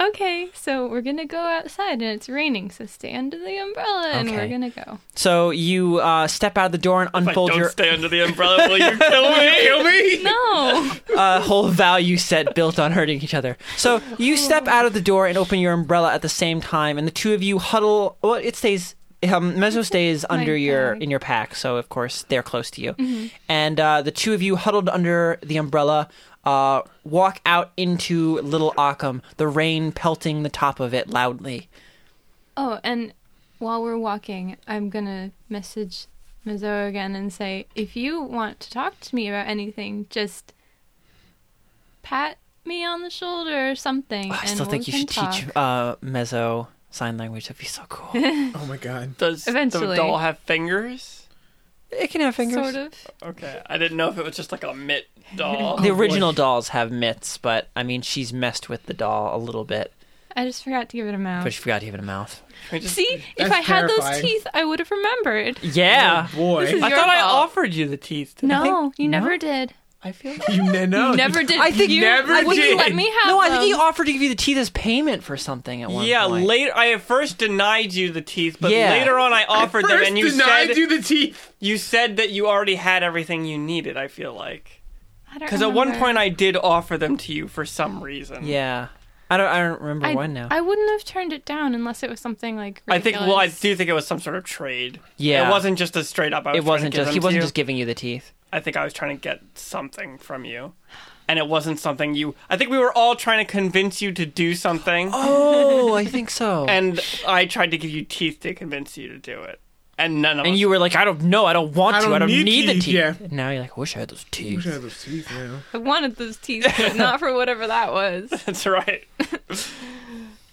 [SPEAKER 5] okay, so we're gonna go outside and it's raining, so stay under the umbrella and we're
[SPEAKER 1] Okay.
[SPEAKER 5] gonna go.
[SPEAKER 1] So you uh, step out the door and
[SPEAKER 3] If I
[SPEAKER 1] unfold
[SPEAKER 3] don't
[SPEAKER 1] your
[SPEAKER 3] stay under the umbrella, will you kill me? kill me?
[SPEAKER 5] No!
[SPEAKER 1] uh, whole value set built on hurting each other. So you step out of the door and open your umbrella at the same time, and the two of you huddle. Well, it stays. Um, Mezzo stays under your
[SPEAKER 5] bag.
[SPEAKER 1] in your pack, so of course they're close to you,
[SPEAKER 5] Mm-hmm.
[SPEAKER 1] and uh, the two of you huddled under the umbrella. Uh, walk out into Little Occam, the rain pelting the top of it loudly.
[SPEAKER 5] Oh, and while we're walking, I'm gonna message Mizo again and say, if you want to talk to me about anything, just pat me on the shoulder or something.
[SPEAKER 1] Oh, I
[SPEAKER 5] and
[SPEAKER 1] still think
[SPEAKER 5] we
[SPEAKER 1] you should
[SPEAKER 5] can
[SPEAKER 1] teach
[SPEAKER 5] talk.
[SPEAKER 1] uh, Mezzo sign language. That'd be so cool.
[SPEAKER 4] Oh my god.
[SPEAKER 3] Does the
[SPEAKER 5] Eventually.
[SPEAKER 3] doll have fingers?
[SPEAKER 1] it can have fingers.
[SPEAKER 5] Sort of.
[SPEAKER 3] Okay, I didn't know if it was just like a mitt
[SPEAKER 5] Oh,
[SPEAKER 3] doll.
[SPEAKER 1] The original dolls have mitts, but I mean, she's messed with the doll a little bit,
[SPEAKER 5] I just forgot to give it a mouth.
[SPEAKER 1] but she forgot to give it a mouth.
[SPEAKER 3] Can we just-
[SPEAKER 5] See, if
[SPEAKER 4] That's
[SPEAKER 5] I had those
[SPEAKER 4] terrifying.
[SPEAKER 5] teeth, I would have remembered.
[SPEAKER 1] Yeah.
[SPEAKER 5] This
[SPEAKER 4] Boy.
[SPEAKER 5] is-
[SPEAKER 3] I
[SPEAKER 5] your
[SPEAKER 3] thought I
[SPEAKER 5] fault.
[SPEAKER 3] offered you the teeth. didn't I?
[SPEAKER 5] No, you never did.
[SPEAKER 3] I feel
[SPEAKER 4] You ne- no.
[SPEAKER 5] You never did.
[SPEAKER 1] I think
[SPEAKER 5] you
[SPEAKER 1] Never
[SPEAKER 5] I wouldn't
[SPEAKER 1] did.
[SPEAKER 5] let me have
[SPEAKER 1] No, I think he
[SPEAKER 5] them.
[SPEAKER 1] offered to give you the teeth as payment for something at one
[SPEAKER 3] Yeah,
[SPEAKER 1] point.
[SPEAKER 3] later I at first denied you the teeth, but
[SPEAKER 1] Yeah.
[SPEAKER 3] later on I offered them,
[SPEAKER 4] First
[SPEAKER 3] and you
[SPEAKER 4] denied
[SPEAKER 3] said
[SPEAKER 4] you the teeth.
[SPEAKER 3] you said that you already had everything you needed. I feel like
[SPEAKER 5] I don't
[SPEAKER 3] because at one
[SPEAKER 5] remember.
[SPEAKER 3] point I did offer them to you for some reason.
[SPEAKER 1] Yeah. I don't. I don't remember
[SPEAKER 5] I,
[SPEAKER 1] when now.
[SPEAKER 5] I wouldn't have turned it down unless it was something like.
[SPEAKER 3] I think. Well, I
[SPEAKER 5] ridiculous.
[SPEAKER 3] do think it was some sort of trade.
[SPEAKER 1] Yeah.
[SPEAKER 3] it wasn't just a straight up. I was
[SPEAKER 1] it wasn't
[SPEAKER 3] trying to give
[SPEAKER 1] just. He
[SPEAKER 3] them to
[SPEAKER 1] wasn't
[SPEAKER 3] you.
[SPEAKER 1] just giving you the teeth.
[SPEAKER 3] I think I was trying to get something from you, and it wasn't something you. I think we were all trying to convince you to do something,
[SPEAKER 1] Oh, I think so. and,
[SPEAKER 3] and I tried to give you teeth to convince you to do it, and none of us.
[SPEAKER 1] you were like, I don't know. I don't want
[SPEAKER 4] I
[SPEAKER 1] to. I
[SPEAKER 4] don't
[SPEAKER 1] don't need,
[SPEAKER 4] need
[SPEAKER 1] the
[SPEAKER 4] teeth,
[SPEAKER 1] teeth.
[SPEAKER 4] yeah.
[SPEAKER 1] And now you're like, I wish I had those teeth.
[SPEAKER 4] those teeth now.
[SPEAKER 5] I wanted those teeth, but not for whatever that was.
[SPEAKER 3] That's right. Uh,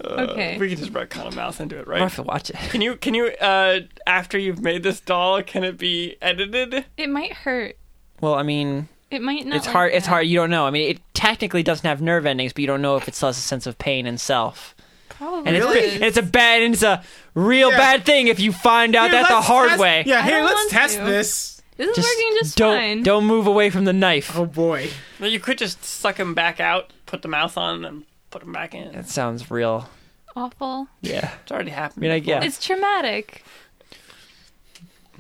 [SPEAKER 5] Okay.
[SPEAKER 3] We can just write kind of mouth into it,
[SPEAKER 1] I
[SPEAKER 3] right?
[SPEAKER 1] don't have to watch it.
[SPEAKER 3] Can you can you uh after you've made this doll, can it be edited?
[SPEAKER 5] It might hurt.
[SPEAKER 1] Well, I mean,
[SPEAKER 5] It might not.
[SPEAKER 1] it's hard.
[SPEAKER 5] like
[SPEAKER 1] It's
[SPEAKER 5] that.
[SPEAKER 1] hard. You don't know. I mean, it technically doesn't have nerve endings, but you don't know if it still has a sense of pain and self.
[SPEAKER 5] Probably.
[SPEAKER 1] And it's, and it's a bad, and it's a real
[SPEAKER 4] Yeah.
[SPEAKER 1] bad thing if you find out
[SPEAKER 4] Here,
[SPEAKER 1] that the
[SPEAKER 4] let's
[SPEAKER 1] hard
[SPEAKER 4] test-
[SPEAKER 1] way.
[SPEAKER 4] Yeah,
[SPEAKER 5] I
[SPEAKER 4] here,
[SPEAKER 5] don't
[SPEAKER 4] let's
[SPEAKER 5] want
[SPEAKER 4] test
[SPEAKER 5] to.
[SPEAKER 4] this.
[SPEAKER 5] this is working just
[SPEAKER 1] don't
[SPEAKER 5] fine.
[SPEAKER 1] don't move away from the knife.
[SPEAKER 4] Oh boy.
[SPEAKER 3] No, you could just suck him back out, put the mouth on, and put him back in.
[SPEAKER 1] That sounds real.
[SPEAKER 5] Awful.
[SPEAKER 1] Yeah.
[SPEAKER 3] It's already happened.
[SPEAKER 1] mean, I
[SPEAKER 3] before.
[SPEAKER 1] guess.
[SPEAKER 5] It's traumatic.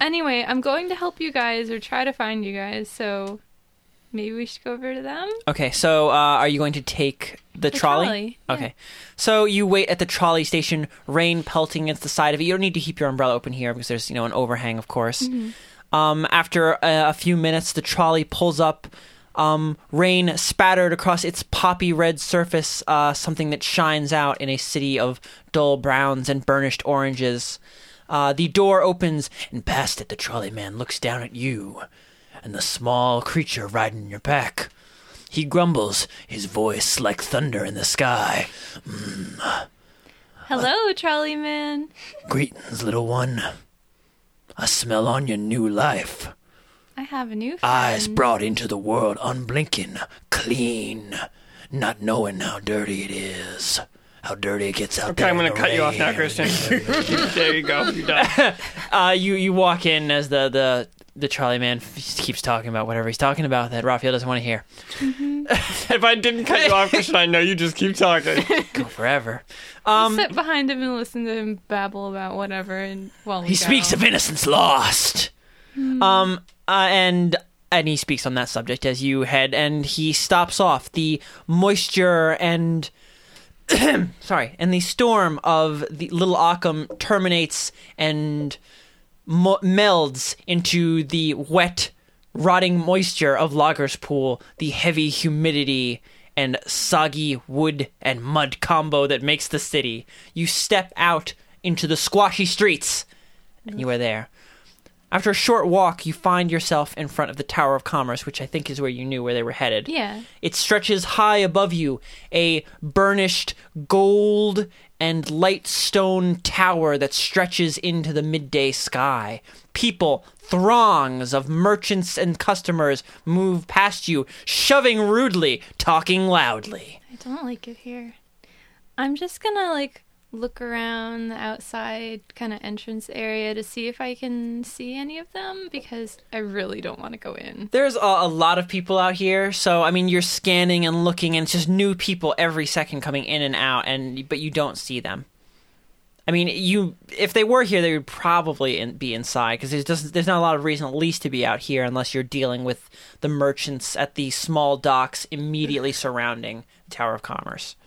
[SPEAKER 5] Anyway, I'm going to help you guys or try to find you guys. So maybe we should go over to them.
[SPEAKER 1] Okay, so uh, are you going to take the, trolley?
[SPEAKER 5] trolley, yeah.
[SPEAKER 1] Okay. So you wait at the trolley station, rain pelting against the side of it. You don't need to keep your umbrella open here because there's, you know, an overhang, of course.
[SPEAKER 5] Mm-hmm.
[SPEAKER 1] Um, after a, a few minutes, the trolley pulls up. Um, rain spattered across its poppy red surface, uh, something that shines out in a city of dull browns and burnished oranges. Uh, the door opens, and past it, the trolley man looks down at you and the small creature riding your back. He grumbles, his voice like thunder in the sky.
[SPEAKER 5] Hello, trolley man.
[SPEAKER 1] Greetings, little one. I smell on your new life.
[SPEAKER 5] I have a new friend.
[SPEAKER 1] Eyes brought into the world unblinking, clean, not knowing how dirty it is. How dirty it gets out
[SPEAKER 3] Okay,
[SPEAKER 1] there.
[SPEAKER 3] I'm
[SPEAKER 1] in
[SPEAKER 3] gonna
[SPEAKER 1] the
[SPEAKER 3] cut you off now,
[SPEAKER 1] rain.
[SPEAKER 3] Christian. there you go. You're done.
[SPEAKER 1] Uh, you you walk in as the the the Charlie man f- keeps talking about whatever he's talking about that Raphael doesn't want to hear.
[SPEAKER 3] if I didn't cut you off, Christian, I know you just keep talking.
[SPEAKER 1] Go forever.
[SPEAKER 5] I'll sit behind him and listen to him babble about whatever. And while we
[SPEAKER 1] He
[SPEAKER 5] go.
[SPEAKER 1] speaks of innocence lost. Um, uh, and and he speaks on that subject as you head, and he stops off the moisture and sorry, and the storm of the Little Occam terminates and mo- melds into the wet, rotting moisture of Lager's Pool, the heavy humidity and soggy wood and mud combo that makes the city. You step out into the squashy streets, and you are there. After a short walk, you find yourself in front of the Tower of Commerce, which I think is where you knew where they were headed.
[SPEAKER 5] Yeah.
[SPEAKER 1] It stretches high above you, a burnished gold and light stone tower that stretches into the midday sky. People, throngs of merchants and customers move past you, shoving rudely, talking loudly.
[SPEAKER 5] I don't like it here. I'm just gonna like look around the outside kind of entrance area to see if I can see any of them because I really don't want to go in.
[SPEAKER 1] There's a, a lot of people out here, so I mean, you're scanning and looking, and it's just new people every second coming in and out, and but you don't see them. I mean, you if they were here, they would probably in, be inside because there's just there's not a lot of reason at least to be out here unless you're dealing with the merchants at the small docks immediately surrounding the Tower of Commerce.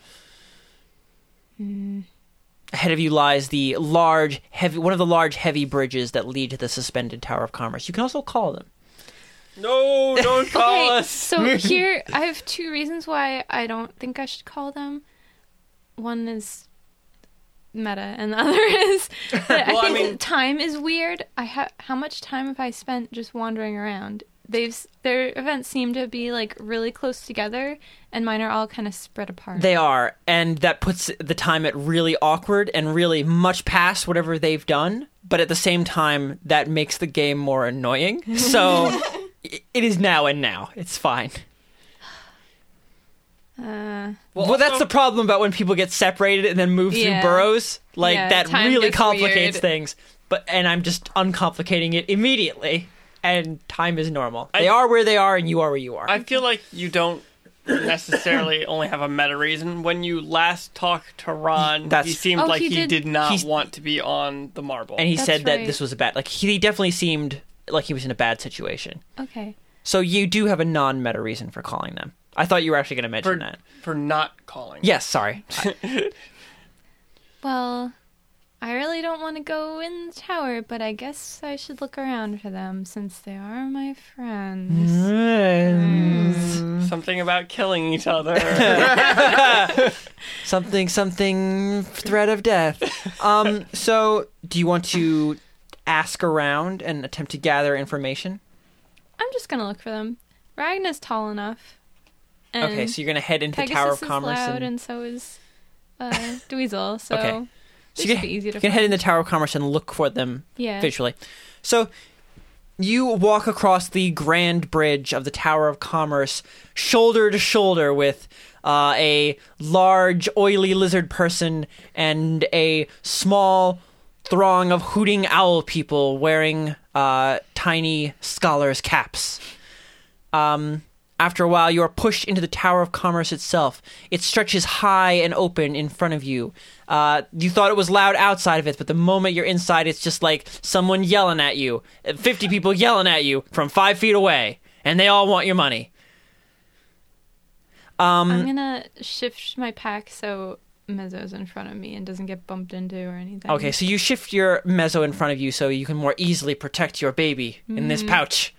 [SPEAKER 1] Ahead of you lies the large, heavy one of the large, heavy bridges that lead to the suspended Tower of Commerce. You can also call them.
[SPEAKER 3] No, don't call
[SPEAKER 5] Okay,
[SPEAKER 3] us.
[SPEAKER 5] so here I have two reasons why I don't think I should call them. One is meta, and the other is that
[SPEAKER 3] Well, I
[SPEAKER 5] I think
[SPEAKER 3] mean-
[SPEAKER 5] time is weird. I ha- how much time have I spent just wandering around? They've s- their events seem to be like really close together, and mine are all kind of spread apart.
[SPEAKER 1] They are, and that puts the time at really awkward and really much past whatever they've done. But at the same time, that makes the game more annoying. So i- it is now and now. It's fine.
[SPEAKER 5] uh,
[SPEAKER 1] Well, that's the problem about when people get separated and then move
[SPEAKER 5] Yeah.
[SPEAKER 1] through boroughs. Like
[SPEAKER 5] Yeah,
[SPEAKER 1] that
[SPEAKER 5] time
[SPEAKER 1] really
[SPEAKER 5] gets
[SPEAKER 1] complicates
[SPEAKER 5] weird.
[SPEAKER 1] things. But and I'm just uncomplicating it immediately. And time is normal. they are where they are, and you are where you are.
[SPEAKER 3] I feel like you don't necessarily only have a meta reason. When you last talked to Ron,
[SPEAKER 1] That's-
[SPEAKER 3] he seemed
[SPEAKER 5] Oh,
[SPEAKER 3] like
[SPEAKER 5] he
[SPEAKER 3] he did,
[SPEAKER 5] did-
[SPEAKER 3] not
[SPEAKER 1] he's-
[SPEAKER 3] want to be on the marble.
[SPEAKER 1] and he
[SPEAKER 5] That's
[SPEAKER 1] said that
[SPEAKER 5] right.
[SPEAKER 1] this was a bad. Like he definitely seemed like he was in a bad situation.
[SPEAKER 5] okay.
[SPEAKER 1] So you do have a non-meta reason for calling them. I thought you were actually going to mention
[SPEAKER 3] for,
[SPEAKER 1] that.
[SPEAKER 3] for not calling.
[SPEAKER 1] Yes, sorry.
[SPEAKER 5] Well, I really don't want to go in the tower, but I guess I should look around for them since they are my friends.
[SPEAKER 3] Something about killing each other.
[SPEAKER 1] something, something, threat of death. Um, so, do you want to ask around and attempt to gather information?
[SPEAKER 5] I'm just gonna look for them. Ragna's tall enough. And
[SPEAKER 1] okay, so you're going to head into
[SPEAKER 5] Pegasus
[SPEAKER 1] the Tower of
[SPEAKER 5] is
[SPEAKER 1] Commerce.
[SPEAKER 5] loud, and...
[SPEAKER 1] and,
[SPEAKER 5] so is uh, Dweezil. So
[SPEAKER 1] Okay.
[SPEAKER 5] they
[SPEAKER 1] so
[SPEAKER 5] should
[SPEAKER 1] you can,
[SPEAKER 5] be easy to
[SPEAKER 1] you can
[SPEAKER 5] find.
[SPEAKER 1] head in the Tower of Commerce and look for them
[SPEAKER 5] yeah.
[SPEAKER 1] visually. So you walk across the grand bridge of the Tower of Commerce, shoulder to shoulder with uh, a large, oily lizard person and a small throng of hooting owl people wearing uh, tiny scholars' caps. Um, after a while, you are pushed into the Tower of Commerce itself. It stretches high and open in front of you. Uh, you thought it was loud outside of it, but the moment you're inside, it's just like someone yelling at you. Uh, 50 people yelling at you from five feet away, and they all want your money. um,
[SPEAKER 5] I'm gonna shift my pack so Mezzo's in front of me and doesn't get bumped into or anything.
[SPEAKER 1] Okay, so you shift your mezzo in front of you so you can more easily protect your baby in this pouch,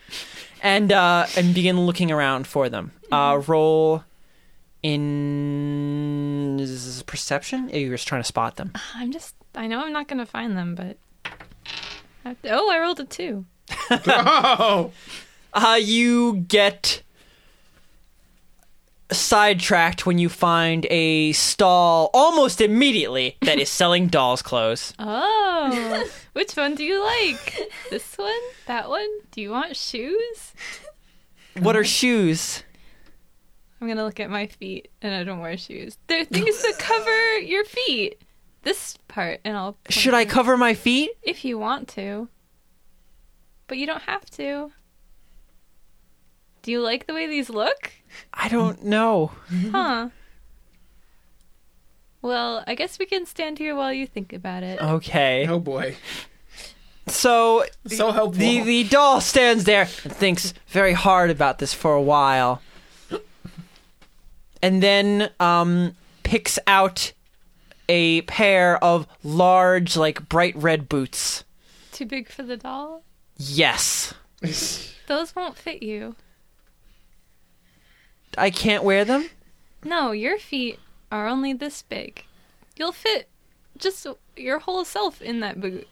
[SPEAKER 1] and uh, and begin looking around for them. Uh, roll in is this perception. Or You're just trying to spot them.
[SPEAKER 5] I'm just. I know I'm not gonna find them, but. I have to- oh, I rolled a two.
[SPEAKER 4] Oh,
[SPEAKER 1] Uh, you get sidetracked when you find a stall almost immediately that is selling dolls' clothes.
[SPEAKER 5] Oh, which one do you like? This one? That one? Do you want shoes?
[SPEAKER 1] What are shoes?
[SPEAKER 5] I'm gonna look at my feet, and I don't wear shoes. There are things that cover your feet. This part, and I'll. point
[SPEAKER 1] Should I
[SPEAKER 5] it
[SPEAKER 1] cover my feet?
[SPEAKER 5] if you want to, but you don't have to. Do you like the way these look?
[SPEAKER 1] I don't know.
[SPEAKER 5] Huh. Well, I guess we can stand here while you think about it.
[SPEAKER 1] Uh. Okay.
[SPEAKER 4] oh boy,
[SPEAKER 1] So
[SPEAKER 4] so helpful.
[SPEAKER 1] the the doll stands there and thinks very hard about this for a while, and then um, picks out a pair of large, like bright red boots.
[SPEAKER 5] Too big for the doll?
[SPEAKER 1] Yes,
[SPEAKER 5] Those won't fit you.
[SPEAKER 1] I can't wear them.
[SPEAKER 5] No, your feet are only this big. You'll fit just your whole self in that boot.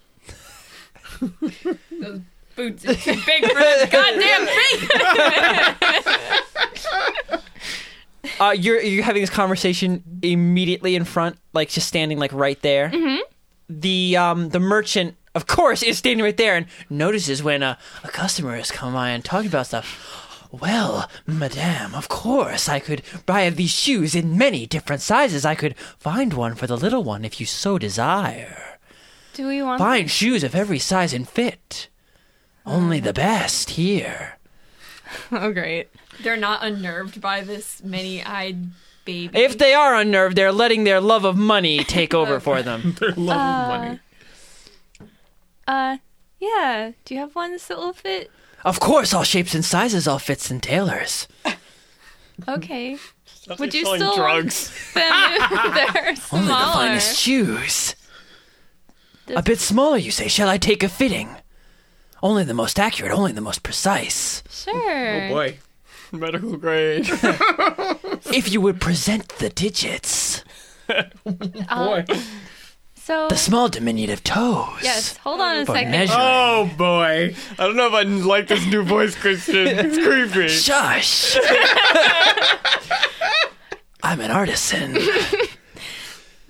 [SPEAKER 2] Boots are too big for his goddamn feet.
[SPEAKER 1] Uh, you're you're having this conversation immediately in front, like just standing like right there. Mm-hmm. The um the merchant, of course, is standing right there and notices when a, a customer is coming by and talking about stuff. Well, madame, of course, I could buy these shoes in many different sizes. I could find one for the little one if you so desire.
[SPEAKER 5] Do we want
[SPEAKER 1] Fine shoes of every size and fit. Only the best here.
[SPEAKER 5] Oh great.
[SPEAKER 2] They're not unnerved by this many eyed baby.
[SPEAKER 1] If they are unnerved, they're letting their love of money take over for them.
[SPEAKER 4] Their love of money.
[SPEAKER 5] Uh yeah. Do you have ones that will fit?
[SPEAKER 1] Of course, all shapes and sizes, all fits and tailors.
[SPEAKER 5] Okay.
[SPEAKER 3] Sounds
[SPEAKER 5] Would
[SPEAKER 3] like
[SPEAKER 5] you
[SPEAKER 3] selling
[SPEAKER 5] still-
[SPEAKER 3] drugs?
[SPEAKER 5] Then if they're
[SPEAKER 1] Only the
[SPEAKER 5] smaller.
[SPEAKER 1] finest shoes. A
[SPEAKER 5] That's-
[SPEAKER 1] bit smaller, you say. Shall I take a fitting? Only the most accurate, only the most precise.
[SPEAKER 5] Sure.
[SPEAKER 4] Oh boy.
[SPEAKER 3] Medical grade.
[SPEAKER 1] If you would present the digits,
[SPEAKER 5] Uh,
[SPEAKER 4] Boy.
[SPEAKER 5] so
[SPEAKER 1] the small diminutive toes.
[SPEAKER 5] yes, hold on a
[SPEAKER 1] For
[SPEAKER 5] second.
[SPEAKER 1] measuring.
[SPEAKER 4] Oh boy.
[SPEAKER 3] I don't know if I like this new voice, Christian. It's creepy.
[SPEAKER 1] Shush! I'm an artisan.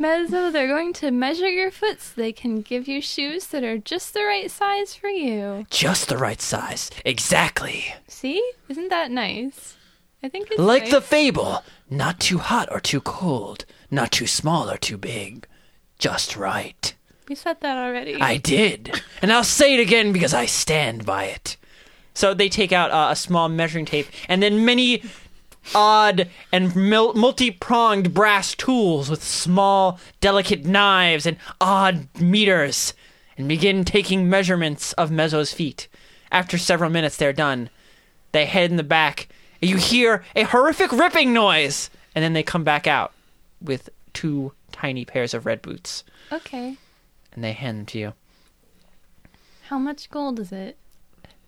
[SPEAKER 5] Mezzo, they're going to measure your foot so they can give you shoes that are just the right size for you.
[SPEAKER 1] Just the right size. Exactly.
[SPEAKER 5] See? Isn't that nice? I think it's
[SPEAKER 1] Like
[SPEAKER 5] nice.
[SPEAKER 1] the fable not too hot or too cold, not too small or too big. Just right.
[SPEAKER 5] You said that already.
[SPEAKER 1] I did. And I'll say it again because I stand by it. So they take out uh, a small measuring tape and then many odd and mil- multi-pronged brass tools with small delicate knives and odd meters and begin taking measurements of Mezzo's feet. After several minutes they're done. They head in the back. You hear a horrific ripping noise and then they come back out with two tiny pairs of red boots
[SPEAKER 5] Okay.
[SPEAKER 1] and they hand them to you.
[SPEAKER 5] How much gold is it?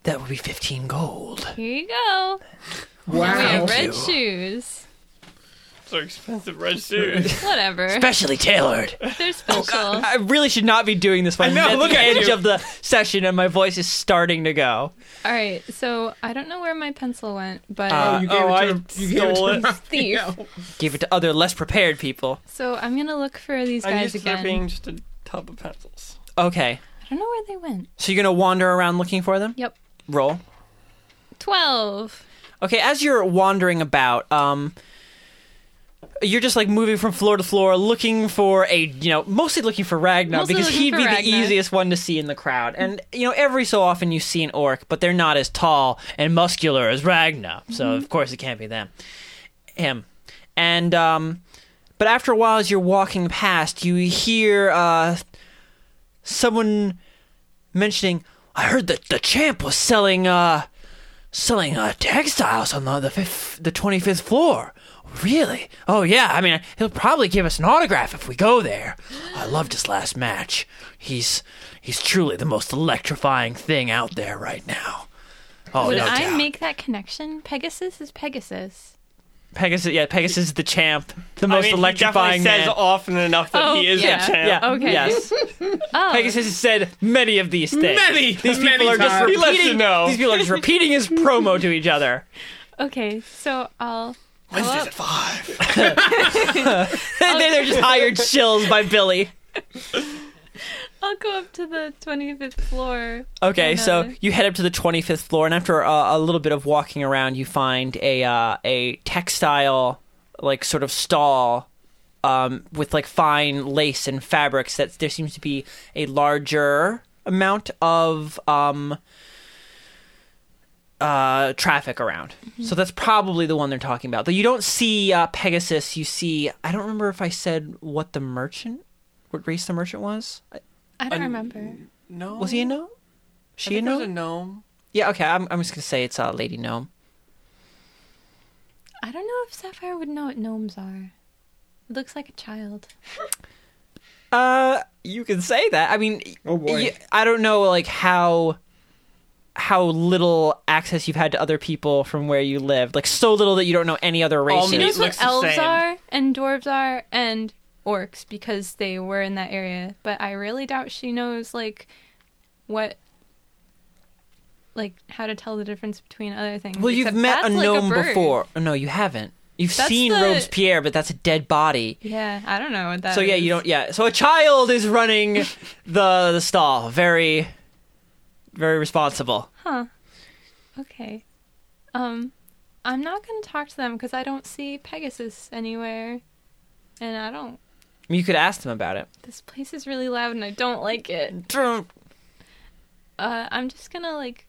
[SPEAKER 1] That would be 15 gold.
[SPEAKER 5] Here you go.
[SPEAKER 4] Wow.
[SPEAKER 5] We have red
[SPEAKER 1] you.
[SPEAKER 5] shoes.
[SPEAKER 3] Those are expensive red shoes.
[SPEAKER 5] Whatever.
[SPEAKER 1] Specially tailored.
[SPEAKER 5] They're special.
[SPEAKER 1] I really should not be doing this one.
[SPEAKER 4] I know,
[SPEAKER 1] I'm at
[SPEAKER 4] look
[SPEAKER 1] the
[SPEAKER 4] at
[SPEAKER 1] edge
[SPEAKER 4] you.
[SPEAKER 1] of the session, and my voice is starting to go.
[SPEAKER 5] All right. So I don't know where my pencil went, but
[SPEAKER 1] Uh,
[SPEAKER 4] You gave
[SPEAKER 3] Oh, I
[SPEAKER 4] it to, you gave it
[SPEAKER 3] stole
[SPEAKER 4] to
[SPEAKER 3] it.
[SPEAKER 5] thief.
[SPEAKER 4] Raphael.
[SPEAKER 1] Give it to other less prepared people.
[SPEAKER 5] So I'm gonna look for these
[SPEAKER 3] I'm
[SPEAKER 5] guys
[SPEAKER 3] used to there
[SPEAKER 5] again.
[SPEAKER 3] being just a tub of pencils.
[SPEAKER 1] Okay,
[SPEAKER 5] I don't know where they went.
[SPEAKER 1] so you're gonna wander around looking for them.
[SPEAKER 5] Yep.
[SPEAKER 1] Roll.
[SPEAKER 5] Twelve.
[SPEAKER 1] Okay, as you're wandering about, um, you're just like moving from floor to floor, looking for a you know mostly looking for Ragnar
[SPEAKER 5] Mostly
[SPEAKER 1] because
[SPEAKER 5] looking
[SPEAKER 1] he'd
[SPEAKER 5] for
[SPEAKER 1] be the
[SPEAKER 5] Ragnar.
[SPEAKER 1] easiest one to see in the crowd. And you know every so often you see an orc, but they're not as tall and muscular as Ragnar, so
[SPEAKER 5] Mm-hmm.
[SPEAKER 1] of course it can't be them, him, and um. But after a while, as you're walking past, you hear uh, someone mentioning, "I heard that the champ was selling uh, selling uh, textiles on the the, fifth, the 25th floor. Really? Oh yeah. I mean, he'll probably give us an autograph if we go there. I loved his last match. He's he's truly the most electrifying thing out there right now. Oh
[SPEAKER 5] Would
[SPEAKER 1] no
[SPEAKER 5] I
[SPEAKER 1] doubt.
[SPEAKER 5] make that connection? Pegasus is Pegasus.
[SPEAKER 1] Pegasus? Yeah, Pegasus is the champ, the
[SPEAKER 3] I
[SPEAKER 1] most
[SPEAKER 3] mean, he definitely
[SPEAKER 1] electrifying man.
[SPEAKER 3] says often enough that
[SPEAKER 5] Oh,
[SPEAKER 3] he is
[SPEAKER 5] yeah.
[SPEAKER 3] a champ.
[SPEAKER 1] yeah.
[SPEAKER 5] Okay.
[SPEAKER 1] Yes.
[SPEAKER 5] Oh,
[SPEAKER 1] Pegasus has said many of these things.
[SPEAKER 4] Many,
[SPEAKER 1] These people
[SPEAKER 4] many
[SPEAKER 1] are just
[SPEAKER 4] times.
[SPEAKER 3] He lets you
[SPEAKER 1] repeating.
[SPEAKER 3] know.
[SPEAKER 1] These people are just repeating his promo to each other.
[SPEAKER 5] okay. So I'll.
[SPEAKER 3] Wednesdays at five.
[SPEAKER 1] And then they're just hired shills by Billy.
[SPEAKER 5] I'll go up to the 25th floor.
[SPEAKER 1] Okay,
[SPEAKER 5] And, uh,
[SPEAKER 1] so you head up to the 25th floor, and after uh, a little bit of walking around, you find a uh, a textile like sort of stall um, with like fine lace and fabrics. That there seems to be a larger amount of um, uh, traffic around.
[SPEAKER 3] Mm-hmm.
[SPEAKER 1] So that's probably the one they're talking about. Though you don't see uh, Pegasus, you see I don't remember if I said what the merchant, what race the merchant was. Uh,
[SPEAKER 5] I don't remember.
[SPEAKER 3] No.
[SPEAKER 1] Was he a gnome?
[SPEAKER 3] Oh, I
[SPEAKER 1] She a
[SPEAKER 3] think it was
[SPEAKER 1] gnome?
[SPEAKER 3] a gnome.
[SPEAKER 1] Yeah, okay. I'm, I'm just gonna say it's uh, Lady Gnome.
[SPEAKER 5] I don't know if Sapphire would know what gnomes are. It looks like a child.
[SPEAKER 1] Uh, you can say that. I mean,
[SPEAKER 4] Oh, boy.
[SPEAKER 1] y- I don't know like how how little access you've had to other people from where you live. Like so little that you don't know any other
[SPEAKER 3] All
[SPEAKER 1] races.
[SPEAKER 5] She
[SPEAKER 3] It
[SPEAKER 5] knows
[SPEAKER 3] looks
[SPEAKER 5] what
[SPEAKER 3] the
[SPEAKER 5] elves
[SPEAKER 3] same.
[SPEAKER 5] are and dwarves are and orcs because they were in that area. But I really doubt she knows like what like how to tell the difference between other things.
[SPEAKER 1] well, you've
[SPEAKER 5] except
[SPEAKER 1] met a
[SPEAKER 5] that's like
[SPEAKER 1] gnome
[SPEAKER 5] bird.
[SPEAKER 1] before. Oh, No, you haven't. You've
[SPEAKER 5] That's
[SPEAKER 1] seen
[SPEAKER 5] the-
[SPEAKER 1] Robespierre, but that's a dead body.
[SPEAKER 5] Yeah, I don't know what that.
[SPEAKER 1] So yeah,
[SPEAKER 5] is.
[SPEAKER 1] you don't. Yeah, so a child is running the the stall. Very, very responsible.
[SPEAKER 5] Huh. Okay. Um. I'm not going to talk to them because I don't see Pegasus anywhere. And I don't.
[SPEAKER 1] You could ask them about it.
[SPEAKER 5] This place is really loud and I don't like it.
[SPEAKER 1] Don't-
[SPEAKER 5] Uh, I'm just going to, like,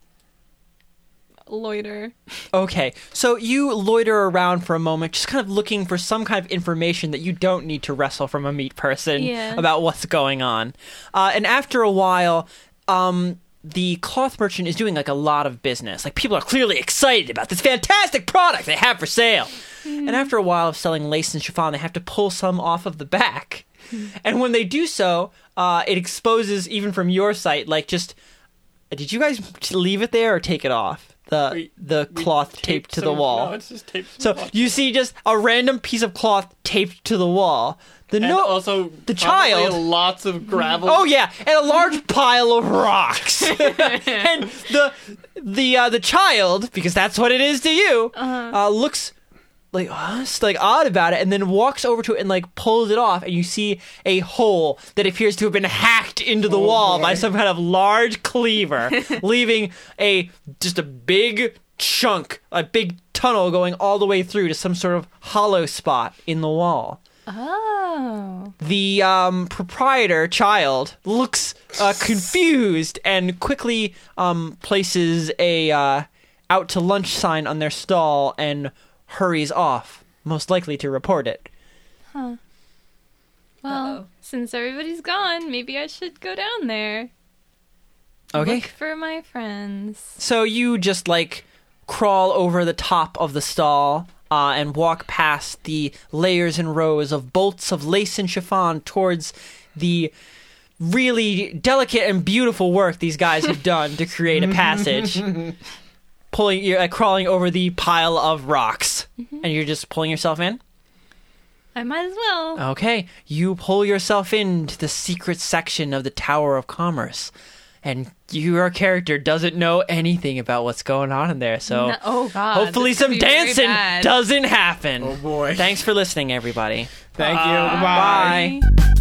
[SPEAKER 5] loiter.
[SPEAKER 1] Okay, so you loiter around for a moment, just kind of looking for some kind of information that you don't need to wrestle from a meat person
[SPEAKER 5] Yeah.
[SPEAKER 1] about what's going on. Uh, and after a while, um, the cloth merchant is doing like a lot of business. Like people are clearly excited about this fantastic product they have for sale. And after a while of selling lace and chiffon, they have to pull some off of the back.
[SPEAKER 3] Hmm.
[SPEAKER 1] And when they do so, uh, it exposes even from your sight, like just did you guys leave it there or take it off? The
[SPEAKER 3] We-
[SPEAKER 1] the
[SPEAKER 3] We
[SPEAKER 1] cloth taped to the
[SPEAKER 3] some-
[SPEAKER 1] wall.
[SPEAKER 3] No, it's just taped. to the
[SPEAKER 1] so
[SPEAKER 3] wall.
[SPEAKER 1] you see just a random piece of cloth taped to the wall. The
[SPEAKER 3] and
[SPEAKER 1] no
[SPEAKER 3] also probably
[SPEAKER 1] child-
[SPEAKER 3] lots of gravel.
[SPEAKER 1] Oh yeah, and a large pile of rocks. and the the uh, the child, because that's what it is to you, uh looks like huh? like odd about it, and then walks over to it and like pulls it off, and you see a hole that appears to have been hacked into the wall by some kind of large cleaver, leaving a just a big chunk, a big tunnel going all the way through to some sort of hollow spot in the wall
[SPEAKER 5] Oh.
[SPEAKER 1] the um, proprietor child looks uh, confused and quickly um, places a uh, out to lunch sign on their stall and hurries off, most likely to report it.
[SPEAKER 5] Well,
[SPEAKER 2] Uh-oh.
[SPEAKER 5] since everybody's gone, maybe I should go down there.
[SPEAKER 1] Okay,
[SPEAKER 5] Look for my friends.
[SPEAKER 1] so you just like crawl over the top of the stall. Uh, and walk past the layers and rows of bolts of lace and chiffon towards the really delicate and beautiful work these guys have done to create a passage. pulling, you're uh, crawling over the pile of rocks, and you're just pulling yourself in.
[SPEAKER 5] I might as well.
[SPEAKER 1] Okay, you pull yourself into the secret section of the Tower of Commerce, and your character doesn't know anything about what's going on in there. So
[SPEAKER 5] No- oh, God.
[SPEAKER 1] hopefully,
[SPEAKER 5] this could
[SPEAKER 1] some
[SPEAKER 5] be very
[SPEAKER 1] dancing
[SPEAKER 5] bad.
[SPEAKER 1] doesn't happen.
[SPEAKER 4] Oh boy.
[SPEAKER 1] Thanks for listening, everybody.
[SPEAKER 3] Uh,
[SPEAKER 4] Thank you. Goodbye.
[SPEAKER 1] Bye.
[SPEAKER 5] Bye.